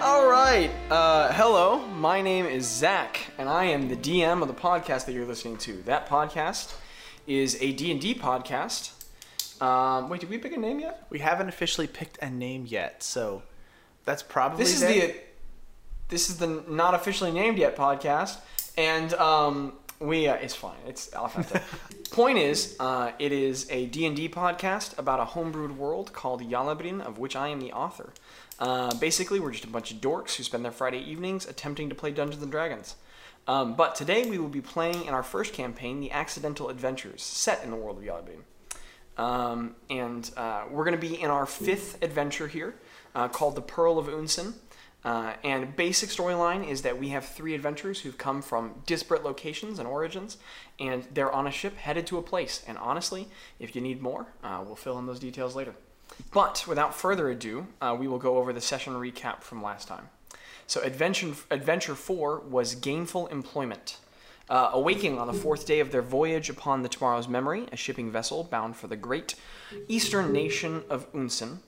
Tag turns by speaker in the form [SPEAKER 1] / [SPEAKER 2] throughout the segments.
[SPEAKER 1] All right. Uh, hello, my name is Zach, and I am the DM of the podcast that you're listening to. That podcast is a D&D podcast. Um, wait, did we pick a name yet?
[SPEAKER 2] We haven't officially picked a name yet, so that's probably
[SPEAKER 1] This is
[SPEAKER 2] them.
[SPEAKER 1] the this is the not officially named yet podcast, and um, we uh, it's fine. It's I'll have to. Point is, uh, it is a D and D podcast about a homebrewed world called Yalabrin, of which I am the author. Uh, basically, we're just a bunch of dorks who spend their Friday evenings attempting to play Dungeons and Dragons. Um, but today we will be playing in our first campaign, The Accidental Adventures, set in the world of Yalabrin. Um, and uh, we're going to be in our fifth adventure here uh, called The Pearl of Unsen. Uh, and basic storyline is that we have three adventurers who've come from disparate locations and origins, and they're on a ship headed to a place. And honestly, if you need more, uh, we'll fill in those details later. But without further ado, uh, we will go over the session recap from last time. So adventure adventure four was gainful employment. Uh, awaking on the fourth day of their voyage upon the tomorrow's memory, a shipping vessel bound for the great eastern nation of Unsen,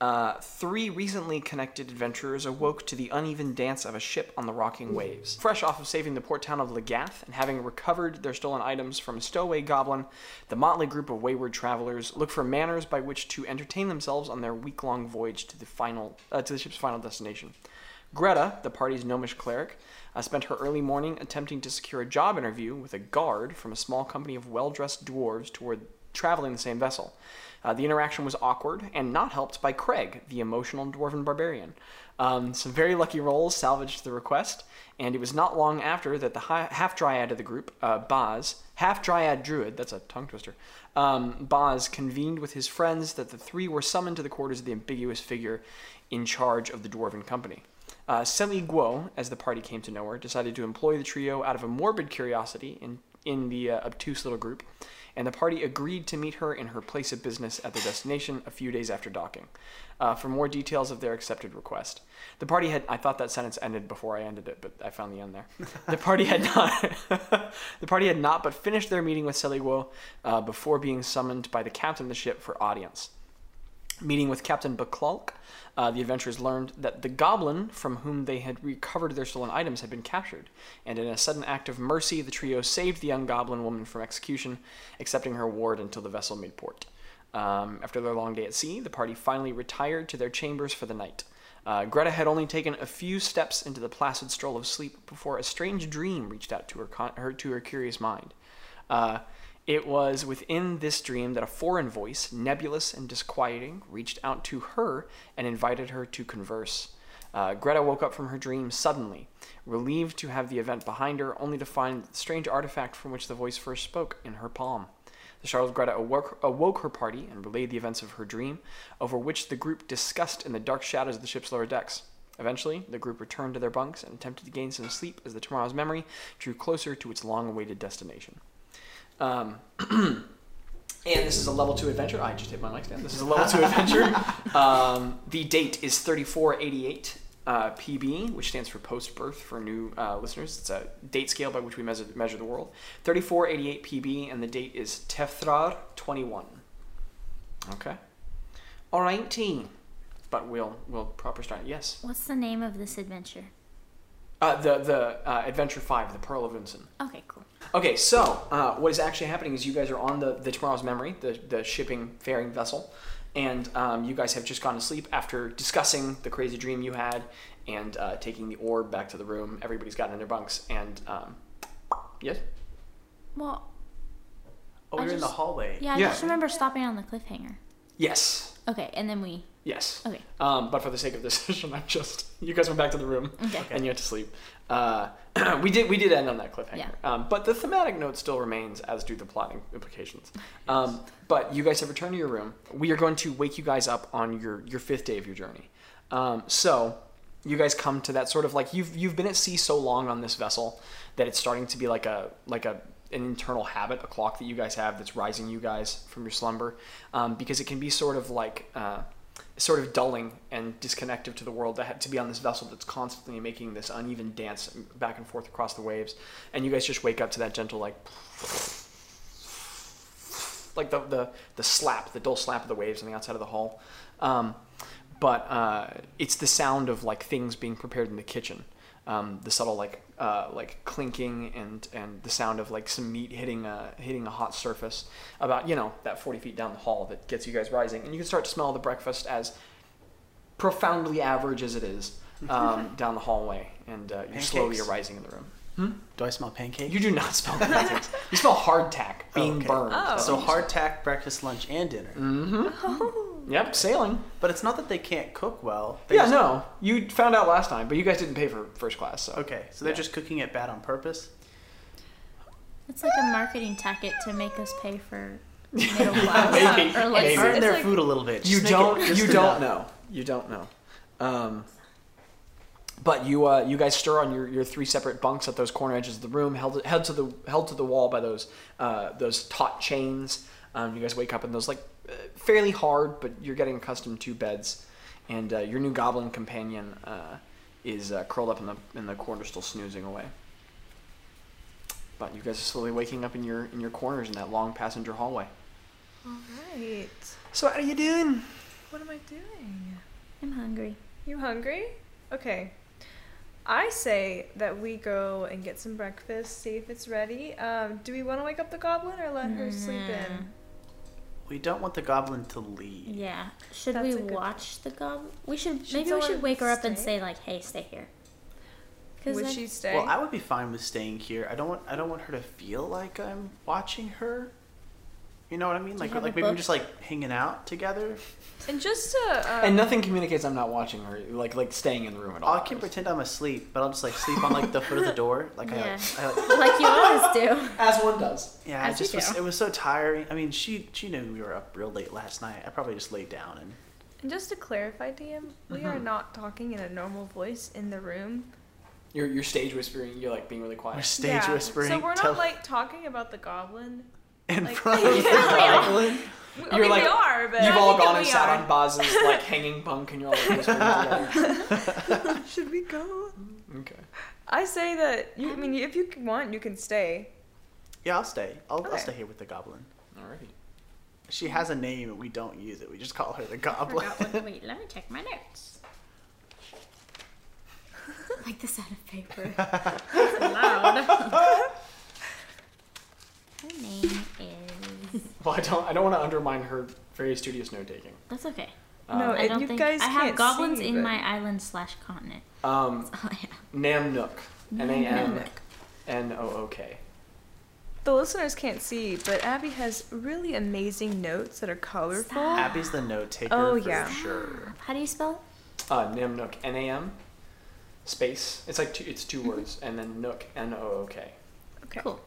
[SPEAKER 1] uh, three recently connected adventurers awoke to the uneven dance of a ship on the rocking waves. Fresh off of saving the port town of Legath and having recovered their stolen items from a stowaway goblin, the motley group of wayward travelers look for manners by which to entertain themselves on their week-long voyage to the final uh, to the ship's final destination. Greta, the party's gnomish cleric, uh, spent her early morning attempting to secure a job interview with a guard from a small company of well dressed dwarves toward traveling the same vessel. Uh, the interaction was awkward and not helped by Craig, the emotional dwarven barbarian. Um, some very lucky rolls salvaged the request, and it was not long after that the hi- half dryad of the group, uh, Boz, half dryad druid, that's a tongue twister, um, Boz convened with his friends that the three were summoned to the quarters of the ambiguous figure in charge of the dwarven company. Uh, Sally Guo, as the party came to know her, decided to employ the trio out of a morbid curiosity in, in the uh, obtuse little group, and the party agreed to meet her in her place of business at their destination a few days after docking. Uh, for more details of their accepted request, the party had. I thought that sentence ended before I ended it, but I found the end there. the party had not. the party had not, but finished their meeting with Sally Guo uh, before being summoned by the captain of the ship for audience. Meeting with Captain Baclalk, uh, the adventurers learned that the goblin from whom they had recovered their stolen items had been captured, and in a sudden act of mercy, the trio saved the young goblin woman from execution, accepting her reward until the vessel made port. Um, after their long day at sea, the party finally retired to their chambers for the night. Uh, Greta had only taken a few steps into the placid stroll of sleep before a strange dream reached out to her, con- her to her curious mind. Uh, it was within this dream that a foreign voice, nebulous and disquieting, reached out to her and invited her to converse. Uh, Greta woke up from her dream suddenly, relieved to have the event behind her, only to find the strange artifact from which the voice first spoke in her palm. The startled Greta awoke, awoke her party and relayed the events of her dream, over which the group discussed in the dark shadows of the ship's lower decks. Eventually, the group returned to their bunks and attempted to gain some sleep as the tomorrow's memory drew closer to its long awaited destination. Um, and this is a level two adventure. I just hit my mic stand. This is a level two adventure. Um, the date is 3488 uh, PB, which stands for post birth for new uh, listeners. It's a date scale by which we measure, measure the world. 3488 PB, and the date is Tethrar 21. Okay. All right, team. But we'll we'll proper start. Yes.
[SPEAKER 3] What's the name of this adventure?
[SPEAKER 1] Uh, the the uh, adventure five, the Pearl of Vincent.
[SPEAKER 3] Okay, cool.
[SPEAKER 1] Okay, so uh, what is actually happening is you guys are on the, the Tomorrow's Memory, the, the shipping faring vessel, and um, you guys have just gone to sleep after discussing the crazy dream you had and uh, taking the orb back to the room. Everybody's gotten in their bunks, and um, yes?
[SPEAKER 3] Well,
[SPEAKER 2] Oh,
[SPEAKER 3] I
[SPEAKER 2] we were in the
[SPEAKER 3] just-
[SPEAKER 2] hallway.
[SPEAKER 3] yeah, I
[SPEAKER 1] Yeah.
[SPEAKER 3] just remember stopping on the cliffhanger.
[SPEAKER 1] Yes.
[SPEAKER 3] Okay, and then we.
[SPEAKER 1] Yes.
[SPEAKER 3] Okay.
[SPEAKER 1] Um, but for the sake of this session, I'm just you guys went back to the room
[SPEAKER 3] Okay.
[SPEAKER 1] and you had to sleep. Uh, we did we did end on that cliffhanger,
[SPEAKER 3] Yeah.
[SPEAKER 1] um, but the thematic note still remains, as do the plotting implications. Um, but you guys have returned to your room. We are going to wake you guys up on your your fifth day of your journey. Um, so you guys come to that sort of like you've you've been at sea so long on this vessel that it's starting to be like a like a an internal habit, a clock that you guys have that's rising you guys from your slumber, um, because it can be sort of like. Uh, sort of dulling and disconnected to the world to, ha- to be on this vessel that's constantly making this uneven dance back and forth across the waves and you guys just wake up to that gentle like like the the, the slap the dull slap of the waves on the outside of the hull um, but uh, it's the sound of like things being prepared in the kitchen. Um, the subtle like uh, like clinking and and the sound of like some meat hitting a hitting a hot surface about you know that 40 feet down the hall that gets you guys rising and you can start to smell the breakfast as profoundly average as it is um, down the hallway and uh, you're slowly
[SPEAKER 2] Pancakes.
[SPEAKER 1] rising in the room.
[SPEAKER 2] Do I smell pancake?
[SPEAKER 1] You do not smell pancakes. you smell hardtack being
[SPEAKER 2] okay.
[SPEAKER 1] burned.
[SPEAKER 4] Oh.
[SPEAKER 2] So hardtack, breakfast, lunch, and dinner.
[SPEAKER 1] Yep, sailing.
[SPEAKER 2] But it's not that they can't cook well. They
[SPEAKER 1] yeah,
[SPEAKER 2] just-
[SPEAKER 1] no, you found out last time, but you guys didn't pay for first class, so
[SPEAKER 2] Okay, so they're
[SPEAKER 1] Yeah.
[SPEAKER 2] just cooking it bad on purpose.
[SPEAKER 3] It's like a marketing tactic to make us pay for middle class
[SPEAKER 2] Maybe.
[SPEAKER 3] or
[SPEAKER 4] Maybe.
[SPEAKER 3] like
[SPEAKER 2] Burn
[SPEAKER 4] It's
[SPEAKER 2] their
[SPEAKER 4] like-
[SPEAKER 2] food a little bit.
[SPEAKER 1] you
[SPEAKER 2] Just make it
[SPEAKER 1] don't
[SPEAKER 2] just
[SPEAKER 1] you don't
[SPEAKER 2] enough.
[SPEAKER 1] know you don't know um, but you uh, you guys stir on your, your three separate bunks at those corner edges of the room held held to the held to the wall by those uh, those taut chains um, you guys wake up in those like uh, fairly hard but you're getting accustomed to beds and uh, your new goblin companion uh, is uh, curled up in the in the corner still snoozing away but you guys are slowly waking up in your in your corners in that long passenger hallway
[SPEAKER 4] All right.
[SPEAKER 1] so how are you doing
[SPEAKER 4] What am I doing?
[SPEAKER 3] I'm hungry.
[SPEAKER 4] You hungry? Okay. I say that we go and get some breakfast, see if it's ready. Um, do we want to wake up the goblin or let
[SPEAKER 3] Mm-hmm.
[SPEAKER 4] her sleep in?
[SPEAKER 2] We don't want the goblin to leave.
[SPEAKER 3] Yeah. Should
[SPEAKER 4] That's
[SPEAKER 3] we
[SPEAKER 4] a good-
[SPEAKER 3] watch the goblin? We should,
[SPEAKER 4] Should
[SPEAKER 3] maybe we
[SPEAKER 4] someone
[SPEAKER 3] should wake her up and
[SPEAKER 4] stay?
[SPEAKER 3] say like, "Hey, stay here."
[SPEAKER 4] Would
[SPEAKER 3] like,
[SPEAKER 4] she stay?
[SPEAKER 2] Well, I would be fine with staying here. I don't want I don't want her to feel like I'm watching her. You know what I mean? Like
[SPEAKER 3] have
[SPEAKER 2] like
[SPEAKER 3] a
[SPEAKER 2] maybe we're
[SPEAKER 3] book?
[SPEAKER 2] just like hanging out together.
[SPEAKER 4] and just to. Um,
[SPEAKER 1] And nothing communicates I'm not watching her, like like staying in the room at all.
[SPEAKER 2] I can pretend I'm asleep, but I'll just like sleep on like the foot of the door. Like
[SPEAKER 3] Yeah.
[SPEAKER 2] I, like, I like,
[SPEAKER 3] like you always do.
[SPEAKER 1] As one does.
[SPEAKER 2] yeah. I
[SPEAKER 3] As you
[SPEAKER 2] just was
[SPEAKER 3] do.
[SPEAKER 2] it was so tiring. I mean, she she knew we were up real late last night. I probably just laid down and
[SPEAKER 4] and just to clarify, DM, we are
[SPEAKER 1] Mm-hmm.
[SPEAKER 4] not talking in a normal voice in the room.
[SPEAKER 1] You're, you're stage whispering. You're like being really
[SPEAKER 2] we're
[SPEAKER 1] quiet.
[SPEAKER 2] stage
[SPEAKER 4] Yeah.
[SPEAKER 2] whispering.
[SPEAKER 4] So we're
[SPEAKER 2] tell-
[SPEAKER 4] not like talking about the goblin.
[SPEAKER 2] in
[SPEAKER 4] like-
[SPEAKER 2] front
[SPEAKER 4] Yeah,
[SPEAKER 2] of
[SPEAKER 4] we
[SPEAKER 2] the
[SPEAKER 4] are.
[SPEAKER 2] goblin.
[SPEAKER 4] We, I
[SPEAKER 1] You're
[SPEAKER 4] mean,
[SPEAKER 1] like-
[SPEAKER 4] we are, but
[SPEAKER 1] You've
[SPEAKER 4] I
[SPEAKER 1] all
[SPEAKER 4] think
[SPEAKER 1] gone
[SPEAKER 4] that
[SPEAKER 1] and
[SPEAKER 4] we
[SPEAKER 1] sat
[SPEAKER 4] are.
[SPEAKER 1] on Boz's like hanging bunk, and you're all like whispering together.
[SPEAKER 4] Should we go?
[SPEAKER 1] Okay.
[SPEAKER 4] I say that. You, I mean, if you want, you can stay.
[SPEAKER 2] Yeah, I'll stay. I'll, I'll
[SPEAKER 4] Okay.
[SPEAKER 2] stay here with the goblin.
[SPEAKER 1] All right.
[SPEAKER 2] She has a name and we don't use it. We just call her the
[SPEAKER 3] I
[SPEAKER 2] goblin.
[SPEAKER 3] forgot one. Wait, let me check my notes. like this out of paper. It's loud. Her name is.
[SPEAKER 1] Well, I don't I don't want to undermine her very studious Uh, note taking.
[SPEAKER 3] That's okay.
[SPEAKER 4] No,
[SPEAKER 3] I
[SPEAKER 4] it-
[SPEAKER 3] don't
[SPEAKER 4] you
[SPEAKER 3] think
[SPEAKER 4] guys
[SPEAKER 3] I have
[SPEAKER 4] can't
[SPEAKER 3] goblins
[SPEAKER 4] see,
[SPEAKER 3] in
[SPEAKER 4] but-
[SPEAKER 3] my island slash continent.
[SPEAKER 1] Um,
[SPEAKER 3] Oh yeah.
[SPEAKER 1] Namnook. N a m
[SPEAKER 3] Namnook.
[SPEAKER 1] n o o k.
[SPEAKER 4] The listeners can't see, but Abby has really amazing notes that are colorful.
[SPEAKER 2] Abby's the note taker
[SPEAKER 4] Oh,
[SPEAKER 2] for
[SPEAKER 4] yeah.
[SPEAKER 2] sure.
[SPEAKER 3] How do you spell?
[SPEAKER 1] Uh, Namnook. N a m. Space. It's like two, it's two words, and then Nook. N o o k.
[SPEAKER 4] Okay.
[SPEAKER 3] Cool.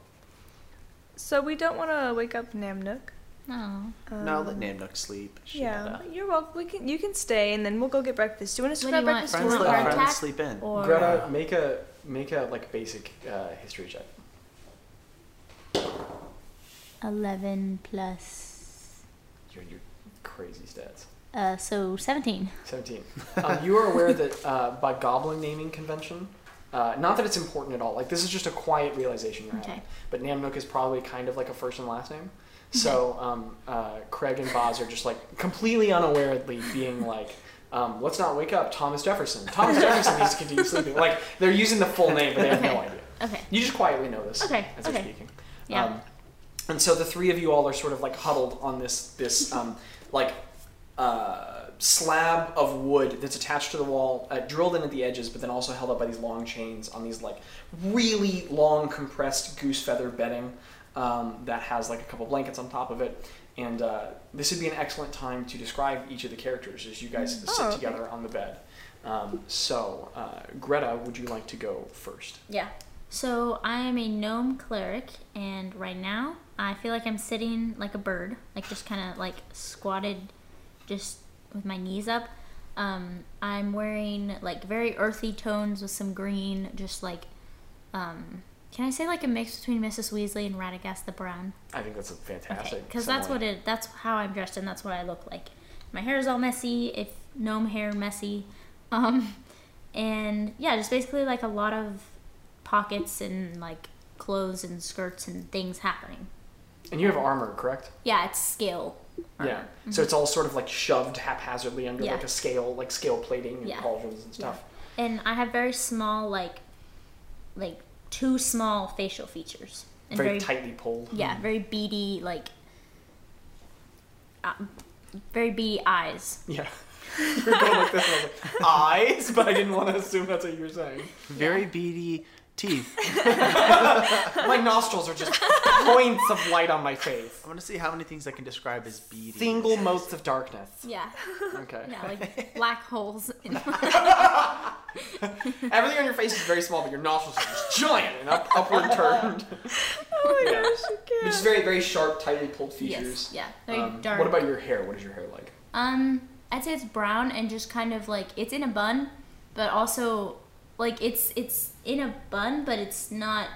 [SPEAKER 4] So we don't want to wake up Namnook. Um,
[SPEAKER 3] No.
[SPEAKER 2] no, let Namnook sleep. She had uh,
[SPEAKER 4] Yeah,
[SPEAKER 2] a-
[SPEAKER 4] but you're welcome. We can you can stay, and then we'll go get breakfast. Do you want us to
[SPEAKER 3] What
[SPEAKER 4] grab
[SPEAKER 3] do you want?
[SPEAKER 4] breakfast?
[SPEAKER 2] Friends,
[SPEAKER 3] want
[SPEAKER 2] let
[SPEAKER 3] our
[SPEAKER 2] friends
[SPEAKER 3] attack?
[SPEAKER 2] sleep in.
[SPEAKER 3] Or
[SPEAKER 1] Greta, make a make a like basic uh, history check.
[SPEAKER 3] eleven plus.
[SPEAKER 1] Your your crazy stats.
[SPEAKER 3] Uh, so seventeen.
[SPEAKER 1] 17. Um, you are aware that uh, by goblin naming convention, uh, not that it's important at all, like this is just a quiet realization you're
[SPEAKER 3] Okay.
[SPEAKER 1] having, but Namnook is probably kind of like a first and last name.
[SPEAKER 3] Mm-hmm.
[SPEAKER 1] So um, uh, Craig and Boz are just like completely unawarely being like, um, let's not wake up Thomas Jefferson. Thomas Jefferson needs to continue sleeping. Like they're using the full name, but they have no
[SPEAKER 3] Okay.
[SPEAKER 1] idea.
[SPEAKER 3] Okay.
[SPEAKER 1] You just quietly know this
[SPEAKER 3] Okay,
[SPEAKER 1] as you're
[SPEAKER 3] okay.
[SPEAKER 1] speaking.
[SPEAKER 3] Yeah.
[SPEAKER 1] Um, and so the three of you all are sort of like huddled on this this um, like uh, slab of wood that's attached to the wall, uh, drilled in at the edges, but then also held up by these long chains on these like really long compressed goose feather bedding um, that has like a couple blankets on top of it. And uh, this would be an excellent time to describe each of the characters as you
[SPEAKER 3] Mm.
[SPEAKER 1] guys sit
[SPEAKER 4] Oh, okay.
[SPEAKER 1] together on the bed. Um, so, uh, Greta, would you like to go first?
[SPEAKER 3] Yeah. So I am a gnome cleric, and right now I feel like I'm sitting like a bird, like just kind of like squatted, just with my knees up. Um, I'm wearing like very earthy tones with some green, just like, um, can I say like a mix between Mrs. Weasley and Radagast the Brown?
[SPEAKER 1] I think that's a fantastic.
[SPEAKER 3] because that's
[SPEAKER 1] summary.
[SPEAKER 3] what it. That's how I'm dressed, and that's what I look like. My hair is all messy. If gnome hair messy, um, and yeah, just basically like a lot of pockets and like clothes and skirts and things happening.
[SPEAKER 1] And you have armor, correct?
[SPEAKER 3] Yeah, it's skill or-
[SPEAKER 1] Yeah. So it's all sort of like shoved haphazardly under
[SPEAKER 3] Mm-hmm. Yeah.
[SPEAKER 1] like a scale, like scale plating and
[SPEAKER 3] Yeah.
[SPEAKER 1] pauldrons and stuff.
[SPEAKER 3] And I have very small, like, like too small facial features. And
[SPEAKER 1] Very, Mm. tightly pulled.
[SPEAKER 3] Yeah, very beady, like, uh, very beady eyes.
[SPEAKER 1] Yeah. you were going like this, and I was like, eyes, but I didn't want to assume that's what you were saying.
[SPEAKER 2] Very beady teeth.
[SPEAKER 1] My nostrils are just points of light on my face.
[SPEAKER 2] I want to see how many things I can describe as beady.
[SPEAKER 1] Single motes of darkness.
[SPEAKER 3] Yeah,
[SPEAKER 1] Okay.
[SPEAKER 3] yeah, like black holes. In,
[SPEAKER 1] Everything on your face is very small, but your nostrils are just giant and up, upward turned.
[SPEAKER 4] Oh my
[SPEAKER 1] Yeah.
[SPEAKER 4] gosh, you
[SPEAKER 1] But
[SPEAKER 4] can't.
[SPEAKER 1] just very, very sharp, tightly pulled
[SPEAKER 3] yes,
[SPEAKER 1] features.
[SPEAKER 3] yeah, very
[SPEAKER 1] Um,
[SPEAKER 3] dark.
[SPEAKER 1] What about your hair? What is your hair like?
[SPEAKER 3] Um, I'd say it's brown and just kind of like it's in a bun, but also like it's it's in a bun, but it's not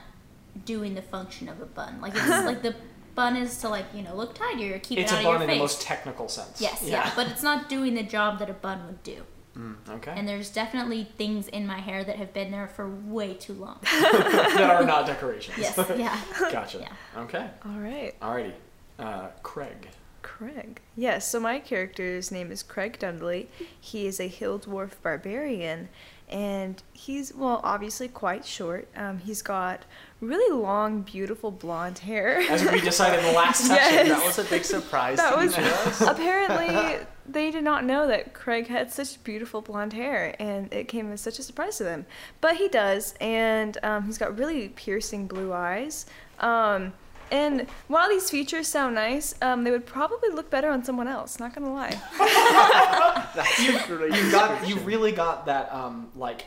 [SPEAKER 3] doing the function of a bun. Like it's like the bun is to like you know look tidier, keep
[SPEAKER 1] It's
[SPEAKER 3] it
[SPEAKER 1] a
[SPEAKER 3] out
[SPEAKER 1] bun
[SPEAKER 3] of your
[SPEAKER 1] in
[SPEAKER 3] face.
[SPEAKER 1] the most technical sense.
[SPEAKER 3] yes, yeah. but it's not doing the job that a bun would do.
[SPEAKER 1] okay.
[SPEAKER 3] And there's definitely things in my hair that have been there for way too long.
[SPEAKER 1] that are not decorations.
[SPEAKER 3] Yes, yeah.
[SPEAKER 1] Gotcha.
[SPEAKER 3] Yeah.
[SPEAKER 1] Okay.
[SPEAKER 4] All right.
[SPEAKER 1] Alrighty. Uh, Craig.
[SPEAKER 4] Craig. Yes, so my character's name is Craig Dundley. He is a hill dwarf barbarian, and he's, well, obviously quite short. Um, he's got really long, beautiful blonde hair.
[SPEAKER 1] As we decided in the last session,
[SPEAKER 4] Yes.
[SPEAKER 2] That was a big surprise.
[SPEAKER 4] That
[SPEAKER 2] to
[SPEAKER 4] was
[SPEAKER 2] me.
[SPEAKER 4] apparently they did not know that Craig had such beautiful blonde hair, and it came as such a surprise to them. But he does, and um, he's got really piercing blue eyes. Um, and while these features sound nice, um, they would probably look better on someone else. Not gonna lie.
[SPEAKER 2] That's a great
[SPEAKER 1] you got you
[SPEAKER 2] description.
[SPEAKER 1] really got that um like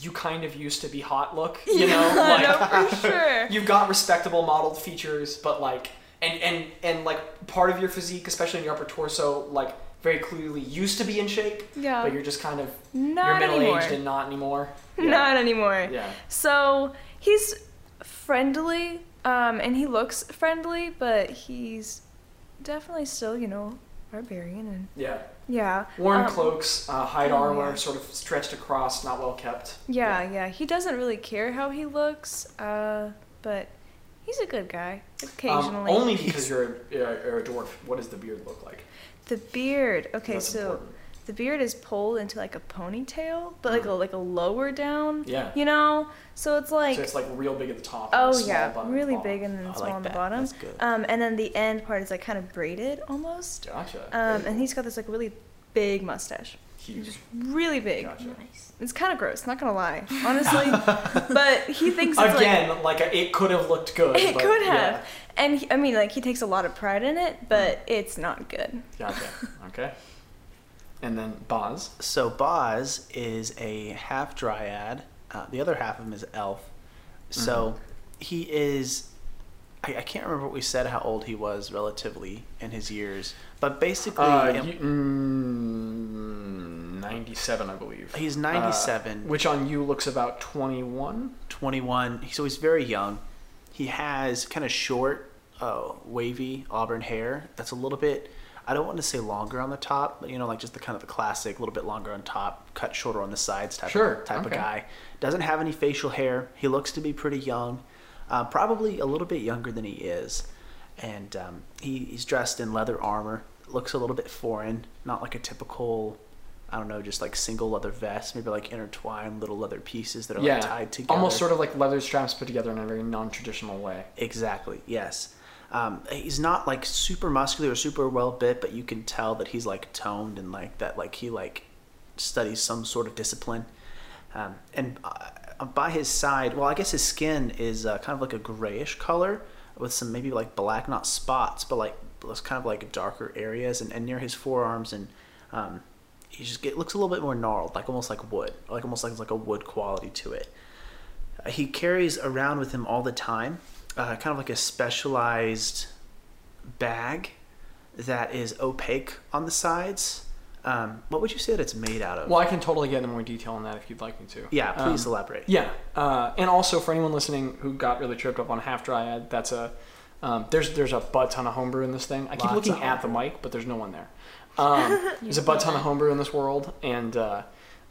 [SPEAKER 1] you kind of used to be hot look you know
[SPEAKER 4] I
[SPEAKER 1] like
[SPEAKER 4] know for sure.
[SPEAKER 1] you've got respectable modeled features but like and and and like part of your physique especially in your upper torso like very clearly used to be in shape
[SPEAKER 3] Oh.
[SPEAKER 4] Yeah.
[SPEAKER 1] but you're just kind of
[SPEAKER 4] Not
[SPEAKER 1] you're middle
[SPEAKER 4] anymore.
[SPEAKER 1] aged and not anymore yeah.
[SPEAKER 4] Not anymore.
[SPEAKER 1] yeah
[SPEAKER 4] So he's friendly, um, and he looks friendly, but he's definitely still, you know, barbarian and
[SPEAKER 1] yeah
[SPEAKER 4] yeah.
[SPEAKER 1] worn
[SPEAKER 4] um,
[SPEAKER 1] cloaks uh, hide
[SPEAKER 4] oh,
[SPEAKER 1] armor
[SPEAKER 4] yeah.
[SPEAKER 1] sort of stretched across not well kept
[SPEAKER 4] Yeah, yeah, He doesn't really care how he looks, uh, but he's a good guy
[SPEAKER 1] Um,
[SPEAKER 4] occasionally.
[SPEAKER 1] only because you're a, you're a dwarf what does the beard look like
[SPEAKER 4] the beard. Okay,
[SPEAKER 1] That's
[SPEAKER 4] so
[SPEAKER 1] important.
[SPEAKER 4] the beard is pulled into like a ponytail, but like a like a lower down.
[SPEAKER 1] Uh-huh. Yeah.
[SPEAKER 4] You know, so it's like.
[SPEAKER 1] so it's like real big at the top and
[SPEAKER 4] Oh
[SPEAKER 1] small
[SPEAKER 4] yeah,
[SPEAKER 1] button at the
[SPEAKER 4] really
[SPEAKER 1] bottom.
[SPEAKER 4] big and then
[SPEAKER 2] I
[SPEAKER 4] small
[SPEAKER 2] like
[SPEAKER 4] on the
[SPEAKER 2] that.
[SPEAKER 4] bottom.
[SPEAKER 2] That's good.
[SPEAKER 4] Um, and then the end part is like kind of braided almost.
[SPEAKER 1] Gotcha.
[SPEAKER 4] Um, and he's got this like really big mustache,
[SPEAKER 1] Huge.
[SPEAKER 4] really big.
[SPEAKER 1] Gotcha.
[SPEAKER 3] Nice.
[SPEAKER 4] It's kind of gross, not gonna lie, honestly. but he thinks it's like
[SPEAKER 1] Again, like, it could have looked good.
[SPEAKER 4] It
[SPEAKER 1] but
[SPEAKER 4] could have.
[SPEAKER 1] yeah. Mm.
[SPEAKER 4] And he, I mean, like, he takes a lot of pride in it, but it's not good.
[SPEAKER 1] Gotcha. Okay. And then Boz.
[SPEAKER 2] So Boz is a half dryad. Uh, the other half of him is elf. So
[SPEAKER 4] Mm-hmm.
[SPEAKER 2] he is. I, I can't remember what we said how old he was relatively in his years, but basically
[SPEAKER 4] Uh,
[SPEAKER 1] Uh,
[SPEAKER 2] um,
[SPEAKER 1] mm, ninety-seven, I believe. Uh,
[SPEAKER 2] he's 97,
[SPEAKER 1] which on you looks about twenty-one.
[SPEAKER 2] 21. So he's very young. He has kind of short, uh, wavy auburn hair. That's a little bit. I don't want to say longer on the top, but you know, like just the kind of the classic, a little bit longer on top, cut shorter on the sides type
[SPEAKER 1] Sure,
[SPEAKER 2] of, type of
[SPEAKER 1] okay.
[SPEAKER 2] guy. Doesn't have any facial hair. He looks to be pretty young, uh, probably a little bit younger than he is, and um, he, he's dressed in leather armor. Looks a little bit foreign, not like a typical. I don't know, just like single leather vest, maybe like intertwined little leather pieces that are
[SPEAKER 1] yeah,
[SPEAKER 2] like tied together.
[SPEAKER 1] almost sort of like leather straps put together in a very non-traditional way.
[SPEAKER 2] Exactly. Yes. Um, he's not like super muscular or super well bit, but you can tell that he's like toned and like that, like he like studies some sort of discipline. Um, and uh, by his side, well, I guess his skin is uh, kind of like a grayish color with some maybe like black, not spots, but like it's kind of like darker areas and, and near his forearms and um, he just get, looks a little bit more gnarled, like almost like wood, like almost like like a wood quality to it he carries around with him all the time, uh, kind of like a specialized bag that is opaque on the sides. Um, what would you say that it's made out of?
[SPEAKER 1] Well, I can totally get into more detail on that if you'd like me to.
[SPEAKER 2] yeah, please
[SPEAKER 1] Um,
[SPEAKER 2] elaborate.
[SPEAKER 1] Yeah, uh, and also for anyone listening who got really tripped up on half dryad, that's a um, there's there's a butt ton of homebrew in this thing. I keep
[SPEAKER 2] Lots
[SPEAKER 1] looking
[SPEAKER 2] of
[SPEAKER 1] at the mic, but there's no one there. Um, there's a butt ton of homebrew in this world, and uh,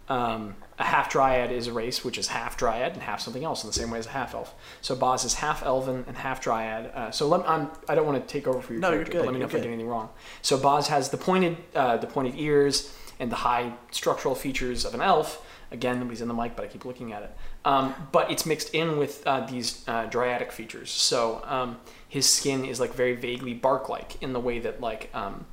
[SPEAKER 1] Um, a half dryad is a race which is half dryad and half something else in the same way as a half elf. So Boz is half elven and half dryad. Uh, so let, I'm, I don't want to take over for your
[SPEAKER 2] No, you're
[SPEAKER 1] character,
[SPEAKER 2] good,
[SPEAKER 1] but let me know
[SPEAKER 2] you're
[SPEAKER 1] if I get
[SPEAKER 2] good.
[SPEAKER 1] anything wrong. So Boz has the pointed, uh, the pointed ears and the high structural features of an elf. Again, nobody's in the mic, but I keep looking at it. Um, but it's mixed in with uh, these uh, dryadic features. So um, his skin is like very vaguely bark-like in the way that like um,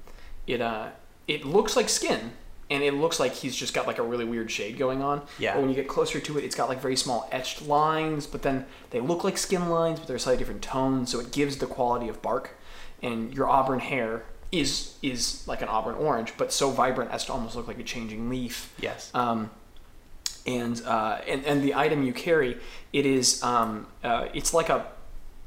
[SPEAKER 1] it uh, it looks like skin, and it looks like he's just got like a really weird shade going on.
[SPEAKER 2] Yeah.
[SPEAKER 1] But when you get closer to it, it's got like very small etched lines, but then they look like skin lines, but they're slightly different tones, so it gives the quality of bark. And your auburn hair is is like an auburn orange, but so vibrant as to almost look like a changing leaf.
[SPEAKER 2] Yes.
[SPEAKER 1] Um, and, uh, and and the item you carry, it is um, uh, it's like a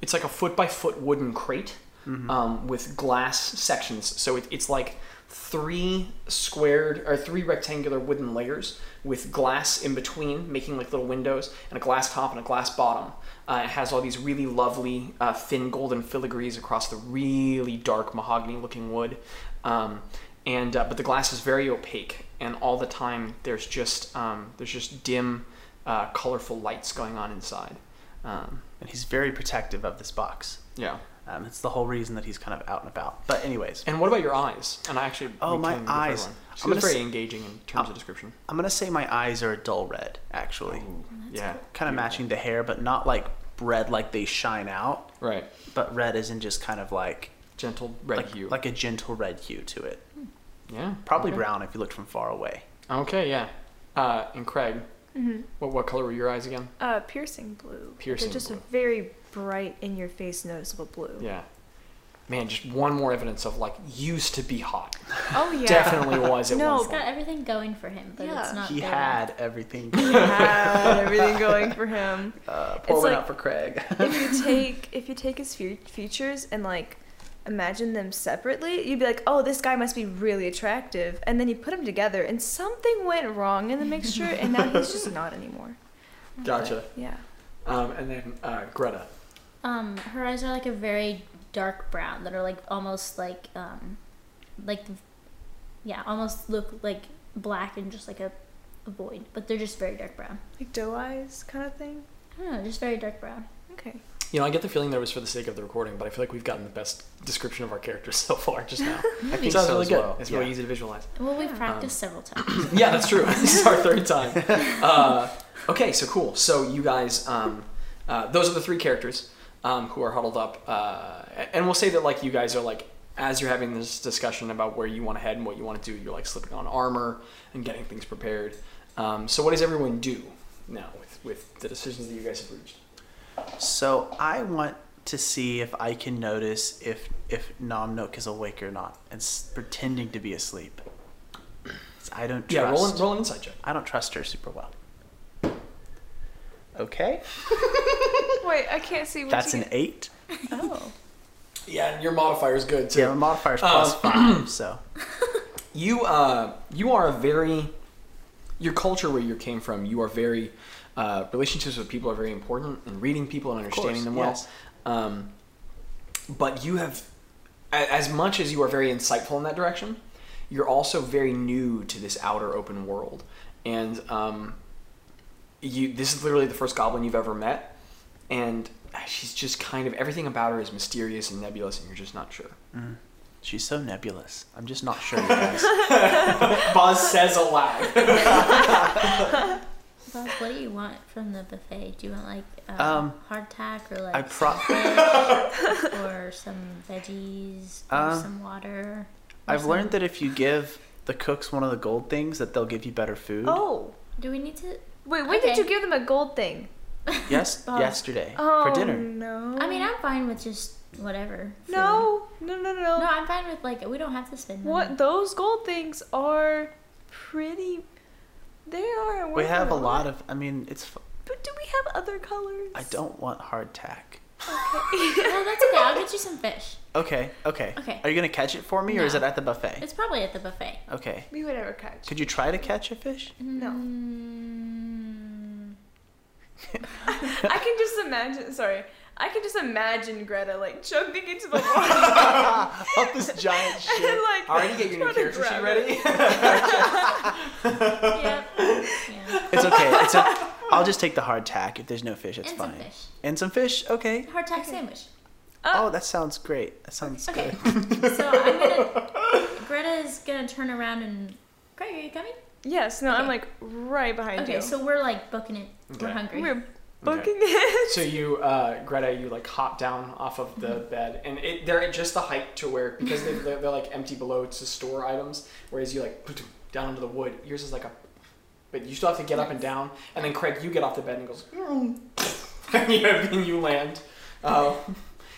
[SPEAKER 1] it's like a foot by foot wooden crate um, with glass sections. So it, it's like three squared or three rectangular wooden layers with glass in between, making like little windows, and a glass top and a glass bottom. Uh, it has all these really lovely uh, thin golden filigrees across the really dark mahogany looking wood. Um, and uh, but the glass is very opaque, and all the time there's just um, there's just dim, uh, colorful lights going on inside. Um,
[SPEAKER 2] and he's very protective of this box.
[SPEAKER 1] yeah.
[SPEAKER 2] Um, it's the whole reason that he's kind of out and about. But anyways,
[SPEAKER 1] And what about your eyes? And I actually
[SPEAKER 2] Oh,
[SPEAKER 1] we
[SPEAKER 2] my
[SPEAKER 1] can give her
[SPEAKER 2] eyes.
[SPEAKER 1] one.
[SPEAKER 2] I'm
[SPEAKER 1] She
[SPEAKER 2] gonna
[SPEAKER 1] was very
[SPEAKER 2] s-
[SPEAKER 1] engaging in terms of description.
[SPEAKER 2] I'm gonna say my eyes are a dull red, actually,
[SPEAKER 4] Oh,
[SPEAKER 1] yeah,
[SPEAKER 2] kind of matching the hair, but not like red like they shine out,
[SPEAKER 1] Right,
[SPEAKER 2] but red isn't just kind of like
[SPEAKER 1] gentle red
[SPEAKER 2] like,
[SPEAKER 1] hue.
[SPEAKER 2] like a gentle red hue to it.
[SPEAKER 1] yeah,
[SPEAKER 2] Probably
[SPEAKER 1] okay.
[SPEAKER 2] brown if you looked from far away.
[SPEAKER 1] Okay, yeah. Uh, and Craig,
[SPEAKER 4] Mm-hmm.
[SPEAKER 1] what what color were your eyes again?
[SPEAKER 4] Uh, piercing blue.
[SPEAKER 1] Piercing
[SPEAKER 4] They're just
[SPEAKER 1] blue.
[SPEAKER 4] a very bright, in your face, noticeable blue.
[SPEAKER 1] Yeah. Man, just one more evidence of like used to be hot.
[SPEAKER 4] Oh yeah.
[SPEAKER 1] Definitely was at
[SPEAKER 4] No,
[SPEAKER 1] one
[SPEAKER 3] He's got
[SPEAKER 1] point.
[SPEAKER 3] everything going for him, but
[SPEAKER 4] Yeah.
[SPEAKER 3] it's not.
[SPEAKER 2] He
[SPEAKER 3] there.
[SPEAKER 2] had everything.
[SPEAKER 4] He had everything going for him.
[SPEAKER 2] Uh,
[SPEAKER 4] It's
[SPEAKER 2] pour one
[SPEAKER 4] like-
[SPEAKER 2] out for Craig.
[SPEAKER 4] if you take if you take his fe- features and like imagine them separately, you'd be like, "Oh, this guy must be really attractive," and then you put them together, and something went wrong in the mixture, and now he's just not anymore.
[SPEAKER 1] Gotcha.
[SPEAKER 4] Yeah.
[SPEAKER 1] Um, and then uh, Greta.
[SPEAKER 3] Um, her eyes are like a very dark brown that are like almost like um, like the, yeah, almost look like black and just like a, a void, but they're just very dark brown.
[SPEAKER 4] Like doe eyes kind of thing.
[SPEAKER 3] I don't know, just very dark brown.
[SPEAKER 4] Okay.
[SPEAKER 1] You know, I get the feeling that was for the sake of the recording, but I feel like we've gotten the best description of our characters so far just now.
[SPEAKER 2] I think
[SPEAKER 1] Sounds
[SPEAKER 2] so
[SPEAKER 1] really
[SPEAKER 2] as
[SPEAKER 1] good.
[SPEAKER 2] well.
[SPEAKER 1] It's
[SPEAKER 2] yeah.
[SPEAKER 1] really easy to visualize.
[SPEAKER 3] Well, we've practiced
[SPEAKER 2] Um.
[SPEAKER 3] several times.
[SPEAKER 1] Yeah, that's true. this is our third time. Uh, okay, so cool. So you guys, um, uh, those are the three characters um, who are huddled up, uh, and we'll say that like you guys are like as you're having this discussion about where you want to head and what you want to do, you're like slipping on armor and getting things prepared. Um, so what does everyone do now with, with the decisions that you guys have reached?
[SPEAKER 2] So I want to see if I can notice if if Nom Nook is awake or not, and s- pretending to be asleep. 'Cause I don't trust.
[SPEAKER 1] Yeah, roll an, roll an insight check.
[SPEAKER 2] I don't trust her super well. Okay,
[SPEAKER 4] Wait, I can't see what
[SPEAKER 2] that's
[SPEAKER 4] you
[SPEAKER 2] an eight.
[SPEAKER 4] get. Oh.
[SPEAKER 1] Yeah, and your modifier is good too.
[SPEAKER 2] Yeah, Um, the modifier's plus five, so
[SPEAKER 1] you uh, you are a very your culture where you came from you are very uh, relationships with people are very important and reading people and
[SPEAKER 2] course,
[SPEAKER 1] understanding them well
[SPEAKER 2] yes.
[SPEAKER 1] um, but you have a- as much as you are very insightful in that direction you're also very new to this outer open world and um, you this is literally the first goblin you've ever met and she's just kind of everything about her is mysterious and nebulous and you're just not sure
[SPEAKER 2] she's so nebulous. I'm just not sure, you guys.
[SPEAKER 1] Boz says aloud
[SPEAKER 3] Bob, what do you want from the buffet? Do you want like um,
[SPEAKER 2] Um,
[SPEAKER 3] hardtack or like
[SPEAKER 2] I pro-
[SPEAKER 3] sausage or some veggies or
[SPEAKER 2] Um,
[SPEAKER 3] some water? or
[SPEAKER 2] I've
[SPEAKER 3] some-
[SPEAKER 2] learned that if you give the cooks one of the gold things, that they'll give you better food.
[SPEAKER 4] Oh.
[SPEAKER 3] Do we need to?
[SPEAKER 4] Wait, when did
[SPEAKER 3] Okay.
[SPEAKER 4] you give them a gold thing?
[SPEAKER 2] yes,
[SPEAKER 3] Bob.
[SPEAKER 2] yesterday
[SPEAKER 4] Oh
[SPEAKER 2] for dinner.
[SPEAKER 4] no.
[SPEAKER 3] I mean, I'm fine with just whatever. food.
[SPEAKER 4] no, no, no, no.
[SPEAKER 3] No, I'm fine with like we don't have to spend money.
[SPEAKER 4] What those gold things are pretty. They are.
[SPEAKER 2] We have a lot of. I mean, it's. f-
[SPEAKER 4] But do we have other colors?
[SPEAKER 2] I don't want hardtack.
[SPEAKER 3] No, that's okay. I'll get you some fish.
[SPEAKER 2] Okay, okay.
[SPEAKER 3] Okay.
[SPEAKER 2] Are you gonna catch it for me, or is
[SPEAKER 3] No.
[SPEAKER 2] it at the buffet?
[SPEAKER 3] It's probably at the buffet.
[SPEAKER 2] Okay.
[SPEAKER 4] We would never catch.
[SPEAKER 2] Could you try to catch a fish?
[SPEAKER 4] No,
[SPEAKER 3] Mm,
[SPEAKER 4] I can just imagine. Sorry, I can just imagine Greta like jumping into the water
[SPEAKER 2] Up this giant
[SPEAKER 4] and like.
[SPEAKER 1] already get your new
[SPEAKER 4] trying to
[SPEAKER 1] character sheet
[SPEAKER 4] grab it.
[SPEAKER 1] ready
[SPEAKER 3] yep.
[SPEAKER 2] It's okay. It's a, I'll just take the hard tack. If there's no fish, it's
[SPEAKER 3] And some
[SPEAKER 2] fine.
[SPEAKER 3] fish.
[SPEAKER 2] And some fish. Okay.
[SPEAKER 3] Hardtack sandwich.
[SPEAKER 4] Uh,
[SPEAKER 2] Oh, that sounds great. That sounds
[SPEAKER 3] Okay.
[SPEAKER 2] good.
[SPEAKER 3] so I'm gonna. Greta's gonna turn around and. Greg, are you coming?
[SPEAKER 4] Yes, no, I'm
[SPEAKER 3] Okay.
[SPEAKER 4] like right behind
[SPEAKER 3] Okay,
[SPEAKER 4] you.
[SPEAKER 3] so we're like booking it. We're
[SPEAKER 1] Okay.
[SPEAKER 3] hungry.
[SPEAKER 4] we're booking
[SPEAKER 1] So you, uh, Greta, you like hop down off of the bed, and it, they're at just the height to where because they, they're, they're like empty below to store items, whereas you like put down into the wood. Yours is like a, but you still have to get up and down, and then Craig, you get off the bed and goes, "Mm." and you, and you land, uh,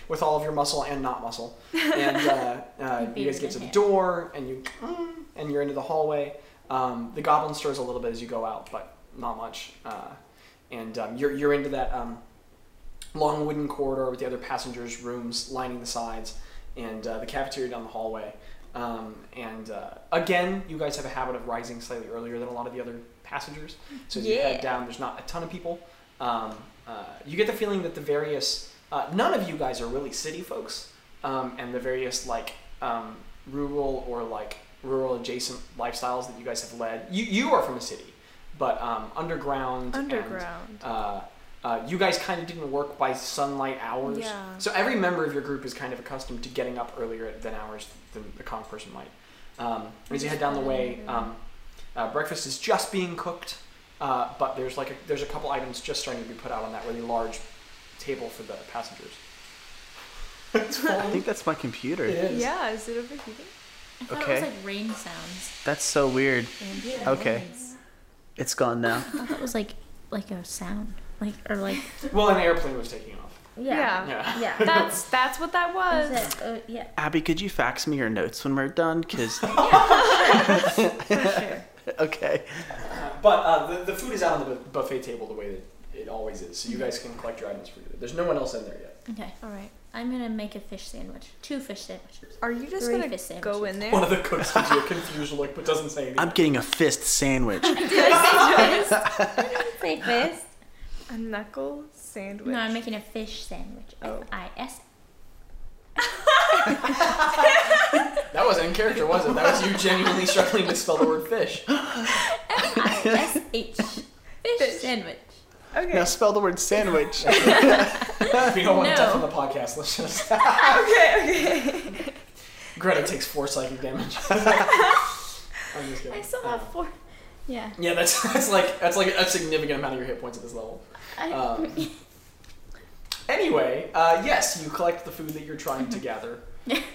[SPEAKER 1] with all of your muscle and not muscle, and uh, uh, you guys get to the door, and you, mm, and you're into the hallway. Um, the goblin stirs a little bit as you go out, but not much. Uh, and um, you're you're into that um, long wooden corridor with the other passengers' rooms lining the sides, and uh, the cafeteria down the hallway. Um, and uh, again, you guys have a habit of rising slightly earlier than a lot of the other passengers. So as you
[SPEAKER 3] Yeah.
[SPEAKER 1] head down, there's not a ton of people. Um, uh, you get the feeling that the various uh, none of you guys are really city folks, um, and the various like um, rural or like rural adjacent lifestyles that you guys have led. You you are from a city, but um, underground and,
[SPEAKER 4] underground.
[SPEAKER 1] uh, uh, you guys kind of didn't work by sunlight hours.
[SPEAKER 4] Yeah.
[SPEAKER 1] So every member of your group is kind of accustomed to getting up earlier than hours than the common person might. Um, as you head down the way, um, uh, breakfast is just being cooked, uh, but there's like a, there's a couple items just starting to be put out on that really large table for the passengers. it's full.
[SPEAKER 2] I think that's my computer.
[SPEAKER 1] It is.
[SPEAKER 4] Yeah, is it overheating?
[SPEAKER 3] I thought it
[SPEAKER 2] Okay.
[SPEAKER 3] was like rain sounds.
[SPEAKER 2] That's so weird.
[SPEAKER 3] Ambient
[SPEAKER 2] Okay.
[SPEAKER 3] noise.
[SPEAKER 2] It's gone now.
[SPEAKER 3] I thought it was like like a sound, like or like
[SPEAKER 1] Well, an airplane was taking off.
[SPEAKER 4] Yeah.
[SPEAKER 1] Yeah.
[SPEAKER 3] yeah.
[SPEAKER 4] That's that's what that
[SPEAKER 3] Is
[SPEAKER 4] was.
[SPEAKER 3] that- uh, yeah,
[SPEAKER 2] Abby, could you fax me your notes when we're done? Cause
[SPEAKER 3] for sure.
[SPEAKER 2] okay.
[SPEAKER 1] But uh, the, the food is out on the bu- buffet table the way that it always is, so you guys can collect your items for you. There's no one else in there yet.
[SPEAKER 3] Okay,
[SPEAKER 4] All right.
[SPEAKER 3] I'm gonna make a fish sandwich. Two fish sandwiches.
[SPEAKER 4] Are you just
[SPEAKER 3] Three
[SPEAKER 4] gonna
[SPEAKER 3] fish
[SPEAKER 4] go
[SPEAKER 3] sandwiches.
[SPEAKER 4] in
[SPEAKER 1] One of
[SPEAKER 4] there?
[SPEAKER 1] the cooks gives you a confused look, but doesn't say anything.
[SPEAKER 2] I'm getting a fist sandwich.
[SPEAKER 3] Say fist.
[SPEAKER 4] A knuckle sandwich.
[SPEAKER 3] No, I'm making a fish sandwich.
[SPEAKER 4] Oh.
[SPEAKER 3] F I S.
[SPEAKER 1] That wasn't in character, was it? That was you genuinely struggling to spell the word fish.
[SPEAKER 3] F I S H. Fish
[SPEAKER 4] Fish.
[SPEAKER 3] sandwich.
[SPEAKER 4] okay.
[SPEAKER 2] now spell the word sandwich.
[SPEAKER 1] If you don't want
[SPEAKER 3] No.
[SPEAKER 1] death on the podcast, let's just.
[SPEAKER 4] Okay. Okay.
[SPEAKER 1] Greta takes four psychic damage. I'm just kidding.
[SPEAKER 3] I still have
[SPEAKER 1] Uh,
[SPEAKER 3] four. Yeah.
[SPEAKER 1] yeah, that's that's like that's like a significant amount of your hit points at this level.
[SPEAKER 3] I,
[SPEAKER 1] Um, Anyway, uh, yes, you collect the food that you're trying to gather.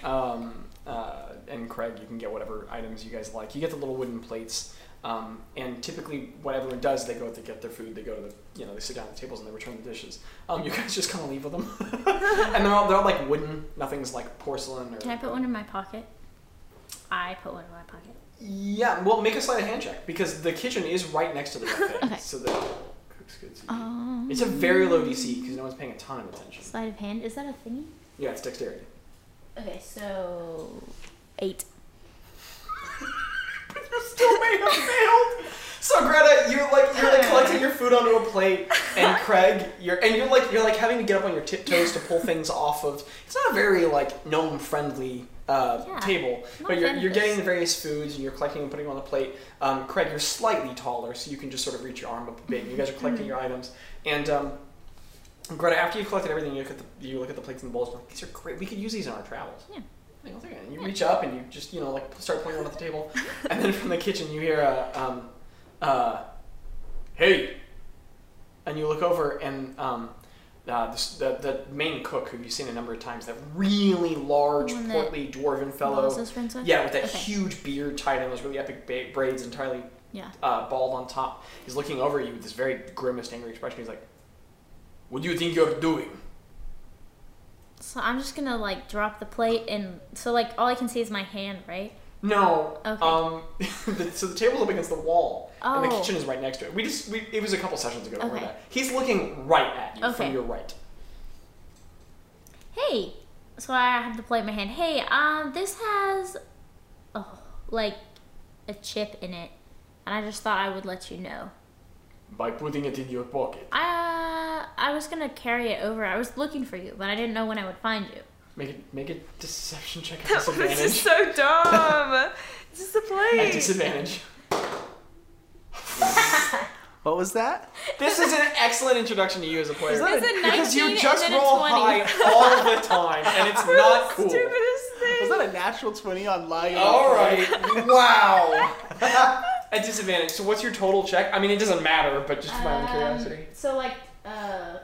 [SPEAKER 1] Um, uh, and Craig, you can get whatever items you guys like. You get the little wooden plates, um, and typically, what everyone does, they go out to get their food. They go to the, you know, they sit down at the tables and they return the dishes. Um, you guys just kind of leave with them, and they're all they're all like wooden. Nothing's like porcelain or.
[SPEAKER 3] Can I put one in my pocket? I put one in my pocket.
[SPEAKER 1] Yeah, well, make a sleight of hand check because the kitchen is right next to the buffet,
[SPEAKER 3] Okay.
[SPEAKER 1] so the cooks could see.
[SPEAKER 3] Um,
[SPEAKER 1] It's a very low DC because no one's paying a ton of attention.
[SPEAKER 3] sleight of hand. Is that a thingy?
[SPEAKER 1] Yeah, it's dexterity.
[SPEAKER 3] Okay, so eight.
[SPEAKER 1] You still may have failed. So Greta, you're like you're like collecting your food onto a plate, and Craig, you're and you're like you're like having to get up on your tiptoes to pull things off of. It's not a very like gnome friendly uh,
[SPEAKER 3] Yeah.
[SPEAKER 1] table,
[SPEAKER 3] Not
[SPEAKER 1] but you're
[SPEAKER 3] fan of
[SPEAKER 1] you're
[SPEAKER 3] this.
[SPEAKER 1] getting the various foods and you're collecting and putting them on the plate. Um, Craig, you're slightly taller, so you can just sort of reach your arm up a bit. You guys are collecting your items, and um, Greta, after you've collected everything, you look at the you look at the plates and the bowls. And you're like these are great. We could use these on our travels.
[SPEAKER 3] Yeah.
[SPEAKER 1] Like, "I'll take it." And you reach up and you just you know like start pulling one at the table, and then from the kitchen you hear a um, uh, hey, and you look over and um, uh, this, the the main cook who you've seen a number of times, that really large
[SPEAKER 3] The one that
[SPEAKER 1] portly dwarven
[SPEAKER 3] What was
[SPEAKER 1] fellow.
[SPEAKER 3] those friends with?
[SPEAKER 1] Yeah, with that
[SPEAKER 3] Okay.
[SPEAKER 1] huge beard tied in those really epic ba- braids, entirely
[SPEAKER 3] Yeah.
[SPEAKER 1] uh, bald on top. He's looking over at you with this very grimaced, angry expression. He's like, "What do you think you're doing?"
[SPEAKER 3] So I'm just gonna like drop the plate and so like all I can see is my hand, right?
[SPEAKER 1] No.
[SPEAKER 3] Okay.
[SPEAKER 1] Um. the- so the table's up against the wall, and the
[SPEAKER 3] Oh.
[SPEAKER 1] kitchen is right next to it. We just we, it was a couple sessions ago. Okay.
[SPEAKER 3] Okay.
[SPEAKER 1] That. He's looking right at you
[SPEAKER 3] Okay.
[SPEAKER 1] from your right.
[SPEAKER 3] Hey. So I have the plate in my hand. Hey, um, this has oh, like a chip in it, and I just thought I would let you know.
[SPEAKER 1] By putting it in your pocket,
[SPEAKER 3] I uh, I was gonna carry it over. I was looking for you, but I didn't know when I would find you.
[SPEAKER 1] make it make a deception check at
[SPEAKER 4] That was
[SPEAKER 1] disadvantage.
[SPEAKER 4] just so dumb. It's just a
[SPEAKER 1] At
[SPEAKER 4] play.
[SPEAKER 1] disadvantage.
[SPEAKER 2] What was that?
[SPEAKER 1] This is an excellent introduction to you as a player.
[SPEAKER 2] that
[SPEAKER 3] It's a 19
[SPEAKER 1] because you just
[SPEAKER 3] and then
[SPEAKER 1] roll
[SPEAKER 3] a 20.
[SPEAKER 1] high all the time, and it's not cool.
[SPEAKER 4] Stupidest thing.
[SPEAKER 2] Was that a natural 20 on lying?
[SPEAKER 1] All right. Wow. a disadvantage. So what's your total check? I mean, it doesn't matter, but just for
[SPEAKER 3] Um,
[SPEAKER 1] my own curiosity.
[SPEAKER 3] So like uh,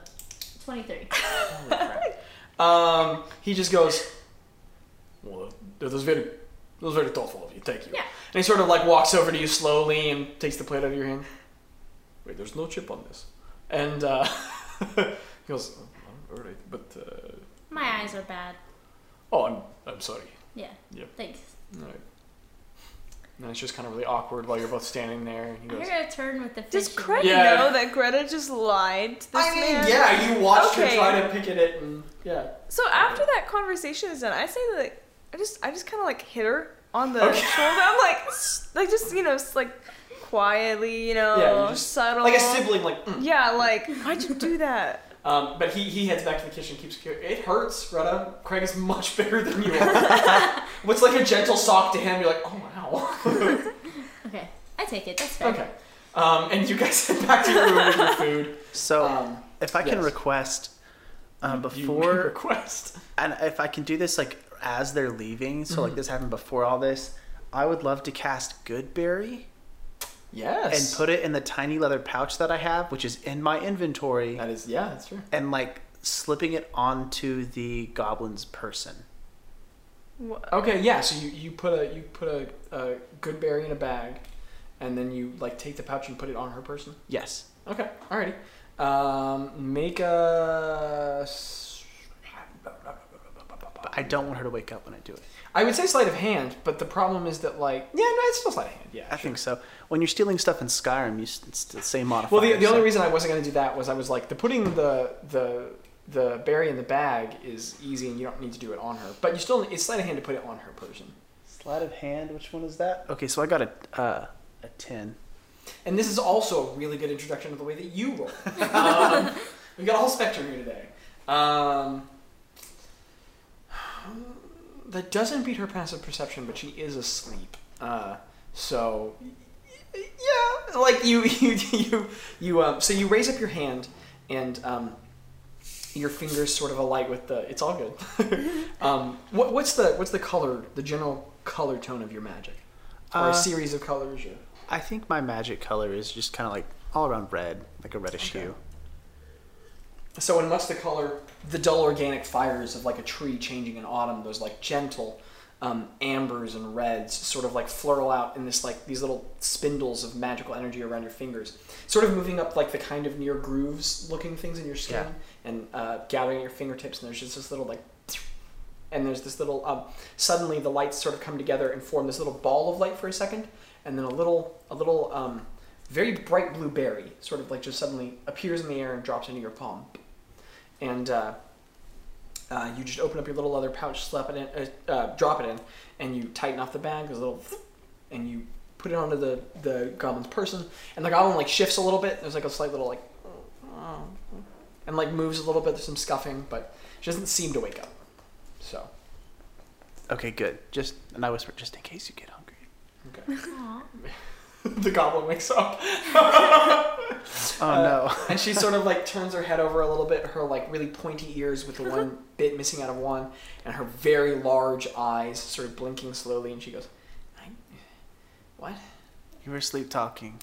[SPEAKER 3] 23.
[SPEAKER 1] Um, he just goes, "Well, that was very, that was very thoughtful of you. Thank you."
[SPEAKER 3] Yeah.
[SPEAKER 1] And he sort of like walks over to you slowly and takes the plate out of your hand. Wait, there's no chip on this. And uh, he goes, "Oh, "All right, but uh,
[SPEAKER 3] My eyes are bad.
[SPEAKER 1] oh, I'm I'm sorry."
[SPEAKER 3] Yeah.
[SPEAKER 1] Yep.
[SPEAKER 3] Thanks.
[SPEAKER 1] All right. And it's just kind of really awkward while you're both standing there. And he
[SPEAKER 3] You're
[SPEAKER 1] goes,
[SPEAKER 3] gonna turn with the fish.
[SPEAKER 4] Does
[SPEAKER 3] in
[SPEAKER 4] Craig
[SPEAKER 1] Yeah.
[SPEAKER 4] know that Greta just lied to this
[SPEAKER 1] I mean,
[SPEAKER 4] man?
[SPEAKER 1] yeah, you watched her
[SPEAKER 4] Okay.
[SPEAKER 1] try to pick at it, and yeah.
[SPEAKER 4] So after that conversation is done, I say that like, I just I just kind of like hit her on the
[SPEAKER 1] Okay.
[SPEAKER 4] shoulder. I'm like s- like just you know s- like quietly you know
[SPEAKER 1] Yeah, you just-
[SPEAKER 4] subtle
[SPEAKER 1] Like a sibling, like. "Mm."
[SPEAKER 4] Yeah, like why'd you do that?
[SPEAKER 1] Um, but he, he heads back to the kitchen, keeps. It hurts, Greta. Craig is much bigger than you are. What's like a gentle sock to him? You're like, oh wow.
[SPEAKER 3] Okay. I take it. That's fair.
[SPEAKER 1] okay. Um, and you guys head back to your room with your food.
[SPEAKER 2] So,
[SPEAKER 1] Um,
[SPEAKER 2] if I can
[SPEAKER 1] yes.
[SPEAKER 2] request um,
[SPEAKER 1] you
[SPEAKER 2] before.
[SPEAKER 1] may request.
[SPEAKER 2] and if I can do this like as they're leaving, so
[SPEAKER 1] Mm-hmm.
[SPEAKER 2] like this happened before all this, I would love to cast Goodberry
[SPEAKER 1] Yes.
[SPEAKER 2] and put it in the tiny leather pouch that I have, which is in my inventory,
[SPEAKER 1] That is yeah, that's true.
[SPEAKER 2] and like slipping it onto the goblin's person.
[SPEAKER 4] Wha-
[SPEAKER 1] Okay, yeah. So you, you put a you put a, a good berry in a bag, and then you like take the pouch and put it on her person.
[SPEAKER 2] Yes.
[SPEAKER 1] Okay, alrighty. Um, make a. s-
[SPEAKER 2] But I don't want her to wake up when I do it.
[SPEAKER 1] I would say sleight of hand, but the problem is that like yeah, no, it's still sleight of hand. Yeah.
[SPEAKER 2] I think so. When you're stealing stuff in Skyrim, you, s- it's the same modifier.
[SPEAKER 1] Well, the, the
[SPEAKER 2] so-
[SPEAKER 1] only reason I wasn't gonna do that was I was like the putting the the the berry in the bag is easy and you don't need to do it on her, but you still it's sleight of hand to put it on her person.
[SPEAKER 2] Sleight of hand, which one is that? Okay, so I got a, uh, a 10.
[SPEAKER 1] And this is also a really good introduction to the way that you roll. um, we got a whole spectrum here today. Um, that doesn't beat her passive perception, but she is asleep. Uh, so yeah, like you, you, you, you. Um, so you raise up your hand, and um, your fingers sort of alight with the. It's all good. um, what, what's the what's the color? The general color tone of your magic, or
[SPEAKER 2] Uh,
[SPEAKER 1] a series of colors? Or...
[SPEAKER 2] I think my magic color is just kind of like all around red, like a reddish
[SPEAKER 1] Okay.
[SPEAKER 2] hue.
[SPEAKER 1] So in much the color, the dull organic fibers of like a tree changing in autumn, those like gentle um, ambers and reds sort of like flurl out in this like these little spindles of magical energy around your fingers, sort of moving up like the kind of near grooves looking things in your skin and uh, gathering at your fingertips. And there's just this little like, and there's this little um, suddenly the lights sort of come together and form this little ball of light for a second, and then a little a little um, very bright blue berry sort of like just suddenly appears in the air and drops into your palm and uh, uh, you just open up your little leather pouch, slap it in, uh, uh, drop it in, and you tighten off the bag. There's a little, and you put it onto the the goblin's person, and the goblin like shifts a little bit. There's like a slight little like, and like moves a little bit. There's some scuffing, but she doesn't seem to wake up. So
[SPEAKER 2] Okay, good. Just and I whisper, just in case you get hungry.
[SPEAKER 1] okay,
[SPEAKER 3] Aw.
[SPEAKER 1] the goblin wakes up,
[SPEAKER 2] Oh no.
[SPEAKER 1] and she sort of like turns her head over a little bit. Her like really pointy ears with the one bit missing out of one, and her very large eyes sort of blinking slowly, and she goes, I, "What?"
[SPEAKER 2] You were sleep talking.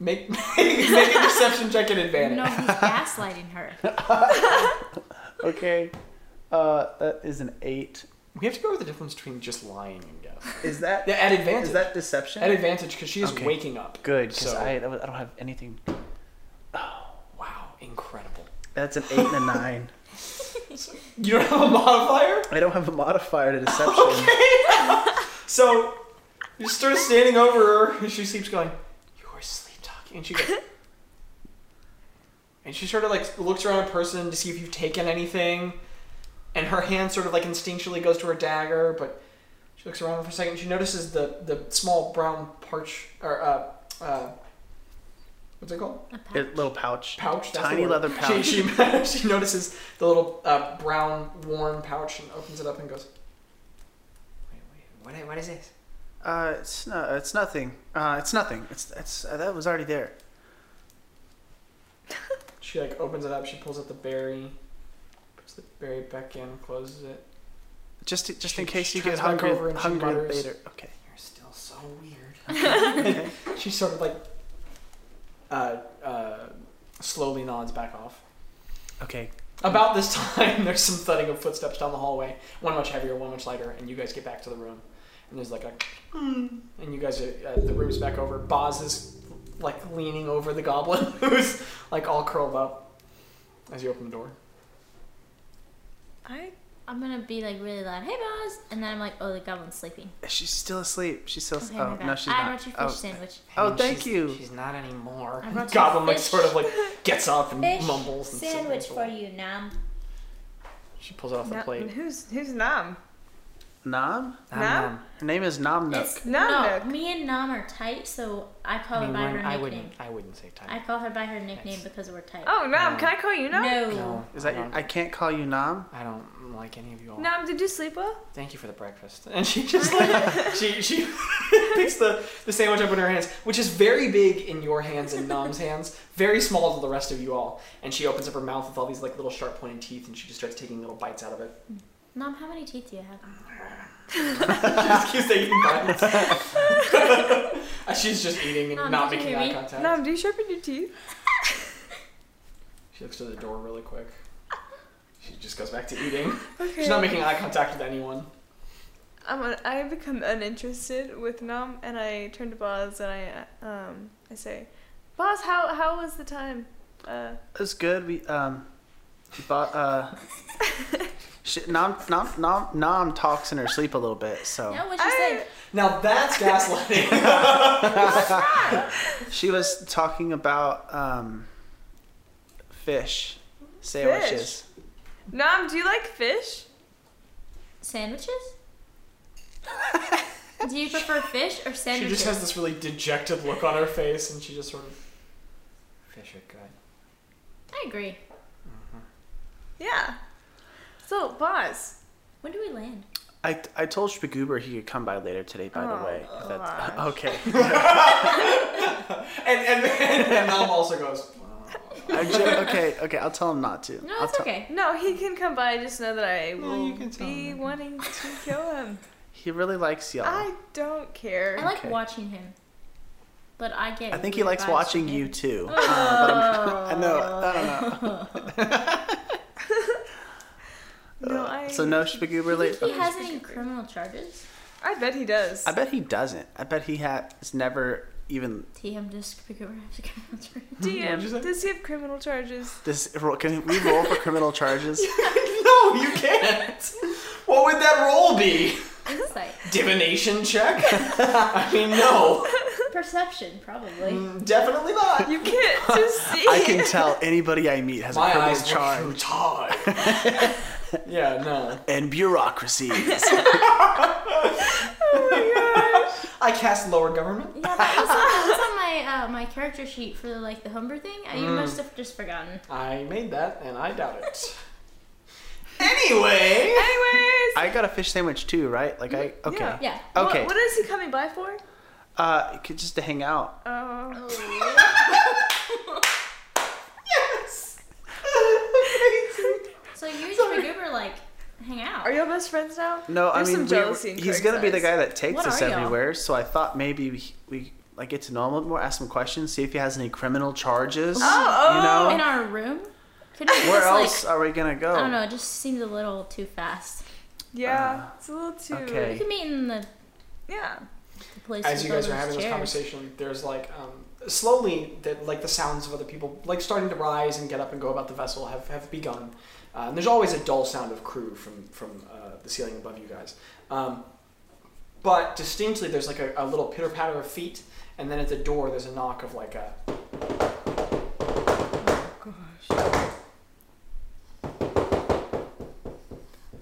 [SPEAKER 1] Make make a deception check at advantage.
[SPEAKER 3] No, he's gaslighting her.
[SPEAKER 2] Okay. Uh, that is an eight.
[SPEAKER 1] We have to go over the difference between just lying and guess.
[SPEAKER 2] Is that
[SPEAKER 1] Yeah, at advantage.
[SPEAKER 2] is that deception?
[SPEAKER 1] at advantage because she is
[SPEAKER 2] Okay.
[SPEAKER 1] waking up.
[SPEAKER 2] Good, because
[SPEAKER 1] So-
[SPEAKER 2] I I don't have anything.
[SPEAKER 1] Wow, incredible.
[SPEAKER 2] That's an eight and a nine.
[SPEAKER 1] You don't have a modifier,
[SPEAKER 2] I don't have a modifier to deception.
[SPEAKER 1] so you start standing over her, and she keeps going. You are sleep talking, and she goes. And she sort of like looks around a person to see if you've taken anything, and her hand sort of like instinctually goes to her dagger, but she looks around for a second. She notices the the small brown parch or uh, uh, what's it called?
[SPEAKER 3] A pouch.
[SPEAKER 2] It- little pouch.
[SPEAKER 1] pouch, that's
[SPEAKER 2] Tiny
[SPEAKER 1] the word.
[SPEAKER 2] leather pouch.
[SPEAKER 1] She, she, she notices the little uh, brown worn pouch and opens it up and goes, "Wait, wait, what, i- what is this?"
[SPEAKER 2] Uh, it's no, it's nothing. Uh, it's nothing. It's it's uh, that was already there.
[SPEAKER 1] She like opens it up. She pulls out the berry, puts the berry back in, closes it.
[SPEAKER 2] Just to- just
[SPEAKER 1] She-
[SPEAKER 2] in case
[SPEAKER 1] she
[SPEAKER 2] you get
[SPEAKER 1] turns back
[SPEAKER 2] hungry
[SPEAKER 1] over and she
[SPEAKER 2] hungry
[SPEAKER 1] mutters.
[SPEAKER 2] later. Okay.
[SPEAKER 1] You're still so weird. she sort of like uh, uh, slowly nods back off.
[SPEAKER 2] Okay.
[SPEAKER 1] About this time, there's some thudding of footsteps down the hallway. One much heavier, one much lighter, and you guys get back to the room. And there's like a, and you guys are uh, the room's back over. Boz is like leaning over the goblin, who's like all curled up. As you open the door,
[SPEAKER 4] I
[SPEAKER 3] I'm gonna be like really loud, hey Boz, and then I'm like, oh, the goblin's sleeping.
[SPEAKER 2] She's still asleep. She's still.
[SPEAKER 3] Okay,
[SPEAKER 2] oh
[SPEAKER 3] my bad.
[SPEAKER 2] no, she's
[SPEAKER 3] I
[SPEAKER 2] not.
[SPEAKER 3] brought your fish
[SPEAKER 2] oh.
[SPEAKER 3] sandwich.
[SPEAKER 2] Oh,
[SPEAKER 1] And
[SPEAKER 2] thank
[SPEAKER 1] she's-
[SPEAKER 2] you.
[SPEAKER 1] She's not anymore.
[SPEAKER 3] I brought you
[SPEAKER 1] Goblin like
[SPEAKER 3] fish-
[SPEAKER 1] sort of like gets up and
[SPEAKER 3] Fish
[SPEAKER 1] mumbles and sits on
[SPEAKER 3] sandwich
[SPEAKER 1] the
[SPEAKER 3] for
[SPEAKER 1] floor.
[SPEAKER 3] you, Nam.
[SPEAKER 1] She pulls it off the
[SPEAKER 4] no,
[SPEAKER 1] plate. Um,
[SPEAKER 4] who's who's Nam?
[SPEAKER 2] Nam.
[SPEAKER 1] Nom,
[SPEAKER 4] Nam?
[SPEAKER 1] nom.
[SPEAKER 2] Her name is Nam Nook.
[SPEAKER 3] It's,
[SPEAKER 4] Nam
[SPEAKER 3] no,
[SPEAKER 4] Nook.
[SPEAKER 3] me and Nam are tight, so I call
[SPEAKER 1] I
[SPEAKER 3] her
[SPEAKER 1] mean,
[SPEAKER 3] by
[SPEAKER 1] we're-
[SPEAKER 3] her nickname.
[SPEAKER 1] I wouldn't. I wouldn't say time.
[SPEAKER 3] I call her by her nickname
[SPEAKER 1] That's-
[SPEAKER 3] because we're tight.
[SPEAKER 4] Oh, Nam.
[SPEAKER 1] No.
[SPEAKER 4] Can I call you Nam?
[SPEAKER 3] no.
[SPEAKER 1] No,
[SPEAKER 2] Is
[SPEAKER 1] I
[SPEAKER 2] that your?
[SPEAKER 1] don't-
[SPEAKER 2] I can't call you Nam.
[SPEAKER 1] I don't like any of you all.
[SPEAKER 4] Nam, did you sleep well?
[SPEAKER 1] Thank you for the breakfast. And she just like she she picks the the sandwich up in her hands, which is very big in your hands and Nom's hands, very small to the rest of you all. And she opens up her mouth with all these like little sharp pointed teeth, and she just starts taking little bites out of it.
[SPEAKER 3] Nam, how many teeth do you have?
[SPEAKER 1] she just keeps taking bites. And She's just eating and
[SPEAKER 3] Nom,
[SPEAKER 1] not
[SPEAKER 3] did Um, you
[SPEAKER 1] making
[SPEAKER 3] hear
[SPEAKER 1] eye
[SPEAKER 3] me?
[SPEAKER 1] contact.
[SPEAKER 4] Nam, do you sharpen your teeth?
[SPEAKER 1] She looks to the door really quick. She just goes back to eating.
[SPEAKER 4] Okay.
[SPEAKER 1] She's not making eye contact with anyone.
[SPEAKER 4] I'm un- I become uninterested with Nam, and I turn to Boz and I uh, um I say, Boz, how how was the time? Uh,
[SPEAKER 2] It's good. We um, but uh, she, Nam Nam Nam Nam talks in her sleep a little bit. So
[SPEAKER 3] No, what she
[SPEAKER 4] I,
[SPEAKER 3] said.
[SPEAKER 1] Now that's gaslighting.
[SPEAKER 2] she was talking about um, fish sandwiches.
[SPEAKER 4] Nam, do you like fish?
[SPEAKER 3] Sandwiches? do you prefer fish or
[SPEAKER 1] She
[SPEAKER 3] sandwiches?
[SPEAKER 1] just has this really dejected look on her face, and she just sort of. Fish are good.
[SPEAKER 3] I agree.
[SPEAKER 4] Yeah. So Boz,
[SPEAKER 3] When do we land?
[SPEAKER 2] I, I told Spagoober he could come by later today. By the
[SPEAKER 4] Oh,
[SPEAKER 2] way, if that's,
[SPEAKER 4] gosh.
[SPEAKER 2] okay.
[SPEAKER 1] And and and, and Mom also goes.
[SPEAKER 2] I ju- okay, okay. I'll tell him not to.
[SPEAKER 3] No,
[SPEAKER 2] I'll
[SPEAKER 3] it's
[SPEAKER 2] tell-
[SPEAKER 3] okay.
[SPEAKER 4] no, he can come by. Just know that I
[SPEAKER 2] No,
[SPEAKER 4] will
[SPEAKER 2] you can tell
[SPEAKER 4] be
[SPEAKER 2] him.
[SPEAKER 4] wanting to kill him.
[SPEAKER 2] He really likes y'all.
[SPEAKER 4] I don't care.
[SPEAKER 3] I like
[SPEAKER 2] Okay.
[SPEAKER 3] watching him, but I get.
[SPEAKER 2] I think he
[SPEAKER 3] weird
[SPEAKER 2] likes
[SPEAKER 3] vibes
[SPEAKER 2] watching
[SPEAKER 3] from him.
[SPEAKER 2] you too.
[SPEAKER 4] Oh.
[SPEAKER 2] Um, but I'm- I know. I don't know.
[SPEAKER 3] Oh.
[SPEAKER 4] no, I.
[SPEAKER 2] Uh, So no Spagoober
[SPEAKER 3] Do you think
[SPEAKER 2] later.
[SPEAKER 3] he has any criminal charges?
[SPEAKER 4] I bet he does.
[SPEAKER 2] I bet he doesn't. I bet he has never even
[SPEAKER 3] TM just pick over has a criminal charge.
[SPEAKER 1] What'd you say?
[SPEAKER 4] DM, does he have criminal charges?
[SPEAKER 2] This can we roll for criminal charges?
[SPEAKER 1] no, you can't. What would that roll be?
[SPEAKER 3] Insight,
[SPEAKER 1] Divination check? I mean, no,
[SPEAKER 3] perception, probably.
[SPEAKER 1] Mm, definitely not.
[SPEAKER 4] You can't just see.
[SPEAKER 2] I can tell anybody I meet has a
[SPEAKER 1] My
[SPEAKER 2] criminal
[SPEAKER 1] eyes
[SPEAKER 2] charge
[SPEAKER 1] were through time. yeah, no.
[SPEAKER 2] and bureaucracies.
[SPEAKER 1] I cast lower government.
[SPEAKER 3] Yeah, that was on, that was on my uh, my character sheet for like the Humber thing. I, you
[SPEAKER 1] Mm.
[SPEAKER 3] must have just forgotten.
[SPEAKER 1] I made that, and I doubt it. anyway.
[SPEAKER 4] Anyways.
[SPEAKER 2] I got a fish sandwich too, right? Like I okay.
[SPEAKER 4] Yeah.
[SPEAKER 3] Yeah.
[SPEAKER 2] Okay.
[SPEAKER 4] What, what is he coming by for?
[SPEAKER 2] Uh, could- just to hang out.
[SPEAKER 4] Oh.
[SPEAKER 3] So you and Spagoober like hang out.
[SPEAKER 4] Are y'all best friends now?
[SPEAKER 2] No,
[SPEAKER 4] There's
[SPEAKER 2] I mean
[SPEAKER 4] some
[SPEAKER 2] we were-
[SPEAKER 4] jealousy in
[SPEAKER 2] he's
[SPEAKER 4] Craig's
[SPEAKER 2] gonna be the
[SPEAKER 4] eyes.
[SPEAKER 2] guy that takes
[SPEAKER 3] What
[SPEAKER 2] us
[SPEAKER 3] are y'all?
[SPEAKER 2] everywhere. So I thought maybe we, we like get to know him a little more, ask him questions, see if he has any criminal charges.
[SPEAKER 4] Oh,
[SPEAKER 2] you
[SPEAKER 4] oh.
[SPEAKER 2] know.
[SPEAKER 3] in our room? Could we
[SPEAKER 2] Where
[SPEAKER 3] just,
[SPEAKER 2] else Oh.
[SPEAKER 3] Like,
[SPEAKER 2] are we gonna go?
[SPEAKER 3] I don't know. It just seems a little too fast.
[SPEAKER 4] Yeah, it's a little too.
[SPEAKER 3] We
[SPEAKER 2] Uh, okay.
[SPEAKER 3] could meet in the,
[SPEAKER 4] Yeah.
[SPEAKER 3] the place.
[SPEAKER 1] as
[SPEAKER 3] with
[SPEAKER 1] you
[SPEAKER 3] all
[SPEAKER 1] guys are
[SPEAKER 3] those
[SPEAKER 1] having this
[SPEAKER 3] chairs.
[SPEAKER 1] conversation, there's like um, slowly that like the sounds of other people like starting to rise and get up and go about the vessel have, have begun. Uh, and there's always a dull sound of crew from from uh, the ceiling above you guys. Um, but distinctly, there's like a, a little pitter patter of feet, and then at the door there's a knock of like a.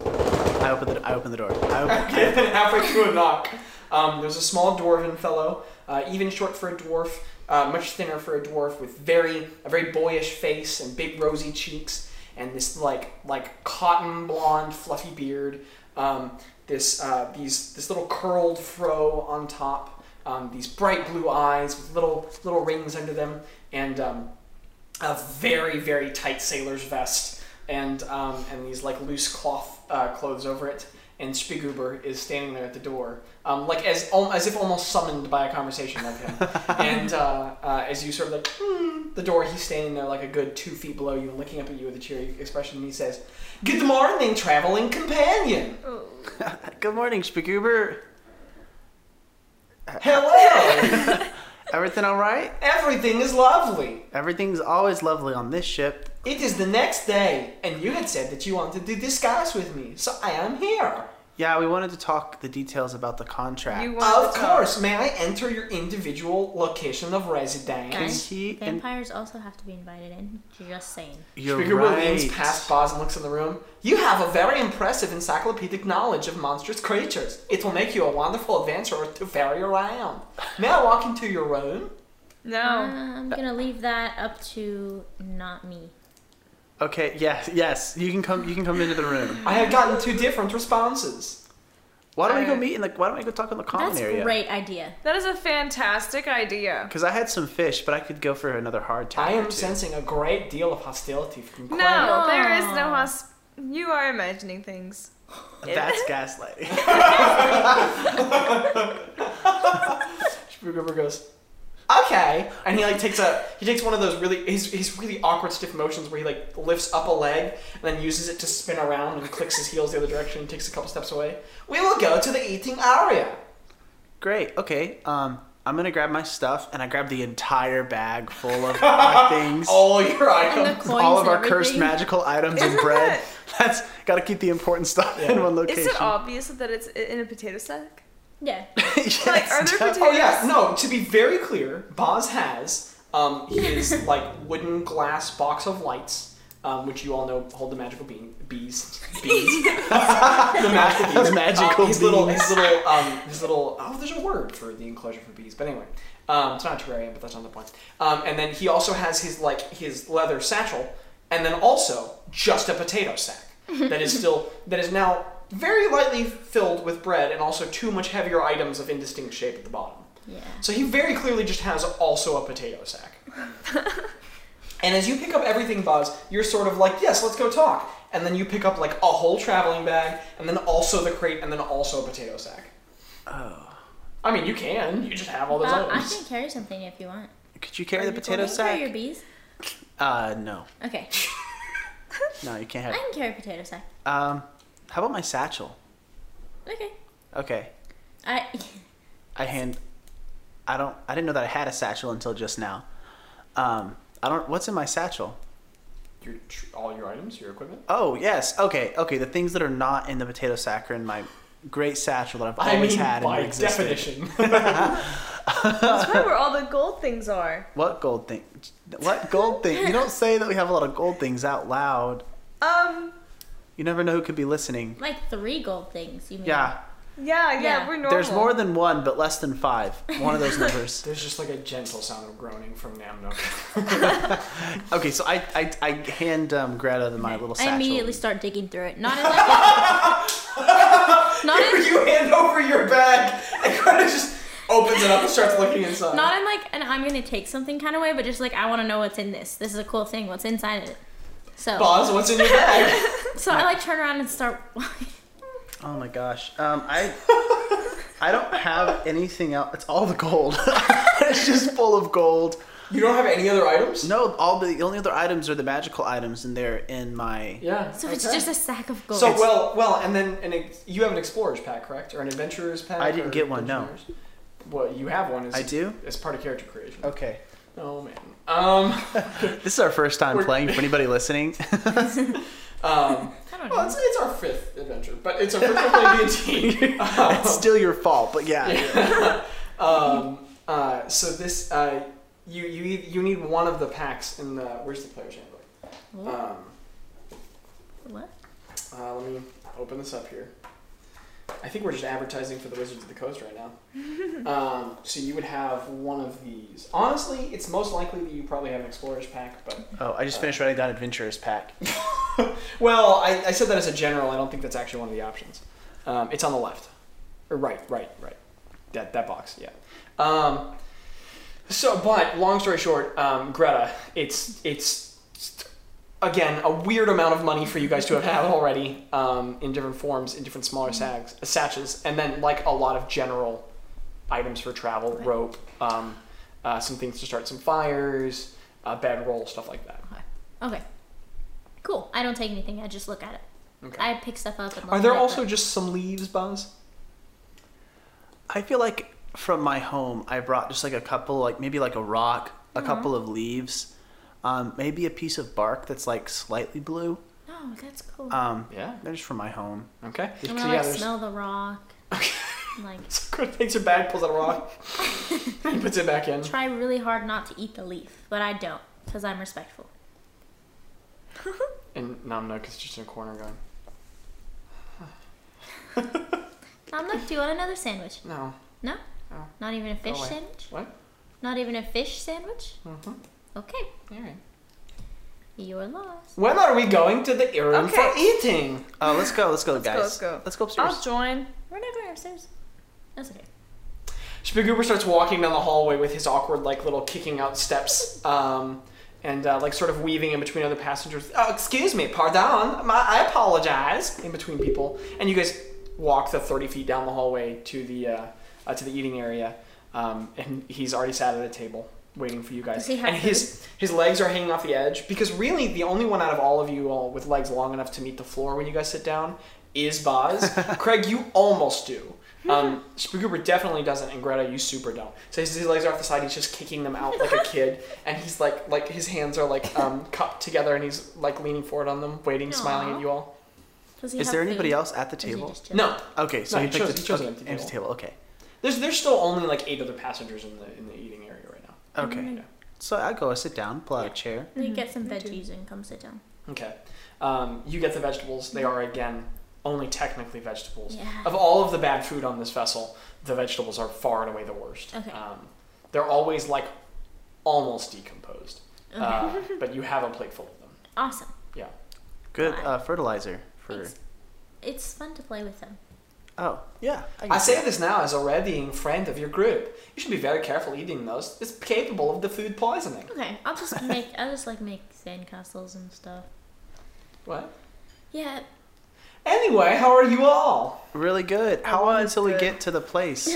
[SPEAKER 2] I open the I open the door. I open,
[SPEAKER 1] and then halfway through a knock, um, there's a small dwarven fellow, uh, even short for a dwarf, uh, much thinner for a dwarf, with very a very boyish face and big rosy cheeks, and this like like cotton blonde fluffy beard. Um, this uh, these this little curled fro on top, um, these bright blue eyes with little little rings under them, and um, a very very tight sailor's vest, and um, and these like loose cloth uh, clothes over it. And Spiguber is standing there at the door, um, like as al- as if almost summoned by a conversation like him. and uh, uh, as you sort of like "Hmm," the door, he's standing there like a good two feet below you, looking up at you with a cheery expression, and he says, "Good morning, traveling companion."
[SPEAKER 4] Oh.
[SPEAKER 2] Good morning, Spagoober.
[SPEAKER 1] Hello!
[SPEAKER 2] Everything all right?
[SPEAKER 1] Everything is lovely.
[SPEAKER 2] Everything's always lovely on this ship.
[SPEAKER 1] It is the next day, and you had said that you wanted to discuss with me, so I am here.
[SPEAKER 2] Yeah, we wanted to talk the details about the contract.
[SPEAKER 4] You
[SPEAKER 1] Of
[SPEAKER 4] want to talk.
[SPEAKER 1] course, may I enter your individual location of residence?
[SPEAKER 3] Guys,
[SPEAKER 2] Is he in-
[SPEAKER 3] vampires also have to be invited in. Just saying.
[SPEAKER 2] You're
[SPEAKER 1] Speaker
[SPEAKER 2] right.
[SPEAKER 1] Williams past Boz and looks in the room. You have a very impressive encyclopedic knowledge of monstrous creatures. It will make you a wonderful adventurer to ferry around. May I walk into your room?
[SPEAKER 2] Oh.
[SPEAKER 4] No.
[SPEAKER 3] Uh, I'm gonna leave that up to not me.
[SPEAKER 2] Okay. Yes. Yes. You can come. You can come into the room.
[SPEAKER 1] I have gotten two different responses.
[SPEAKER 2] Why don't we go
[SPEAKER 4] Alright.
[SPEAKER 2] meet in the? Why don't we go talk in the common
[SPEAKER 3] That's
[SPEAKER 2] area?
[SPEAKER 3] great idea.
[SPEAKER 4] That is a fantastic idea.
[SPEAKER 2] Because I had some fish, but I could go for another hard time.
[SPEAKER 1] I
[SPEAKER 2] or
[SPEAKER 1] am
[SPEAKER 2] two.
[SPEAKER 1] sensing a great deal of hostility from
[SPEAKER 4] No,
[SPEAKER 1] Quinn.
[SPEAKER 4] there is no hosp. You are imagining things.
[SPEAKER 2] That's gaslighting.
[SPEAKER 1] Spookover goes, okay, and he like takes a he takes one of those really his his really awkward stiff motions where he like lifts up a leg and then uses it to spin around and clicks his heels the other direction and takes a couple steps away. We will go to the eating area.
[SPEAKER 2] Great. Okay. Um, I'm gonna grab my stuff, and I grab the entire bag full of my things,
[SPEAKER 1] All your
[SPEAKER 3] And the
[SPEAKER 1] items.
[SPEAKER 3] coins
[SPEAKER 2] all of
[SPEAKER 3] and
[SPEAKER 2] our cursed
[SPEAKER 3] everything.
[SPEAKER 2] magical items and
[SPEAKER 4] Isn't
[SPEAKER 2] bread.
[SPEAKER 4] that-
[SPEAKER 2] That's gotta keep the important stuff in
[SPEAKER 1] Yeah.
[SPEAKER 2] one
[SPEAKER 4] Is
[SPEAKER 2] location.
[SPEAKER 4] it obvious that it's i- in a potato sack?
[SPEAKER 3] Yeah.
[SPEAKER 2] Yes,
[SPEAKER 4] Like, are there
[SPEAKER 2] def-
[SPEAKER 1] Oh yeah, no. To be very clear, Boz has um his like wooden glass box of lights. Um, which you all know hold the magical bean, bees, bees, the magical bees,
[SPEAKER 2] Magical
[SPEAKER 1] Um, his little,
[SPEAKER 2] beans.
[SPEAKER 1] his little, um, his little. Oh, there's a word for the enclosure for bees, but anyway, um, it's not a terrarium, but that's not the point. Um, and then he also has his like his leather satchel, and then also just a potato sack that is still that is now very lightly filled with bread and also two much heavier items of indistinct shape at the bottom.
[SPEAKER 3] Yeah.
[SPEAKER 1] So he very clearly just has also a potato sack. and as you pick up everything, Buzz, you're sort of like, yes, let's go talk. And then you pick up like a whole traveling bag, and then also the crate, and then also a potato sack.
[SPEAKER 2] Oh.
[SPEAKER 1] I mean, you can. You just have all those
[SPEAKER 3] Uh, I
[SPEAKER 1] items.
[SPEAKER 3] can carry something if you want.
[SPEAKER 2] Could you carry
[SPEAKER 3] Are
[SPEAKER 2] the
[SPEAKER 3] you
[SPEAKER 2] potato
[SPEAKER 3] cool? I can carry your
[SPEAKER 2] sack?
[SPEAKER 3] bees.
[SPEAKER 2] Uh, no.
[SPEAKER 3] Okay.
[SPEAKER 2] No, you can't have.
[SPEAKER 3] I
[SPEAKER 2] it.
[SPEAKER 3] can carry a potato sack.
[SPEAKER 2] Um, how about my satchel?
[SPEAKER 3] Okay.
[SPEAKER 2] Okay.
[SPEAKER 3] I.
[SPEAKER 2] I hand. I don't. I didn't know that I had a satchel until just now. Um, I don't. What's in my satchel?
[SPEAKER 1] Your tr- all your items, your equipment.
[SPEAKER 2] Oh yes. Okay. Okay. The things that are not in the potato sack are in my great satchel that I've
[SPEAKER 1] I
[SPEAKER 2] always
[SPEAKER 1] mean,
[SPEAKER 2] had. and
[SPEAKER 1] by
[SPEAKER 2] existed.
[SPEAKER 1] definition.
[SPEAKER 4] That's probably where all the gold things are.
[SPEAKER 2] What gold thing? What gold thing? You don't say that we have a lot of gold things out loud.
[SPEAKER 4] Um,
[SPEAKER 2] You never know who could be listening.
[SPEAKER 3] Like three gold things, you mean?
[SPEAKER 2] Yeah.
[SPEAKER 4] yeah, yeah,
[SPEAKER 3] Yeah.
[SPEAKER 4] we're normal.
[SPEAKER 2] There's more than one, but less than five. One of those numbers.
[SPEAKER 1] There's just like a gentle sound of groaning from Namno.
[SPEAKER 2] Okay. So I I, I hand um, Greta my little satchel.
[SPEAKER 3] I immediately start digging through it. Not in like. not in.
[SPEAKER 1] you hand over your bag, and Greta just opens it up and starts looking inside.
[SPEAKER 3] Not in like an I'm gonna take something kind of way, but just like I want to know what's in this. This is a cool thing. What's inside of it? So,
[SPEAKER 1] Boz, what's in your bag?
[SPEAKER 3] so I like turn around and start.
[SPEAKER 2] Oh my gosh. Um, I I don't have anything else. It's all the gold. it's just full of gold.
[SPEAKER 1] you don't have any other items?
[SPEAKER 2] No, all the, the only other items are the magical items, and they're in my.
[SPEAKER 1] Yeah.
[SPEAKER 3] so it's
[SPEAKER 1] okay.
[SPEAKER 3] just a sack of gold.
[SPEAKER 1] So well, well, and then an ex- you have an explorer's pack, correct, or an adventurer's pack?
[SPEAKER 2] I didn't
[SPEAKER 1] or
[SPEAKER 2] get one, no.
[SPEAKER 1] dungeoneer's? Well, you have one. As,
[SPEAKER 2] I do.
[SPEAKER 1] As part of character creation.
[SPEAKER 2] Okay.
[SPEAKER 1] Oh man. Um.
[SPEAKER 2] This is our first time
[SPEAKER 1] We're-
[SPEAKER 2] playing. For anybody listening,
[SPEAKER 1] um
[SPEAKER 3] I don't know.
[SPEAKER 1] well, it's, it's our fifth adventure, but it's our first time playing D and
[SPEAKER 2] it's still your fault. But yeah.
[SPEAKER 1] Um. Uh. So this. Uh. You you e- you need one of the packs in the where's the player's handbook?
[SPEAKER 3] What?
[SPEAKER 1] Um.
[SPEAKER 3] what?
[SPEAKER 1] Uh, let me open this up here. I think we're just advertising for the Wizards of the Coast right now. um, so you would have one of these. Honestly, it's most likely that you probably have an Explorer's Pack, but
[SPEAKER 2] Oh, I just finished writing down adventurers pack.
[SPEAKER 1] well, I, I said that as a general. I don't think that's actually one of the options. Um, it's on the left, or right, right, right. That that box, yeah. Um, so, but long story short, um, Greta, it's it's again a weird amount of money for you guys to have had already um, in different forms, in different smaller sags, satches, and then like a lot of general items for travel, rope, um, uh, some things to start some fires, uh, bedroll, stuff like that.
[SPEAKER 3] Okay. Cool. I don't take anything. I just look at it.
[SPEAKER 1] Okay.
[SPEAKER 3] I pick stuff up. And look
[SPEAKER 1] Are there
[SPEAKER 3] it up,
[SPEAKER 1] also
[SPEAKER 3] but-
[SPEAKER 1] just some leaves, Buzz?
[SPEAKER 2] I feel like from my home, I brought just like a couple, like maybe like a rock,
[SPEAKER 3] Mm-hmm.
[SPEAKER 2] a couple of leaves, um, maybe a piece of bark that's like slightly blue.
[SPEAKER 3] No, that's cool.
[SPEAKER 1] Uh,
[SPEAKER 2] Um,
[SPEAKER 1] Yeah.
[SPEAKER 2] they're just from my home.
[SPEAKER 1] Okay.
[SPEAKER 3] I'm
[SPEAKER 1] So,
[SPEAKER 3] gonna
[SPEAKER 1] yeah,
[SPEAKER 3] like
[SPEAKER 1] there's-
[SPEAKER 3] smell the rock. like
[SPEAKER 1] So Greta takes her bag, pulls out a rock, and puts it back in.
[SPEAKER 3] try really hard not to eat the leaf, but I don't because I'm respectful.
[SPEAKER 1] And Namnook is just in a corner going,
[SPEAKER 3] Now look, do you want another sandwich?
[SPEAKER 1] no.
[SPEAKER 3] No.
[SPEAKER 1] No.
[SPEAKER 3] Not even a fish
[SPEAKER 1] away.
[SPEAKER 3] sandwich.
[SPEAKER 1] What?
[SPEAKER 3] Not even a fish sandwich.
[SPEAKER 1] Mm-hmm.
[SPEAKER 3] Okay,
[SPEAKER 1] All right.
[SPEAKER 3] you're lost.
[SPEAKER 1] When are we going to the room for
[SPEAKER 4] Okay.
[SPEAKER 1] eating?
[SPEAKER 2] Uh, let's go, let's go, guys.
[SPEAKER 4] go, let's go.
[SPEAKER 2] Let's go upstairs.
[SPEAKER 4] I'll join.
[SPEAKER 3] We're not going upstairs. That's okay.
[SPEAKER 1] Spagoober starts walking down the hallway with his awkward, like, little kicking out steps, um, and uh, like sort of weaving in between other passengers. Oh, excuse me, pardon, my, I apologize. In between people, and you guys walk the thirty feet down the hallway to the uh, uh, to the eating area, um, and he's already sat at a table waiting for you guys.
[SPEAKER 3] Does he have
[SPEAKER 1] and his his legs are hanging off the edge because really the only one out of all of you all with legs long enough to meet the floor when you guys sit down is Boz. Craig, you almost do. Um, Spagoober definitely doesn't, and Greta, you super don't. So his, his legs are off the side. He's just kicking them out like a kid, and he's like, like his hands are like um, cupped together, and he's like leaning forward on them, waiting, smiling
[SPEAKER 3] Aw.
[SPEAKER 1] at you all.
[SPEAKER 3] Does he
[SPEAKER 2] Is
[SPEAKER 3] have
[SPEAKER 2] there
[SPEAKER 3] food?
[SPEAKER 2] anybody else at the
[SPEAKER 3] Or is he
[SPEAKER 2] table?
[SPEAKER 3] just chilling?
[SPEAKER 1] No,
[SPEAKER 2] Okay, so
[SPEAKER 1] No,
[SPEAKER 2] he,
[SPEAKER 1] he
[SPEAKER 2] picked
[SPEAKER 1] chose-
[SPEAKER 2] the-
[SPEAKER 1] he chose
[SPEAKER 2] okay,
[SPEAKER 1] an empty
[SPEAKER 2] table. Okay,
[SPEAKER 1] there's there's still only like eight other passengers in the in the eating area right now.
[SPEAKER 2] okay.
[SPEAKER 1] Yeah.
[SPEAKER 2] So I go, I sit down, pull out
[SPEAKER 3] Yeah.
[SPEAKER 2] a chair.
[SPEAKER 3] You get some
[SPEAKER 4] Mm-hmm. Me too.
[SPEAKER 3] veggies and come sit down.
[SPEAKER 1] Okay. Um, you get the vegetables. They are, again, only technically vegetables.
[SPEAKER 3] Yeah.
[SPEAKER 1] Of all of the bad food on this vessel, the vegetables are far and away the worst.
[SPEAKER 3] Okay.
[SPEAKER 1] Um, they're always, like, almost decomposed. Uh, but you have a plate full of them.
[SPEAKER 3] Awesome.
[SPEAKER 1] Yeah.
[SPEAKER 2] Good
[SPEAKER 3] Fine.
[SPEAKER 2] uh, fertilizer for.
[SPEAKER 3] Thanks. It's fun to play with them.
[SPEAKER 2] Oh yeah, can
[SPEAKER 1] I
[SPEAKER 2] do
[SPEAKER 1] say
[SPEAKER 2] that.
[SPEAKER 1] this now as a red eating friend of your group. You should be very careful eating those. It's capable of the food poisoning.
[SPEAKER 3] Okay, I'll just make. I'll just like make sandcastles and stuff.
[SPEAKER 1] What?
[SPEAKER 3] Yeah,
[SPEAKER 1] Anyway, how are you all?
[SPEAKER 2] Really good. How long
[SPEAKER 4] was
[SPEAKER 2] until we
[SPEAKER 4] good.
[SPEAKER 2] get to the place?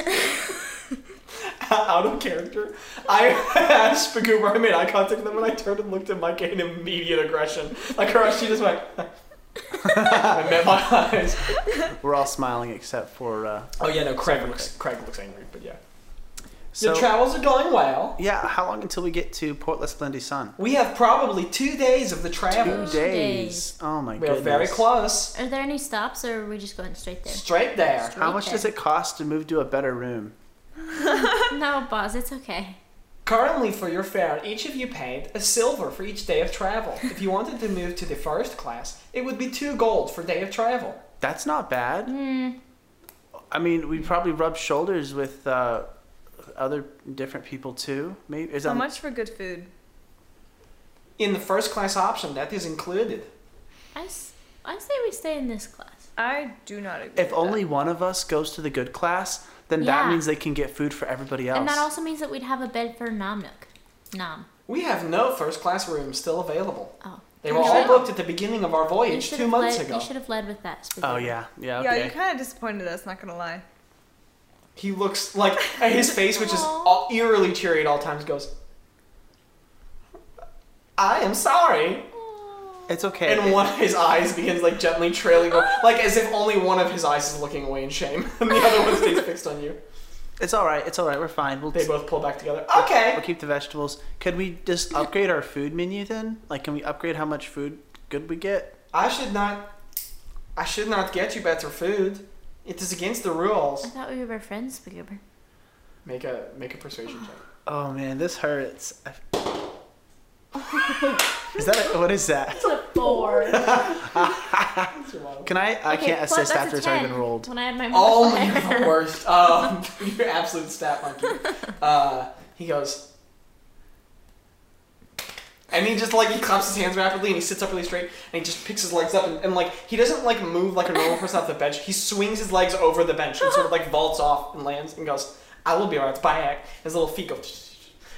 [SPEAKER 1] Out of character. I asked Spagoober, I made eye contact with them when I turned and looked at Micah in immediate aggression. Like her she just went I met my eyes.
[SPEAKER 2] We're all smiling except for. Uh,
[SPEAKER 1] Oh yeah, no, Craig looks Craig looks angry, but yeah.
[SPEAKER 2] so
[SPEAKER 1] the travels are going well.
[SPEAKER 2] yeah, how long until we get to Port La Splendison?
[SPEAKER 1] We have probably two days of the
[SPEAKER 2] Two
[SPEAKER 1] travel.
[SPEAKER 2] days.
[SPEAKER 3] days.
[SPEAKER 2] Oh my
[SPEAKER 1] We
[SPEAKER 2] goodness.
[SPEAKER 1] are very close.
[SPEAKER 3] Are there any stops, or are we just going straight there?
[SPEAKER 1] Straight there.
[SPEAKER 2] How much does it cost to move to a better room?
[SPEAKER 3] No, boss, it's okay.
[SPEAKER 1] Currently, for your fare, each of you paid a silver for each day of travel. If you wanted to move to the first class, it would be two gold for day of travel.
[SPEAKER 2] That's not bad. I mean, we probably rub shoulders with uh, other different people too. Maybe is
[SPEAKER 4] So
[SPEAKER 2] that
[SPEAKER 4] much for good food.
[SPEAKER 1] In the first class option, that is included.
[SPEAKER 3] I, s- I say we stay in this class.
[SPEAKER 4] I do not agree.
[SPEAKER 2] If only one of us goes to the good class, then
[SPEAKER 3] Yeah.
[SPEAKER 2] that means they can get food for everybody else.
[SPEAKER 3] And that also means that we'd have a bed for Nomnook. Nom.
[SPEAKER 1] We have no first class rooms still available.
[SPEAKER 3] Oh.
[SPEAKER 1] They
[SPEAKER 3] You
[SPEAKER 1] were all
[SPEAKER 3] should've-
[SPEAKER 1] booked at the beginning of our
[SPEAKER 3] you
[SPEAKER 1] voyage two
[SPEAKER 3] should've
[SPEAKER 1] months
[SPEAKER 3] led-
[SPEAKER 1] ago.
[SPEAKER 3] You should have led with that.
[SPEAKER 2] oh yeah, yeah.
[SPEAKER 4] Yeah,
[SPEAKER 2] Okay.
[SPEAKER 4] you kind of disappointed us. Not gonna lie.
[SPEAKER 1] He looks like his face, which is
[SPEAKER 3] Aw.
[SPEAKER 1] all, eerily cheery at all times, goes, I am sorry.
[SPEAKER 2] it's okay.
[SPEAKER 1] And one of his eyys begins like gently trailing, over, like as if only one of his eyes is looking away in shame, and the other one stays fixed on you.
[SPEAKER 2] It's all right. It's all right. We're fine. We'll
[SPEAKER 1] They
[SPEAKER 2] we'll
[SPEAKER 1] both pull back together. Okay.
[SPEAKER 2] keep the vegetables. Could we just upgrade our food menu then? Like, can we upgrade how much food good we get?
[SPEAKER 1] I should not. I should not get you better food. It is against the
[SPEAKER 3] I
[SPEAKER 1] rules.
[SPEAKER 3] thought we were friends, Spagoober.
[SPEAKER 1] Make a make a persuasion check.
[SPEAKER 2] Oh man, this hurts. I- is that a, what is that?
[SPEAKER 3] Four.
[SPEAKER 1] That's your wild.
[SPEAKER 2] Can I? I can't assist after it's already been rolled.
[SPEAKER 3] When I had my
[SPEAKER 1] Oh,
[SPEAKER 3] multiplier.
[SPEAKER 1] you're the worst. Um, you're absolute stat monkey. Uh, he goes, And he just like he claps his hands rapidly and he sits up really straight and he just picks his legs up and, and like he doesn't like move like a normal person off the bench. He swings his legs over the bench and sort of like vaults off and lands and goes, I will be alright, it's by act. His little feet go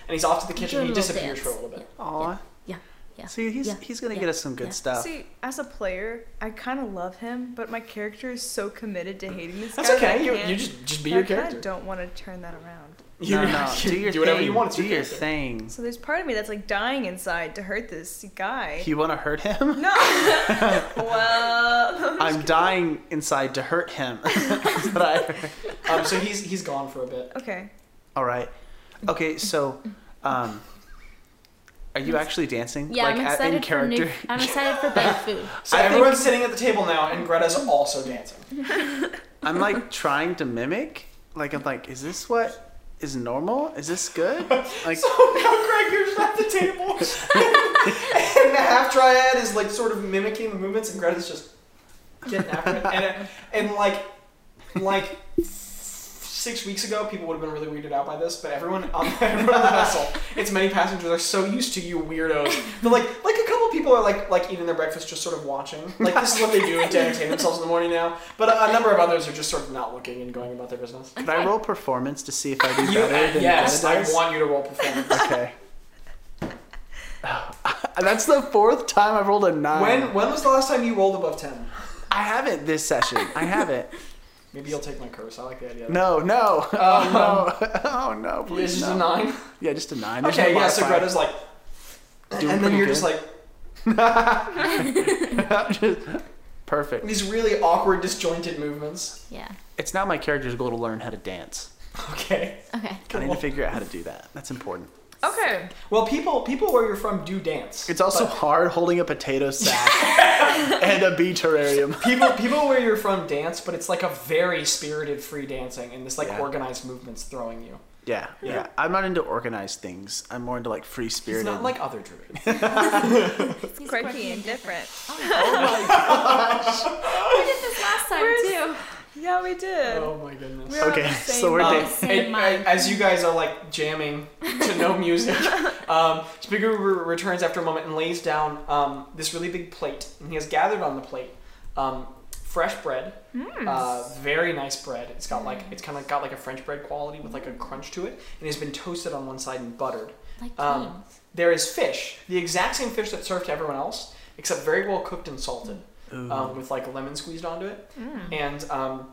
[SPEAKER 1] and he's off to the kitchen
[SPEAKER 3] Do a
[SPEAKER 1] and he
[SPEAKER 3] little
[SPEAKER 1] disappears for
[SPEAKER 3] dance.
[SPEAKER 1] a little bit.
[SPEAKER 2] Aw.
[SPEAKER 3] Yeah. Yeah.
[SPEAKER 2] See, he's
[SPEAKER 3] yeah,
[SPEAKER 2] he's gonna
[SPEAKER 3] yeah,
[SPEAKER 2] get us some good
[SPEAKER 3] yeah.
[SPEAKER 2] stuff.
[SPEAKER 4] See, as a player, I kind of love him, but my character is so committed to hating this
[SPEAKER 1] That's
[SPEAKER 4] guy. that I
[SPEAKER 1] okay. You,
[SPEAKER 4] can't-
[SPEAKER 1] you just just be
[SPEAKER 4] that
[SPEAKER 1] your
[SPEAKER 4] I
[SPEAKER 1] character.
[SPEAKER 4] kinda don't want to turn that around.
[SPEAKER 1] You-
[SPEAKER 2] no, no, do your
[SPEAKER 1] whatever
[SPEAKER 2] thing.
[SPEAKER 1] you want. It's
[SPEAKER 2] do
[SPEAKER 1] your
[SPEAKER 2] your
[SPEAKER 1] character.
[SPEAKER 2] thing.
[SPEAKER 4] So there's part of me that's like dying inside to hurt this guy.
[SPEAKER 2] You want to hurt him?
[SPEAKER 4] no. well,
[SPEAKER 2] I'm dying inside to hurt him. That's what I heard.
[SPEAKER 1] Um, so he's he's gone for a bit.
[SPEAKER 4] okay.
[SPEAKER 2] All right. Okay, so, um, are you actually dancing?
[SPEAKER 3] Yeah,
[SPEAKER 2] like
[SPEAKER 3] I'm
[SPEAKER 2] at-
[SPEAKER 3] excited
[SPEAKER 2] in character.
[SPEAKER 3] for new. I'm excited for bad food.
[SPEAKER 1] So
[SPEAKER 2] I think-
[SPEAKER 1] everyone's sitting at the table now, and Greta's also dancing.
[SPEAKER 2] I'm like trying to mimic. Like I'm like, is this what is normal? Is this good? Like
[SPEAKER 1] So now Greg, you're just at the table, and, the half triad is like sort of mimicking the movements, and Greta's just getting after it. And, it- and like, like six weeks ago, people would have been really weirded out by this, but everyone on, everyone on the vessel, its many passengers are so used to you weirdos. But like, like a couple people are like like eating their breakfast, just sort of watching. Like this is what they do to entertain themselves in the morning now. But a, a number of others are just sort of not looking and going about their business.
[SPEAKER 2] could I roll performance to see if I do
[SPEAKER 1] You,
[SPEAKER 2] better than
[SPEAKER 1] Uh, yes,
[SPEAKER 2] Greta
[SPEAKER 1] I
[SPEAKER 2] does?
[SPEAKER 1] want you to roll performance.
[SPEAKER 2] Okay. That's the fourth time I've rolled a nine.
[SPEAKER 1] When when was the last time you rolled above ten?
[SPEAKER 2] I haven't this session. I haven't.
[SPEAKER 1] Maybe you'll take my curse. I like the idea.
[SPEAKER 2] No, no. Oh no. Oh no,
[SPEAKER 1] Uh-huh. This
[SPEAKER 2] please.
[SPEAKER 1] is
[SPEAKER 2] no.
[SPEAKER 1] a nine.
[SPEAKER 2] Yeah, just a nine. There's
[SPEAKER 1] Okay,
[SPEAKER 2] no
[SPEAKER 1] yeah. So
[SPEAKER 2] modifier.
[SPEAKER 1] Greta's like,
[SPEAKER 2] Doing
[SPEAKER 1] and then
[SPEAKER 2] pretty
[SPEAKER 1] you're
[SPEAKER 2] good.
[SPEAKER 1] just like
[SPEAKER 2] Just- Perfect.
[SPEAKER 1] these really awkward, disjointed movements.
[SPEAKER 3] Yeah.
[SPEAKER 2] It's now my character's goal to learn how to dance.
[SPEAKER 1] Okay.
[SPEAKER 3] Okay.
[SPEAKER 2] I need to figure out how to do that. That's important.
[SPEAKER 4] Okay.
[SPEAKER 1] Well, people people where you're from do dance.
[SPEAKER 2] It's also
[SPEAKER 1] but
[SPEAKER 2] hard holding a potato sack and a bee terrarium.
[SPEAKER 1] people people where you're from dance, but it's like a very spirited, free dancing, and this like
[SPEAKER 2] Yeah.
[SPEAKER 1] organized movements throwing you.
[SPEAKER 2] Yeah, yeah, I'm not into organized things. I'm more into like free
[SPEAKER 1] It's
[SPEAKER 2] spirited.
[SPEAKER 1] not like other druids.
[SPEAKER 3] He's
[SPEAKER 4] Quirky and different.
[SPEAKER 2] Oh
[SPEAKER 3] We did this last time
[SPEAKER 4] Where's-
[SPEAKER 3] too.
[SPEAKER 4] Yeah, we did.
[SPEAKER 1] oh my goodness.
[SPEAKER 4] We're on
[SPEAKER 2] Okay,
[SPEAKER 4] the
[SPEAKER 2] so
[SPEAKER 4] same
[SPEAKER 2] we're
[SPEAKER 4] boat.
[SPEAKER 2] dating.
[SPEAKER 3] Same
[SPEAKER 1] Um, And-
[SPEAKER 3] mind.
[SPEAKER 1] and as you guys are like jamming to no music, um, Spigger re- returns after a moment and lays down um, this really big plate, and he has gathered on the plate um, fresh bread,
[SPEAKER 3] Hmm.
[SPEAKER 1] uh, very nice bread. It's got like it's kind of got like a French bread quality with like a crunch to it, and it's been toasted on one side and buttered.
[SPEAKER 3] Like
[SPEAKER 1] Um,
[SPEAKER 3] beans.
[SPEAKER 1] there is fish, the exact same fish that's served to everyone else, except very well cooked and salted,
[SPEAKER 2] Hmm.
[SPEAKER 1] um, with like a lemon squeezed onto it.
[SPEAKER 4] Hmm.
[SPEAKER 1] And um,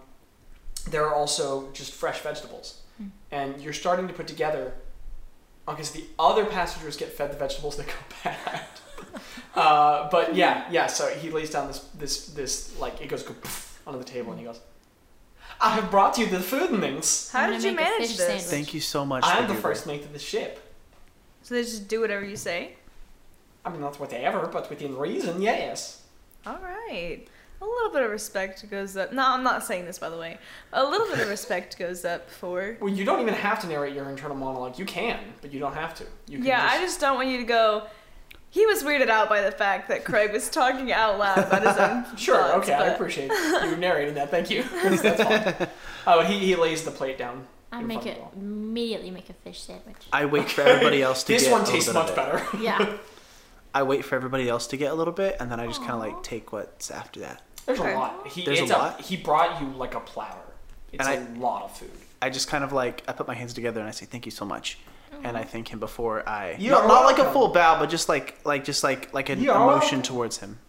[SPEAKER 1] there are also just fresh vegetables.
[SPEAKER 4] Hmm.
[SPEAKER 1] And you're starting to put together, okay, so the other passengers get fed the vegetables that go bad. uh, but yeah, yeah, so he lays down this, this, this like, it goes poof onto the table and he goes, I have brought you the food and things.
[SPEAKER 4] How
[SPEAKER 3] I'm
[SPEAKER 4] did
[SPEAKER 3] gonna
[SPEAKER 4] you
[SPEAKER 3] make a
[SPEAKER 4] manage
[SPEAKER 3] fish
[SPEAKER 4] this?
[SPEAKER 3] sandwich.
[SPEAKER 2] Thank you so much.
[SPEAKER 1] I am
[SPEAKER 2] for
[SPEAKER 1] the
[SPEAKER 2] your
[SPEAKER 1] first mate of the ship.
[SPEAKER 4] So they just do whatever you say.
[SPEAKER 1] I mean, not whatever, but within reason, yes.
[SPEAKER 4] All right. A little bit of respect goes up. No, I'm not saying this by the way. A little bit of respect goes up for.
[SPEAKER 1] Well, you don't even have to narrate your internal monologue. You can, but you don't have to. You can
[SPEAKER 4] Yeah,
[SPEAKER 1] just...
[SPEAKER 4] I just don't want you to go. He was weirded out by the fact that Craig was talking out loud about his own.
[SPEAKER 1] Sure,
[SPEAKER 4] thoughts,
[SPEAKER 1] okay, I
[SPEAKER 4] but-
[SPEAKER 1] appreciate you narrating that. Thank you. That's, that's fine. Oh, and he, he lays the plate down.
[SPEAKER 3] I
[SPEAKER 1] in
[SPEAKER 3] make
[SPEAKER 1] front
[SPEAKER 3] it
[SPEAKER 1] of the wall.
[SPEAKER 3] immediately. Make a fish sandwich.
[SPEAKER 2] I wait for everybody else to
[SPEAKER 1] This
[SPEAKER 2] get
[SPEAKER 1] one
[SPEAKER 2] a little
[SPEAKER 1] tastes
[SPEAKER 2] bit of
[SPEAKER 1] much
[SPEAKER 2] it.
[SPEAKER 1] better.
[SPEAKER 3] Yeah.
[SPEAKER 2] I wait for everybody else to get a little bit, and then I just kind of
[SPEAKER 3] Aw.
[SPEAKER 2] like take what's after that.
[SPEAKER 1] There's
[SPEAKER 4] Okay.
[SPEAKER 1] a lot. He,
[SPEAKER 2] There's a
[SPEAKER 1] it's
[SPEAKER 2] lot?
[SPEAKER 1] he brought you like a platter. It's a
[SPEAKER 2] And
[SPEAKER 1] lot of food.
[SPEAKER 2] I just kind of like I put my hands together and I say thank you so much, and I thank him before I
[SPEAKER 1] Mm-hmm. You
[SPEAKER 2] not,
[SPEAKER 1] are
[SPEAKER 2] not like a
[SPEAKER 1] welcome.
[SPEAKER 2] full bow, but just like like just like like an
[SPEAKER 1] You are
[SPEAKER 2] emotion
[SPEAKER 1] welcome.
[SPEAKER 2] towards him.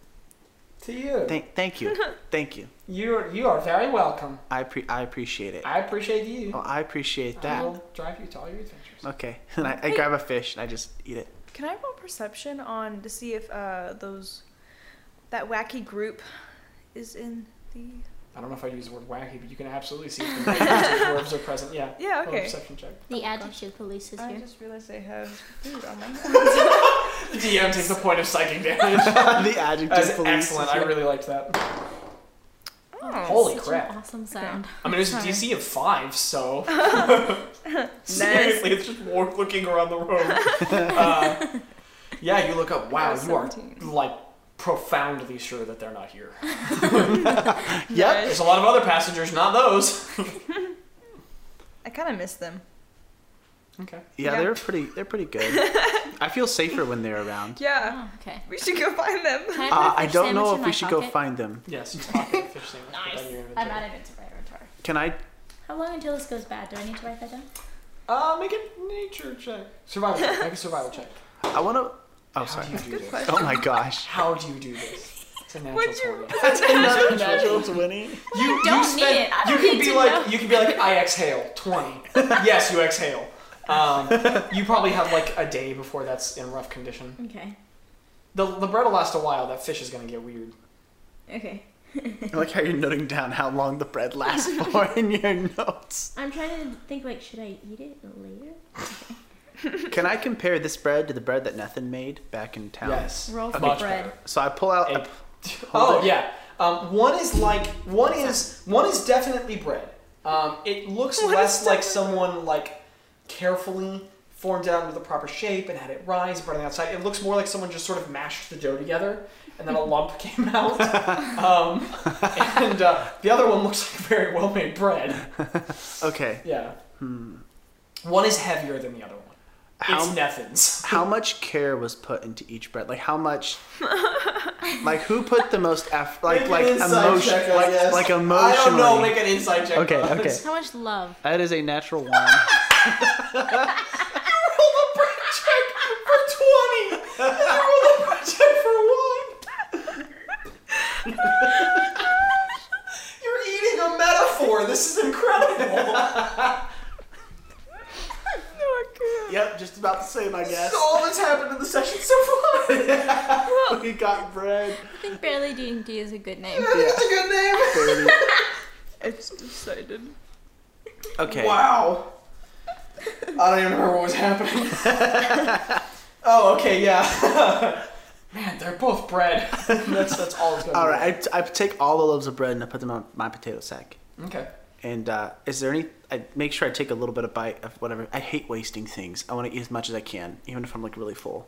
[SPEAKER 1] To you.
[SPEAKER 2] Thank thank you, thank you.
[SPEAKER 1] you. You are very welcome.
[SPEAKER 2] I pre- I appreciate it.
[SPEAKER 1] I Oh. appreciate you.
[SPEAKER 2] Oh, I appreciate
[SPEAKER 1] I
[SPEAKER 2] that.
[SPEAKER 1] will drive you to all your adventures.
[SPEAKER 2] Okay, and I, I grab a fish and I just eat it.
[SPEAKER 4] Can I roll perception on to see if uh, those that wacky group is in the?
[SPEAKER 1] I don't know if I use the word wacky, but you can absolutely see if the dwarves are present. Yeah.
[SPEAKER 4] Yeah.
[SPEAKER 1] Roll a
[SPEAKER 4] Okay.
[SPEAKER 1] Perception check.
[SPEAKER 3] The
[SPEAKER 4] gosh.
[SPEAKER 3] attitude police is
[SPEAKER 4] I
[SPEAKER 3] here.
[SPEAKER 4] just realized I have food on my
[SPEAKER 1] The DM takes a point of psychic damage.
[SPEAKER 2] the adjective
[SPEAKER 1] That's
[SPEAKER 2] police.
[SPEAKER 1] excellent. I really liked that.
[SPEAKER 4] Oh,
[SPEAKER 1] Holy
[SPEAKER 3] Such
[SPEAKER 1] crap.
[SPEAKER 3] An awesome sound.
[SPEAKER 1] I mean, it's a DC of five, so. Seriously, it's just more looking around the room. Uh, yeah, you look up. Wow, you are
[SPEAKER 4] 17.
[SPEAKER 1] like profoundly sure that they're not here.
[SPEAKER 2] Yep.
[SPEAKER 1] There's a lot of other passengers, not those.
[SPEAKER 4] I kind of miss them.
[SPEAKER 1] Okay.
[SPEAKER 2] Yeah,
[SPEAKER 4] Yeah.
[SPEAKER 2] they're pretty. They're pretty good. I feel safer when they're around.
[SPEAKER 4] Yeah.
[SPEAKER 3] Oh, okay.
[SPEAKER 4] We should go find them.
[SPEAKER 3] Can put a
[SPEAKER 2] Uh, I
[SPEAKER 3] fish
[SPEAKER 2] don't know
[SPEAKER 3] sandwich
[SPEAKER 2] if
[SPEAKER 3] in
[SPEAKER 2] we
[SPEAKER 3] my
[SPEAKER 2] should go
[SPEAKER 3] pocket?
[SPEAKER 2] find them.
[SPEAKER 1] Yes. You pocket a fish sandwich. put that in your
[SPEAKER 3] Nice.
[SPEAKER 1] inventory.
[SPEAKER 3] I'm added it to my inventory.
[SPEAKER 2] Can I?
[SPEAKER 3] How long until this goes bad? Do I need to write that down?
[SPEAKER 1] Uh, make a nature check. Survival check. Make a survival check.
[SPEAKER 2] I want to. Oh,
[SPEAKER 1] How
[SPEAKER 2] sorry.
[SPEAKER 1] do you do
[SPEAKER 4] Good
[SPEAKER 1] this?
[SPEAKER 4] question.
[SPEAKER 2] Oh my gosh.
[SPEAKER 1] How do you do this? It's a natural
[SPEAKER 4] What'd you-
[SPEAKER 1] 20.
[SPEAKER 2] Another natural twenty.
[SPEAKER 1] You, you
[SPEAKER 3] don't
[SPEAKER 1] spend-
[SPEAKER 3] need it. I
[SPEAKER 1] you
[SPEAKER 3] don't
[SPEAKER 1] can
[SPEAKER 3] need
[SPEAKER 1] be
[SPEAKER 3] to
[SPEAKER 1] like
[SPEAKER 3] know.
[SPEAKER 1] you can be like I exhale twenty. yes, you exhale. Um, you probably have like a day before that's in rough condition.
[SPEAKER 3] Okay.
[SPEAKER 1] The the bread will last a while. That fish is gonna get weird.
[SPEAKER 3] Okay.
[SPEAKER 2] I like how you're noting down how long the bread lasts for in your notes.
[SPEAKER 3] I'm trying to think like, should I eat it later?
[SPEAKER 2] Can I compare this bread to the bread that Nathan made back in town?
[SPEAKER 1] Yes.
[SPEAKER 3] Roll for
[SPEAKER 1] Much
[SPEAKER 3] bread.
[SPEAKER 1] better.
[SPEAKER 2] So I pull out.
[SPEAKER 1] A-
[SPEAKER 2] A,
[SPEAKER 1] oh
[SPEAKER 2] Hold it.
[SPEAKER 1] yeah. Um, one is like one is one is definitely bread. Um, it looks
[SPEAKER 4] What
[SPEAKER 1] less
[SPEAKER 4] is
[SPEAKER 1] like
[SPEAKER 4] that?
[SPEAKER 1] someone like carefully formed out into the proper shape and had it rise, burning outside. It looks more like someone just sort of mashed the dough together and then a lump came out. Um, and uh, the other one looks like very well made bread.
[SPEAKER 2] okay.
[SPEAKER 1] Yeah. One is heavier than the other one.
[SPEAKER 2] Hmm. How
[SPEAKER 1] it's Neffins.
[SPEAKER 2] how much care was put into each bread? Like how much? like who put the most effort? Like like emotion? like, like emotionally?
[SPEAKER 1] I don't know. Make an inside check.
[SPEAKER 2] Okay,
[SPEAKER 1] I guess.
[SPEAKER 2] okay.
[SPEAKER 3] How much love?
[SPEAKER 2] That is a natural one.
[SPEAKER 1] I rolled a bread check for 20. And I rolled a bread check for 1. You're eating a metaphor. This is incredible.
[SPEAKER 2] yep, just about the same, I
[SPEAKER 1] That's all that's happened in the session so far.
[SPEAKER 2] we got bread.
[SPEAKER 3] I think barely D&D is a good name.
[SPEAKER 1] I think it's a good name.
[SPEAKER 4] It's decided.
[SPEAKER 2] Okay.
[SPEAKER 1] Wow. I don't even remember what was happening. oh, okay, yeah. Man, they're both bread. that's that's all it's gonna
[SPEAKER 2] All
[SPEAKER 1] be.
[SPEAKER 2] right, I, I take all the loaves of bread and I put them on my potato sack.
[SPEAKER 1] Okay.
[SPEAKER 2] And uh, is there any? I make sure I take a little bit of bite of whatever. I hate wasting things. I want to eat as much as I can, even if I'm like really full.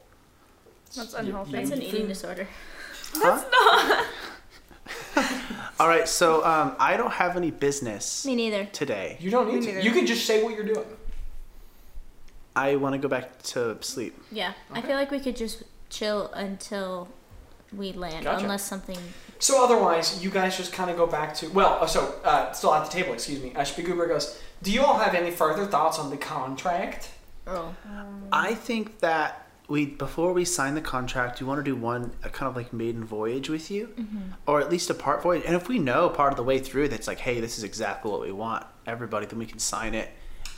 [SPEAKER 4] That's unhealthy.
[SPEAKER 3] That's an eating disorder.
[SPEAKER 2] That's not. all right, so um, I don't have any business
[SPEAKER 3] Me neither.
[SPEAKER 2] today.
[SPEAKER 1] You don't need
[SPEAKER 4] Me
[SPEAKER 1] to.
[SPEAKER 4] neither.
[SPEAKER 1] You can just say what you're doing.
[SPEAKER 2] I want to go back to sleep.
[SPEAKER 3] Yeah. I feel like we could just chill until we land,
[SPEAKER 1] Gotcha.
[SPEAKER 3] unless something.
[SPEAKER 1] So otherwise, you guys just kind of go back to well. uh, So uh, still at the table, excuse me. Uh, Spiegelberg goes. Do you all have any further thoughts on the contract?
[SPEAKER 3] Oh.
[SPEAKER 2] I think that we before we sign the contract, you want to do one a kind of like maiden voyage with you,
[SPEAKER 3] Mm-hmm.
[SPEAKER 2] or at least a part voyage. And if we know part of the way through that's like, hey, this is exactly what we want, everybody, then we can sign it.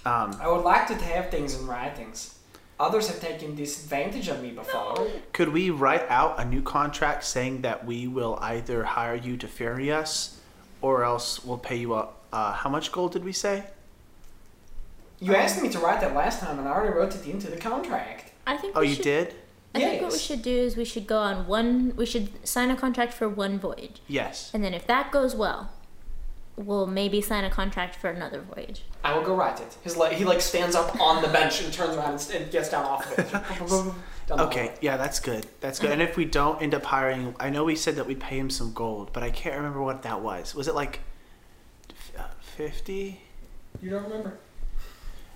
[SPEAKER 2] Um,
[SPEAKER 1] I would like to have things in writings. Others have taken disadvantage of me before.
[SPEAKER 2] could we write out a new contract saying that we will either hire you to ferry us, or else we'll pay you up? Uh, how much gold did we say?
[SPEAKER 1] You asked me to write that last time, and I already wrote it into the contract.
[SPEAKER 3] I think
[SPEAKER 2] Oh,
[SPEAKER 3] we
[SPEAKER 2] you
[SPEAKER 3] should,
[SPEAKER 2] did.
[SPEAKER 3] I think what we
[SPEAKER 1] Yes.
[SPEAKER 3] should do is we should go on one. We should sign a contract for one voyage.
[SPEAKER 2] Yes.
[SPEAKER 3] And then if that goes well, we'll maybe sign a contract for another voyage.
[SPEAKER 1] I will go write it. His like he like stands up on the bench and turns around and, s- and gets down off of it. Down the
[SPEAKER 2] Okay,
[SPEAKER 1] hallway.
[SPEAKER 2] yeah, that's good. That's good. And if we don't end up hiring, I know we said that we'd pay him some gold, but I can't remember what that was. Was it like f- uh, 50?
[SPEAKER 1] You don't remember?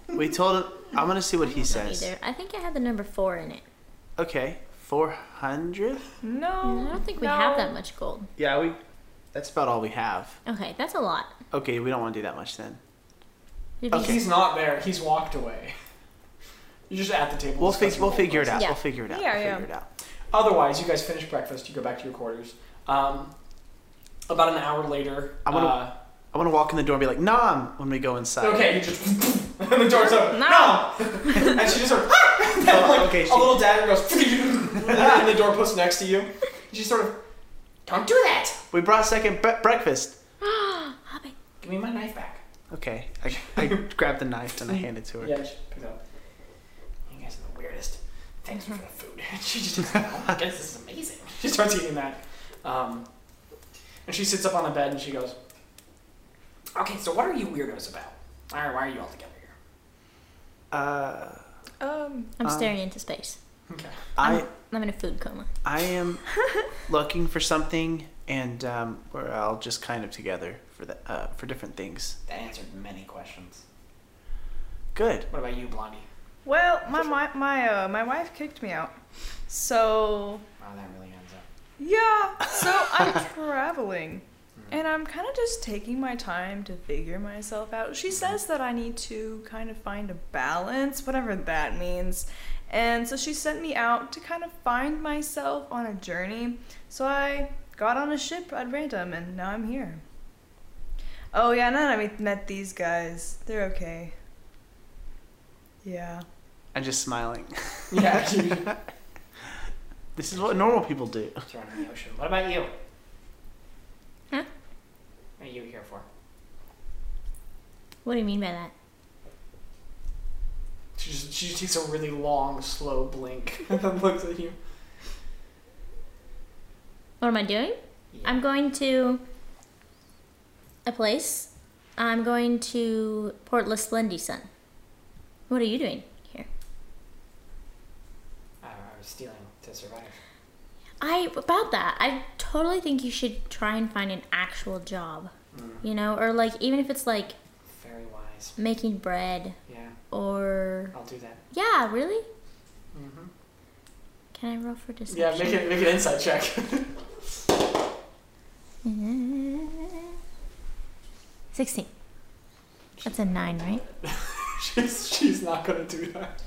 [SPEAKER 2] We told him, I'm going to see what he
[SPEAKER 3] Not
[SPEAKER 2] says.
[SPEAKER 3] Either. I think I had the number four in it.
[SPEAKER 2] Okay, 400?
[SPEAKER 4] No.
[SPEAKER 3] I don't think we have
[SPEAKER 4] Oh, no.
[SPEAKER 3] that much gold.
[SPEAKER 2] Yeah, we. That's about all we have.
[SPEAKER 3] Okay, that's a lot.
[SPEAKER 2] Okay, we don't want to do that much then.
[SPEAKER 3] Did we-
[SPEAKER 2] Okay.
[SPEAKER 1] He's not there. He's walked away. You're just at the table.
[SPEAKER 2] We'll, fig-
[SPEAKER 1] discussing
[SPEAKER 2] we'll
[SPEAKER 1] all
[SPEAKER 2] figure
[SPEAKER 1] this.
[SPEAKER 2] it out.
[SPEAKER 3] Yeah.
[SPEAKER 2] We'll figure it out.
[SPEAKER 4] Yeah,
[SPEAKER 2] we'll
[SPEAKER 4] yeah.
[SPEAKER 2] figure it out.
[SPEAKER 1] Otherwise, you guys finish breakfast. You go back to your quarters. Um, about an hour later,
[SPEAKER 2] I'm gonna-
[SPEAKER 1] uh,
[SPEAKER 2] I want to walk in the door and be like, Nom, when we go inside.
[SPEAKER 1] okay, you just and the door's open.
[SPEAKER 4] No.
[SPEAKER 1] and she just sort of and then, like,
[SPEAKER 2] okay, she-
[SPEAKER 1] a little dagger goes and the door puts next to you. She sort of don't do that.
[SPEAKER 2] We brought second bre- breakfast.
[SPEAKER 3] Hobbit.
[SPEAKER 1] Give me my knife back.
[SPEAKER 2] Okay, I, I grabbed the knife and I handed it to her.
[SPEAKER 1] Yeah, she picks it up. You guys are the weirdest. Thanks for the food. she just is like, oh my goodness, this is amazing. She starts eating that. Um, and she sits up on the bed and she goes, Okay, so what are you weirdos about? All right, why are you all together here?
[SPEAKER 2] Uh,
[SPEAKER 4] Um.
[SPEAKER 3] I'm
[SPEAKER 2] Um,
[SPEAKER 3] staring into space.
[SPEAKER 1] Okay.
[SPEAKER 2] I.
[SPEAKER 3] I'm, I'm in a food coma.
[SPEAKER 2] I am looking for something, and um, we're all just kind of together for the uh, for different things.
[SPEAKER 1] That answered many questions.
[SPEAKER 2] Good.
[SPEAKER 1] What about you, Blondie?
[SPEAKER 4] Well, my my my, uh, my wife kicked me out, so
[SPEAKER 1] Wow, that really ends up.
[SPEAKER 4] yeah. So I'm traveling, and I'm kind of just taking my time to figure myself out. She says that I need to kind of find a balance, whatever that means. And so she sent me out to kind of find myself on a journey. So I got on a ship at random, and now I'm here. Oh yeah, now that I met these guys, they're okay. Yeah.
[SPEAKER 2] I'm just smiling.
[SPEAKER 1] Yeah, dude.
[SPEAKER 2] This is what normal people do.
[SPEAKER 1] Thrown in the ocean. What about you?
[SPEAKER 3] Huh?
[SPEAKER 1] What are you here for?
[SPEAKER 3] What do you mean by that?
[SPEAKER 1] She just, she just takes a really long, slow blink and then looks at you.
[SPEAKER 3] What am I doing? I'm going to a place. I'm going to Port Lislendy Sun. What are you doing here?
[SPEAKER 1] I was uh, stealing to survive.
[SPEAKER 3] I about that. I totally think you should try and find an actual job.
[SPEAKER 1] Mm.
[SPEAKER 3] You know, or like even if it's like
[SPEAKER 1] Very wise.
[SPEAKER 3] making bread
[SPEAKER 1] Yeah,
[SPEAKER 3] or
[SPEAKER 1] I'll do that.
[SPEAKER 3] yeah, really.
[SPEAKER 1] Mm-hmm.
[SPEAKER 3] Can I roll for
[SPEAKER 1] Yeah,
[SPEAKER 3] deception?
[SPEAKER 1] make it make an insight check.
[SPEAKER 3] Sixteen. That's a nine, right?
[SPEAKER 1] she's she's not gonna do that.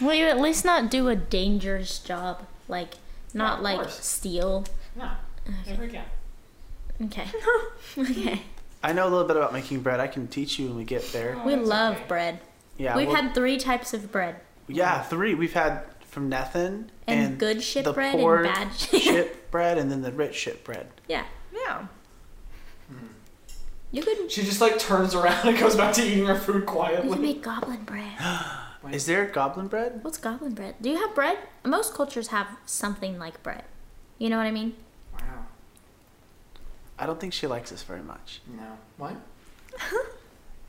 [SPEAKER 3] Will you at least not do a dangerous job? Like, not
[SPEAKER 1] of
[SPEAKER 3] like
[SPEAKER 1] course.
[SPEAKER 3] steal.
[SPEAKER 1] No, never again.
[SPEAKER 3] Okay. okay.
[SPEAKER 2] I know a little bit about making bread. I can teach you when we get there.
[SPEAKER 1] Oh,
[SPEAKER 3] we
[SPEAKER 1] that's
[SPEAKER 3] love
[SPEAKER 1] okay.
[SPEAKER 3] bread.
[SPEAKER 2] Yeah,
[SPEAKER 3] We've
[SPEAKER 2] well-
[SPEAKER 3] had three types of bread.
[SPEAKER 2] yeah three. We've had from nothing
[SPEAKER 3] And good shit
[SPEAKER 2] the
[SPEAKER 3] bread and
[SPEAKER 2] poor
[SPEAKER 3] bad shit.
[SPEAKER 2] shit bread, and then the rich shit bread.
[SPEAKER 3] Yeah.
[SPEAKER 4] Yeah.
[SPEAKER 3] You could
[SPEAKER 1] She just like turns around and goes back to eating her food
[SPEAKER 3] you
[SPEAKER 1] quietly.
[SPEAKER 3] could make goblin bread.
[SPEAKER 2] Is there goblin bread?
[SPEAKER 3] What's goblin bread? Do you have bread? Most cultures have something like bread. You know what I mean?
[SPEAKER 1] Wow.
[SPEAKER 2] I don't think she likes us very much.
[SPEAKER 1] No. What?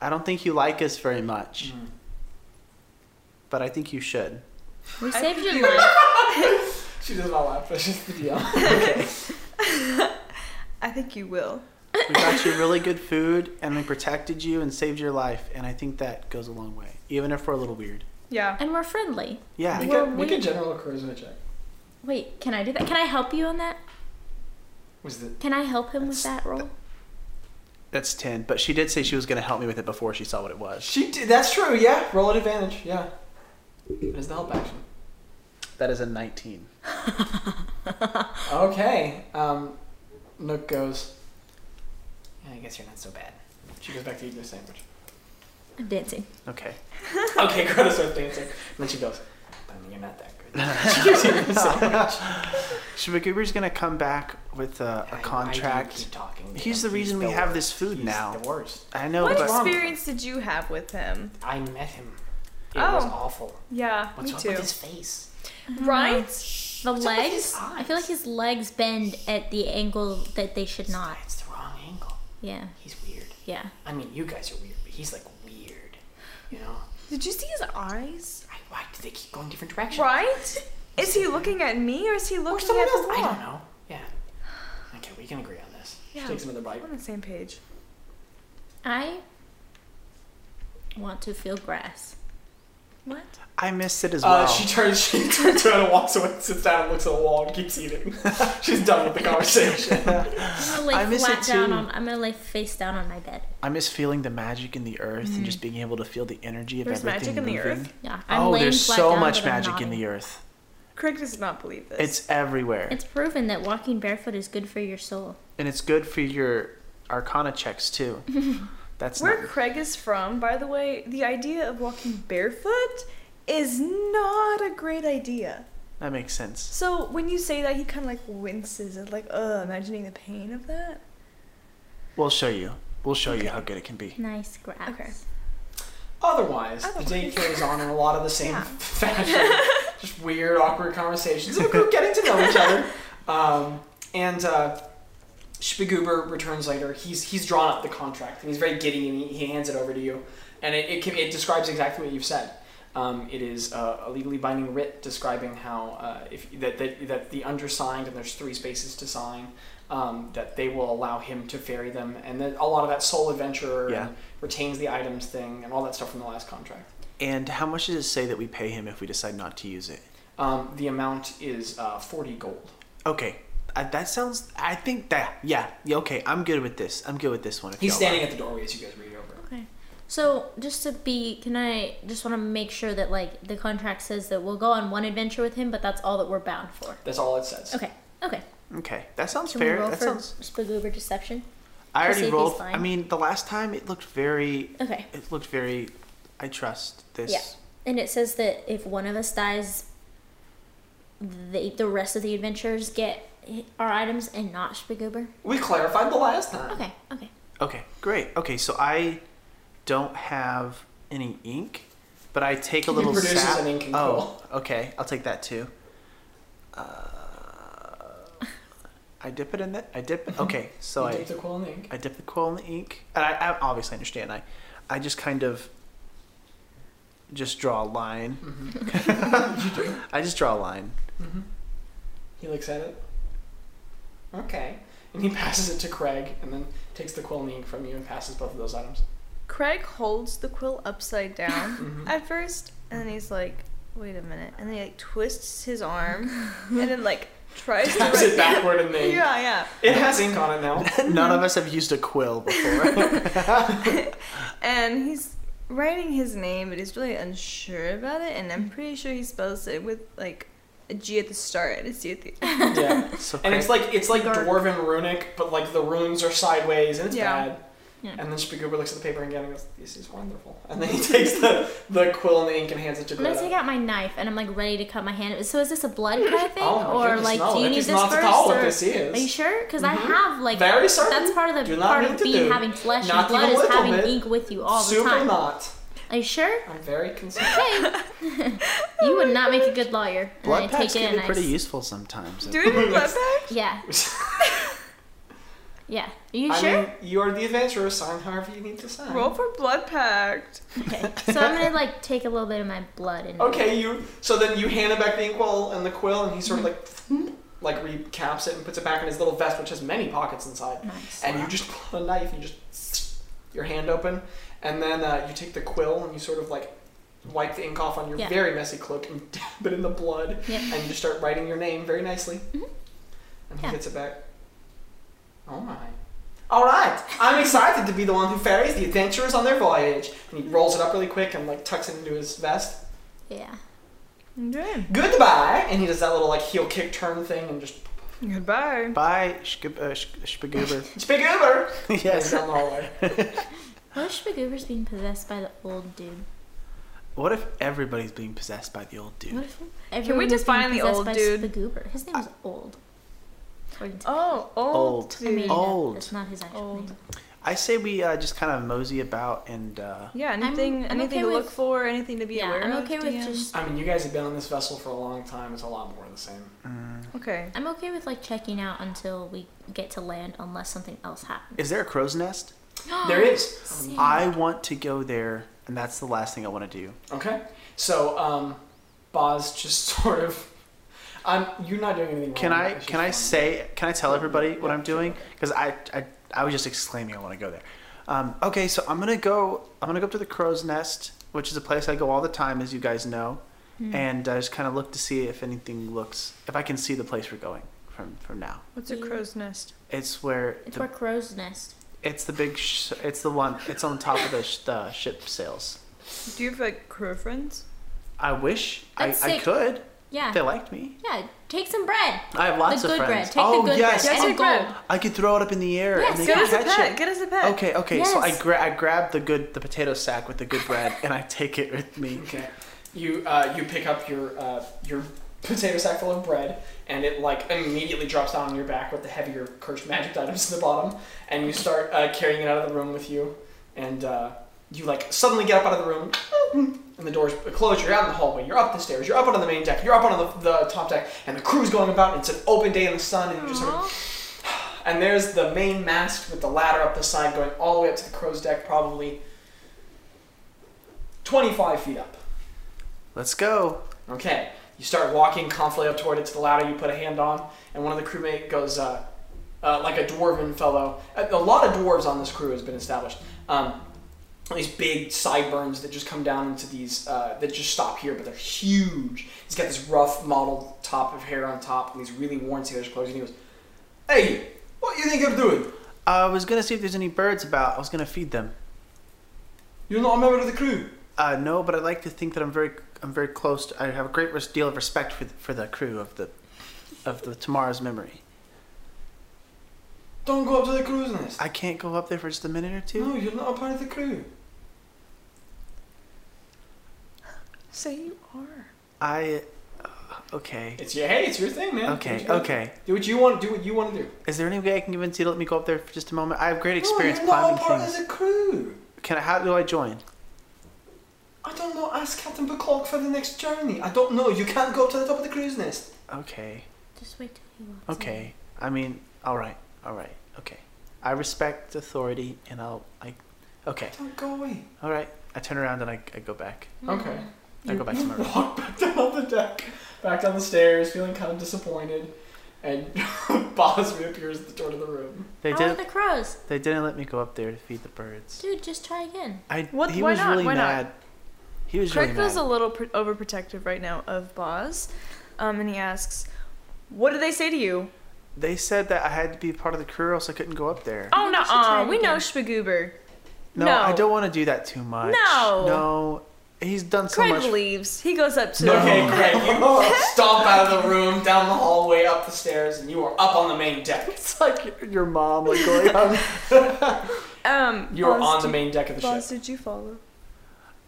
[SPEAKER 2] I don't think you like us very much,
[SPEAKER 1] Mm.
[SPEAKER 2] but I think you should.
[SPEAKER 3] We
[SPEAKER 4] I
[SPEAKER 3] saved
[SPEAKER 4] think
[SPEAKER 3] your life.
[SPEAKER 1] She does not laugh. That's just the deal.
[SPEAKER 4] I think you will.
[SPEAKER 2] We got you really good food, and we protected you and saved your life, and I think that goes a long way, even if we're a little weird.
[SPEAKER 4] Yeah.
[SPEAKER 3] And we're friendly.
[SPEAKER 2] Yeah,
[SPEAKER 1] Make
[SPEAKER 3] Well,
[SPEAKER 1] a, make a
[SPEAKER 3] we-
[SPEAKER 1] general charisma check.
[SPEAKER 3] Wait, can I do that? Can I help you on that?
[SPEAKER 1] Was the
[SPEAKER 3] Can I help him with
[SPEAKER 2] That's-
[SPEAKER 3] that roll?
[SPEAKER 2] that's ten. But she did say she was going to help me with it before she saw what it was.
[SPEAKER 1] she? Did, that's true. Yeah. Roll at advantage. Yeah. It is the help action.
[SPEAKER 2] That is a nineteen.
[SPEAKER 1] Okay. Um, Nook goes. I guess you're not so bad. She goes back to eating her sandwich.
[SPEAKER 3] I'm dancing.
[SPEAKER 2] Okay.
[SPEAKER 1] okay, Greta starts dancing. And then she goes, but you're not that good. she keeps eating the sandwich.
[SPEAKER 2] Shibaguri's going to come back with a, a
[SPEAKER 1] Why do you
[SPEAKER 2] contract.
[SPEAKER 1] keep talking to
[SPEAKER 2] He's
[SPEAKER 1] him?
[SPEAKER 2] the reason we have this food
[SPEAKER 1] He's
[SPEAKER 2] now.
[SPEAKER 1] the worst.
[SPEAKER 2] I know,
[SPEAKER 4] What
[SPEAKER 2] but
[SPEAKER 1] wrong with
[SPEAKER 4] experience did you have with him?
[SPEAKER 1] I met him. It
[SPEAKER 4] Oh.
[SPEAKER 1] was awful.
[SPEAKER 4] Yeah,
[SPEAKER 1] What's
[SPEAKER 4] me
[SPEAKER 1] up
[SPEAKER 4] too.
[SPEAKER 1] with his face?
[SPEAKER 4] right?
[SPEAKER 3] The
[SPEAKER 1] What's up with his
[SPEAKER 3] legs. I feel like
[SPEAKER 1] eyes?
[SPEAKER 3] his legs bend at the angle that they should not.
[SPEAKER 1] Ah, It's the wrong angle.
[SPEAKER 3] Yeah.
[SPEAKER 1] He's weird.
[SPEAKER 3] Yeah.
[SPEAKER 1] I mean, you guys are weird, but he's like weird. You know?
[SPEAKER 4] Did you see his eyes?
[SPEAKER 1] I, why do they keep going different directions?
[SPEAKER 4] Right? Is he looking at me or is he
[SPEAKER 1] Or
[SPEAKER 4] looking
[SPEAKER 1] someone
[SPEAKER 4] at
[SPEAKER 1] else?
[SPEAKER 4] the wall?
[SPEAKER 1] I don't know. Yeah. Okay, we can agree on this. Uh,
[SPEAKER 4] Yeah.
[SPEAKER 1] She takes another bite.
[SPEAKER 4] We're on the same page.
[SPEAKER 3] I want to feel grass.
[SPEAKER 4] What?
[SPEAKER 2] I missed it as
[SPEAKER 1] Uh,
[SPEAKER 2] well.
[SPEAKER 1] She turns, she turns around and walks away, sits down, and looks at the wall, and keeps eating. She's done with the conversation.
[SPEAKER 3] I'm gonna lay
[SPEAKER 2] I miss it
[SPEAKER 3] flat down
[SPEAKER 2] too.
[SPEAKER 3] on. I'm gonna lay face down on my bed.
[SPEAKER 2] I miss feeling the magic in the earth and just being able to feel the energy of
[SPEAKER 4] Mm-hmm. There's
[SPEAKER 2] everything
[SPEAKER 4] magic in the
[SPEAKER 2] moving.
[SPEAKER 4] earth?
[SPEAKER 3] Yeah. I'm
[SPEAKER 2] oh,
[SPEAKER 3] laying
[SPEAKER 2] there's
[SPEAKER 3] flat
[SPEAKER 2] so
[SPEAKER 3] down,
[SPEAKER 2] much
[SPEAKER 3] but I'm
[SPEAKER 2] magic in
[SPEAKER 3] nodding.
[SPEAKER 2] the earth.
[SPEAKER 4] Craig does not believe this.
[SPEAKER 2] It's everywhere,
[SPEAKER 3] It's proven that walking barefoot is good for your soul.
[SPEAKER 2] and it's good for your Arcana checks too. That's
[SPEAKER 4] Where
[SPEAKER 2] not,
[SPEAKER 4] Craig is from, by the way, the idea of walking barefoot is not a great idea.
[SPEAKER 2] that makes sense.
[SPEAKER 4] So when you say that, he kind of like winces and like, ugh, imagining the pain of that.
[SPEAKER 2] We'll show you. We'll show you how good it can be.
[SPEAKER 3] Nice grass.
[SPEAKER 4] Okay.
[SPEAKER 1] Otherwise, the day carries on in a lot of the same fashion. Just weird, awkward conversations of a group getting to know each other. Um, and uh, Spiguber returns later. He's he's drawn up the contract and he's very giddy and he, he hands it over to you. And it, it, can, it describes exactly what you've said. Um, it is uh, a legally binding writ describing how uh, if that, that, that the undersigned and there's three spaces to sign um, that they will allow him to ferry them and then a lot of that soul adventurer
[SPEAKER 2] Yeah.
[SPEAKER 1] and retains the items thing and all that stuff from the last contract.
[SPEAKER 2] And how much does it say that we pay him if we decide not to use it?
[SPEAKER 1] Um, the amount is uh, 40 gold.
[SPEAKER 2] Okay, I, that sounds. I think that yeah, yeah. Okay, I'm good with this. I'm good with this one. If
[SPEAKER 1] He's
[SPEAKER 2] y'all
[SPEAKER 1] standing
[SPEAKER 2] are.
[SPEAKER 1] at the doorway as you guys read it over.
[SPEAKER 3] Okay. So just to be, can I just want to make sure that like the contract says that we'll go on one adventure with him, but that's all that we're bound for.
[SPEAKER 1] That's all it says.
[SPEAKER 3] Okay. Okay.
[SPEAKER 2] Okay, that sounds
[SPEAKER 3] Can
[SPEAKER 2] fair.
[SPEAKER 3] we roll
[SPEAKER 2] That
[SPEAKER 3] for
[SPEAKER 2] sounds.
[SPEAKER 3] Spagoober deception?
[SPEAKER 2] I
[SPEAKER 3] to
[SPEAKER 2] already
[SPEAKER 3] see if he's
[SPEAKER 2] rolled.
[SPEAKER 3] lying?
[SPEAKER 2] I mean, the last time it looked very.
[SPEAKER 3] Okay.
[SPEAKER 2] It looked very. I trust this.
[SPEAKER 3] Yeah. And it says that if one of us dies, the the rest of the adventurers get our items and not Spagoober.
[SPEAKER 1] We clarified the last time.
[SPEAKER 3] Okay. Okay.
[SPEAKER 2] Okay, great. Okay, so I don't have any ink, but I take a
[SPEAKER 1] He
[SPEAKER 2] little
[SPEAKER 1] produces
[SPEAKER 2] sap.
[SPEAKER 1] an ink and
[SPEAKER 2] oh, okay. I'll take that too. Uh, I dip it in the. I dip it. Okay, so
[SPEAKER 1] Mm-hmm. You
[SPEAKER 2] I
[SPEAKER 1] take the quill and ink.
[SPEAKER 2] I dip the quill in the ink, and I, I obviously understand. I, I just kind of, just draw a line.
[SPEAKER 1] Mm-hmm.
[SPEAKER 2] I just draw a line.
[SPEAKER 1] He looks at it. Okay. And he passes it to Craig and then takes the quill and ink from you and passes both of those items.
[SPEAKER 4] Craig holds the quill upside down at first, and then he's like, "Wait a minute," and then he like twists his arm, and then like tries to
[SPEAKER 1] Taps it
[SPEAKER 4] write.
[SPEAKER 1] backward and then.
[SPEAKER 4] Yeah, yeah.
[SPEAKER 1] It has ink on it now.
[SPEAKER 2] None of us have used a quill before.
[SPEAKER 4] And he's writing his name, but he's really unsure about it. And I'm pretty sure he spells it with like a G at the start and a C at the end.
[SPEAKER 1] yeah.
[SPEAKER 2] so
[SPEAKER 1] And it's like it's like
[SPEAKER 4] Guard.
[SPEAKER 1] dwarven runic, but like the runes are sideways and it's
[SPEAKER 4] Yeah.
[SPEAKER 1] bad.
[SPEAKER 3] Yeah.
[SPEAKER 1] And then Spagoober looks at the paper again and goes, "This is wonderful." And then he takes the, the quill and the ink and hands it to
[SPEAKER 3] I'm gonna take
[SPEAKER 1] Greta.
[SPEAKER 3] out my knife and I'm like ready to cut my hand. So is this a blood cut thing,
[SPEAKER 1] Oh my
[SPEAKER 3] or
[SPEAKER 1] goodness,
[SPEAKER 3] like
[SPEAKER 1] no,
[SPEAKER 3] do you
[SPEAKER 1] that
[SPEAKER 3] need
[SPEAKER 1] is
[SPEAKER 3] this
[SPEAKER 1] not
[SPEAKER 3] first?
[SPEAKER 1] at all what
[SPEAKER 3] or-
[SPEAKER 1] this is.
[SPEAKER 3] Are you sure? Because
[SPEAKER 1] Mhm.
[SPEAKER 3] I have like
[SPEAKER 1] Very certain.
[SPEAKER 3] that's part of the
[SPEAKER 1] Do not
[SPEAKER 3] part
[SPEAKER 1] need
[SPEAKER 3] of
[SPEAKER 1] to
[SPEAKER 3] being
[SPEAKER 1] do.
[SPEAKER 3] having flesh
[SPEAKER 1] Not
[SPEAKER 3] and blood
[SPEAKER 1] even a
[SPEAKER 3] is
[SPEAKER 1] little
[SPEAKER 3] having
[SPEAKER 1] bit.
[SPEAKER 3] ink with you all the
[SPEAKER 1] Super
[SPEAKER 3] time.
[SPEAKER 1] not.
[SPEAKER 3] Are you sure?
[SPEAKER 1] I'm very concerned.
[SPEAKER 3] Okay. you would not make a good lawyer. And
[SPEAKER 2] blood
[SPEAKER 3] I
[SPEAKER 2] packs
[SPEAKER 3] take
[SPEAKER 2] can
[SPEAKER 3] it
[SPEAKER 2] be
[SPEAKER 3] and I
[SPEAKER 2] pretty
[SPEAKER 3] s-
[SPEAKER 2] useful sometimes.
[SPEAKER 4] Do we have a blood pact?
[SPEAKER 3] Yeah. Yeah. Are you
[SPEAKER 1] I
[SPEAKER 3] sure?
[SPEAKER 1] mean, you are the adventurer. Sign however you need to sign.
[SPEAKER 4] Roll for blood pact.
[SPEAKER 3] okay. So I'm gonna like take a little bit of my blood and
[SPEAKER 1] Okay, you. So then you hand him back the inkwell and the quill, and he sort of like,
[SPEAKER 3] Mm-hmm.
[SPEAKER 1] like recaps it and puts it back in his little vest, which has many pockets inside.
[SPEAKER 3] Nice.
[SPEAKER 1] And you just pull out a knife, and you just your hand open, and then uh, you take the quill and you sort of like wipe the ink off on your
[SPEAKER 3] Yeah.
[SPEAKER 1] very messy cloak and dab it in the blood,
[SPEAKER 3] Yep.
[SPEAKER 1] and you just start writing your name very nicely. And he
[SPEAKER 3] Yeah.
[SPEAKER 1] gets it back. All right. All right, I'm excited to be the one who ferries the adventurers on their voyage. And he rolls it up really quick and like tucks it into his vest.
[SPEAKER 3] Yeah.
[SPEAKER 4] Okay.
[SPEAKER 1] goodbye and he does that little like heel kick turn thing and just
[SPEAKER 4] Goodbye.
[SPEAKER 2] Bye, Shgib- uh, Sh- Shpagoober.
[SPEAKER 1] speak over
[SPEAKER 2] yes.
[SPEAKER 1] down the hallway
[SPEAKER 3] What if Spagoober's being possessed by the old dude?
[SPEAKER 2] What if everybody's being possessed by the old
[SPEAKER 3] What
[SPEAKER 2] dude?
[SPEAKER 3] if everyone was
[SPEAKER 4] define
[SPEAKER 3] being
[SPEAKER 4] the
[SPEAKER 3] possessed
[SPEAKER 4] old
[SPEAKER 3] by
[SPEAKER 4] dude?
[SPEAKER 3] Spagoober? His name is old. Or-
[SPEAKER 4] Oh, old.
[SPEAKER 2] Old.
[SPEAKER 3] I made it
[SPEAKER 4] Dude.
[SPEAKER 3] up.
[SPEAKER 2] Old.
[SPEAKER 3] That's not his actual
[SPEAKER 4] Old.
[SPEAKER 3] name.
[SPEAKER 2] I say we uh, just kind of mosey about and uh,
[SPEAKER 4] Yeah.
[SPEAKER 3] I'm-
[SPEAKER 4] Anything?
[SPEAKER 3] I'm
[SPEAKER 4] anything
[SPEAKER 3] okay
[SPEAKER 4] to
[SPEAKER 3] with-
[SPEAKER 4] look for? Anything to be
[SPEAKER 3] Yeah,
[SPEAKER 4] aware
[SPEAKER 3] I'm
[SPEAKER 4] of?
[SPEAKER 3] okay with
[SPEAKER 4] DM?
[SPEAKER 3] just.
[SPEAKER 1] i mean you guys have been on this vessel for a long time it's a lot more of the same
[SPEAKER 4] Okay.
[SPEAKER 3] I'm okay with like checking out until we get to land, unless something else happens.
[SPEAKER 2] is there a crow's nest?
[SPEAKER 1] there is
[SPEAKER 3] Sam.
[SPEAKER 2] I want to go there, and that's the last thing I want to do.
[SPEAKER 1] okay so um boz just sort of i'm you're not doing anything wrong.
[SPEAKER 2] Can I
[SPEAKER 1] It's
[SPEAKER 2] can
[SPEAKER 1] Oh, just
[SPEAKER 2] I
[SPEAKER 1] fun.
[SPEAKER 2] say can I tell
[SPEAKER 1] Yeah,
[SPEAKER 2] everybody
[SPEAKER 1] yeah,
[SPEAKER 2] what I'm
[SPEAKER 1] sure,
[SPEAKER 2] doing? Because I, I I was just exclaiming I want to go there. Um, okay, so I'm gonna go I'm gonna go up to the crow's nest, which is a place I go all the time, as you guys know,
[SPEAKER 1] Hmm.
[SPEAKER 2] and I just kind of look to see if anything looks if I can see the place we're going from from now.
[SPEAKER 4] What's a
[SPEAKER 3] Yeah.
[SPEAKER 4] crow's nest?
[SPEAKER 2] It's where
[SPEAKER 3] It's
[SPEAKER 2] the,
[SPEAKER 3] where crows nest.
[SPEAKER 2] it's the big sh- it's the one it's on top of the, sh- the ship sails.
[SPEAKER 4] Do you have like crow friends?
[SPEAKER 2] I wish I,
[SPEAKER 3] That's
[SPEAKER 2] I
[SPEAKER 3] sick.
[SPEAKER 2] could.
[SPEAKER 3] Yeah.
[SPEAKER 2] They liked me.
[SPEAKER 3] Yeah. Take some bread.
[SPEAKER 2] I have lots
[SPEAKER 3] the
[SPEAKER 2] of
[SPEAKER 3] good bread.
[SPEAKER 2] friends.
[SPEAKER 3] Take
[SPEAKER 2] oh
[SPEAKER 3] the good
[SPEAKER 2] yes,
[SPEAKER 3] bread.
[SPEAKER 4] Yes,
[SPEAKER 2] oh,
[SPEAKER 4] your
[SPEAKER 3] and gold.
[SPEAKER 4] bread.
[SPEAKER 2] I could throw it up in the air
[SPEAKER 3] Yes,
[SPEAKER 2] and they
[SPEAKER 4] Get
[SPEAKER 2] could
[SPEAKER 4] us a
[SPEAKER 2] catch
[SPEAKER 4] pet.
[SPEAKER 2] it.
[SPEAKER 4] Get us a pet.
[SPEAKER 2] Okay, okay. So I
[SPEAKER 3] Yes.
[SPEAKER 2] gra- I grab the good the potato sack with the good bread and I take it with me.
[SPEAKER 1] okay you uh you pick up your uh your potato sack full of bread and it like immediately drops down on your back with the heavier cursed magic items in the bottom and you start uh, carrying it out of the room with you and uh you like suddenly get up out of the room and the doors close. You're out in the hallway. You're up the stairs. You're up onto the main deck. You're up onto the, the top deck, and the crew's going about. And it's an open day in the sun, and you're just sort of, and there's the main mast with the ladder up the side, going all the way up to the crow's deck, probably 25 feet up.
[SPEAKER 2] Let's go.
[SPEAKER 1] Okay. You start walking confidently up toward it to the ladder. You put a hand on, and one of the crewmate goes, uh, uh, like a dwarven fellow. A, a lot of dwarves on this crew has been established. Um, these big sideburns that just come down into these uh, that just stop here, but they're huge. He's got this rough mottled top of hair on top, and these really worn sailor's clothes. And he goes, "Hey, what you think I'm doing?
[SPEAKER 2] I was gonna see if there's any birds about. I was gonna feed them.
[SPEAKER 1] You're not a member of the crew."
[SPEAKER 2] Uh, no, but I like to think that I'm very, I'm very close. To, I have a great res- deal of respect for the, for the crew of the, of the tomorrow's memory.
[SPEAKER 1] Don't go up to the cruise nest.
[SPEAKER 2] I can't go up there for just a minute or two.
[SPEAKER 1] No, you're not a part of the crew.
[SPEAKER 4] So you are.
[SPEAKER 2] I, uh, okay,
[SPEAKER 1] It's your hey, it's your thing, man.
[SPEAKER 2] okay,
[SPEAKER 1] Do what you-
[SPEAKER 2] okay.
[SPEAKER 1] Do what you want. Do what you want to do.
[SPEAKER 2] Is there any way I can convince you to let me go up there for just a moment? I have great experience
[SPEAKER 1] no, you're not a
[SPEAKER 2] climbing
[SPEAKER 1] part
[SPEAKER 2] things.
[SPEAKER 1] of the crew.
[SPEAKER 2] Can I? How do I join?
[SPEAKER 1] I don't know. Ask Captain Bucklock for the next journey. I don't know. You can't go up to the top of the cruise nest.
[SPEAKER 2] Okay,
[SPEAKER 3] Just wait till he walks. in.
[SPEAKER 2] okay. I mean, all right, all right, okay. I respect authority, and I'll, I, okay,
[SPEAKER 1] Don't go away.
[SPEAKER 2] all right. I turn around and I, I go back.
[SPEAKER 1] Okay.
[SPEAKER 2] I go back to my room.
[SPEAKER 1] Walk back down the deck, back down the stairs, feeling kind of disappointed, and Boz reappears at the door to the room.
[SPEAKER 2] They
[SPEAKER 3] How
[SPEAKER 2] did.
[SPEAKER 3] are the crows?
[SPEAKER 2] They didn't let me go up there to feed the birds.
[SPEAKER 3] Dude, just try again.
[SPEAKER 2] I
[SPEAKER 4] What-
[SPEAKER 2] he
[SPEAKER 4] why
[SPEAKER 2] was
[SPEAKER 4] not?
[SPEAKER 2] really
[SPEAKER 4] Why not?
[SPEAKER 2] mad. He was
[SPEAKER 4] Craig
[SPEAKER 2] really
[SPEAKER 4] feels a
[SPEAKER 2] mad.
[SPEAKER 4] little pr- overprotective right now of Boz, um, and he asks, "What did they say to you?"
[SPEAKER 2] They said that I had to be part of the crew, or else I couldn't go up there.
[SPEAKER 4] Oh
[SPEAKER 3] think
[SPEAKER 4] no,
[SPEAKER 3] we should try
[SPEAKER 4] uh,
[SPEAKER 3] it
[SPEAKER 4] we know
[SPEAKER 3] again.
[SPEAKER 4] Schmagoober.
[SPEAKER 2] No,
[SPEAKER 4] no.
[SPEAKER 2] I don't want to do that too much.
[SPEAKER 4] No.
[SPEAKER 2] no. He's done so
[SPEAKER 4] Craig
[SPEAKER 2] much.
[SPEAKER 4] leaves. He goes up to.
[SPEAKER 1] Okay, great. You stomp out of the room, down the hallway, up the stairs, and you are up on the main deck.
[SPEAKER 2] It's like your mom, like going. on.
[SPEAKER 4] Um,
[SPEAKER 1] You are
[SPEAKER 4] Boz,
[SPEAKER 1] on the
[SPEAKER 4] did-
[SPEAKER 1] main deck of the
[SPEAKER 4] Boz,
[SPEAKER 1] ship.
[SPEAKER 4] did you follow?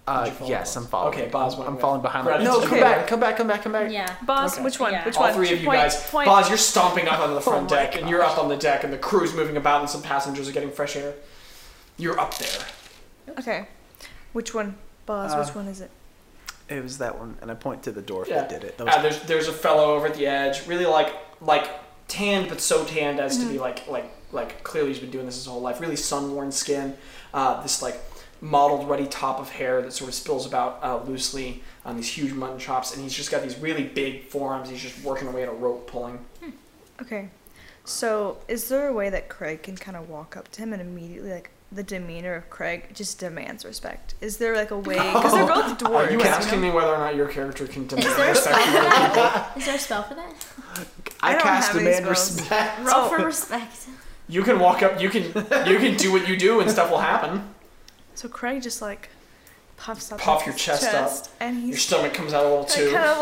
[SPEAKER 2] Uh,
[SPEAKER 1] Did you follow
[SPEAKER 2] yes,
[SPEAKER 1] Boz?
[SPEAKER 2] I'm following.
[SPEAKER 1] Okay, Boz went
[SPEAKER 2] I'm
[SPEAKER 1] with
[SPEAKER 2] falling behind.
[SPEAKER 1] Brett.
[SPEAKER 2] No,
[SPEAKER 1] It's
[SPEAKER 2] come
[SPEAKER 4] okay.
[SPEAKER 2] back, come back, come back, come back.
[SPEAKER 3] Yeah.
[SPEAKER 4] Boz,
[SPEAKER 1] Okay.
[SPEAKER 4] which one?
[SPEAKER 3] Yeah.
[SPEAKER 4] Which
[SPEAKER 1] All
[SPEAKER 4] one?
[SPEAKER 1] three of you
[SPEAKER 4] Point-
[SPEAKER 1] guys.
[SPEAKER 4] point.
[SPEAKER 1] Boz, you're stomping up
[SPEAKER 3] Oh
[SPEAKER 1] onto the front
[SPEAKER 2] my
[SPEAKER 1] deck, and you're up on the deck, and the crew's moving about, and some passengers are getting fresh air. You're up there.
[SPEAKER 4] Okay, which one? Boz,
[SPEAKER 2] Uh,
[SPEAKER 4] which one is it?
[SPEAKER 2] It was that one, and I point to the dwarf
[SPEAKER 1] Yeah.
[SPEAKER 2] that did it. That was,
[SPEAKER 1] Uh, there's there's a fellow over at the edge, really like like tanned but so tanned as
[SPEAKER 3] Mm-hmm.
[SPEAKER 1] to be like like like clearly he's been doing this his whole life. Really sun worn skin, uh, this like mottled ruddy top of hair that sort of spills about uh, loosely on these huge mutton chops, and he's just got these really big forearms. He's just working away at a rope pulling.
[SPEAKER 4] Okay, so is there a way that Craig can kind of walk up to him and immediately like? The demeanor of Craig just demands respect. Is there like a way? Because they're both dwarves.
[SPEAKER 1] Are you
[SPEAKER 4] know?
[SPEAKER 1] asking me whether or not your character can
[SPEAKER 3] Is
[SPEAKER 1] demand
[SPEAKER 3] there a spell
[SPEAKER 1] respect?
[SPEAKER 3] for that? Is there a spell for that?
[SPEAKER 4] I
[SPEAKER 2] I
[SPEAKER 4] don't
[SPEAKER 2] cast
[SPEAKER 4] have any
[SPEAKER 2] demand
[SPEAKER 4] spells.
[SPEAKER 2] respect.
[SPEAKER 3] Roll for respect.
[SPEAKER 1] You can walk up. You can you can do what you do, and stuff will happen.
[SPEAKER 4] So Craig just like puffs up
[SPEAKER 1] Puff
[SPEAKER 4] his
[SPEAKER 1] your chest up.
[SPEAKER 4] and
[SPEAKER 1] Your
[SPEAKER 4] he's
[SPEAKER 1] stomach comes out a little too.
[SPEAKER 4] like, kind of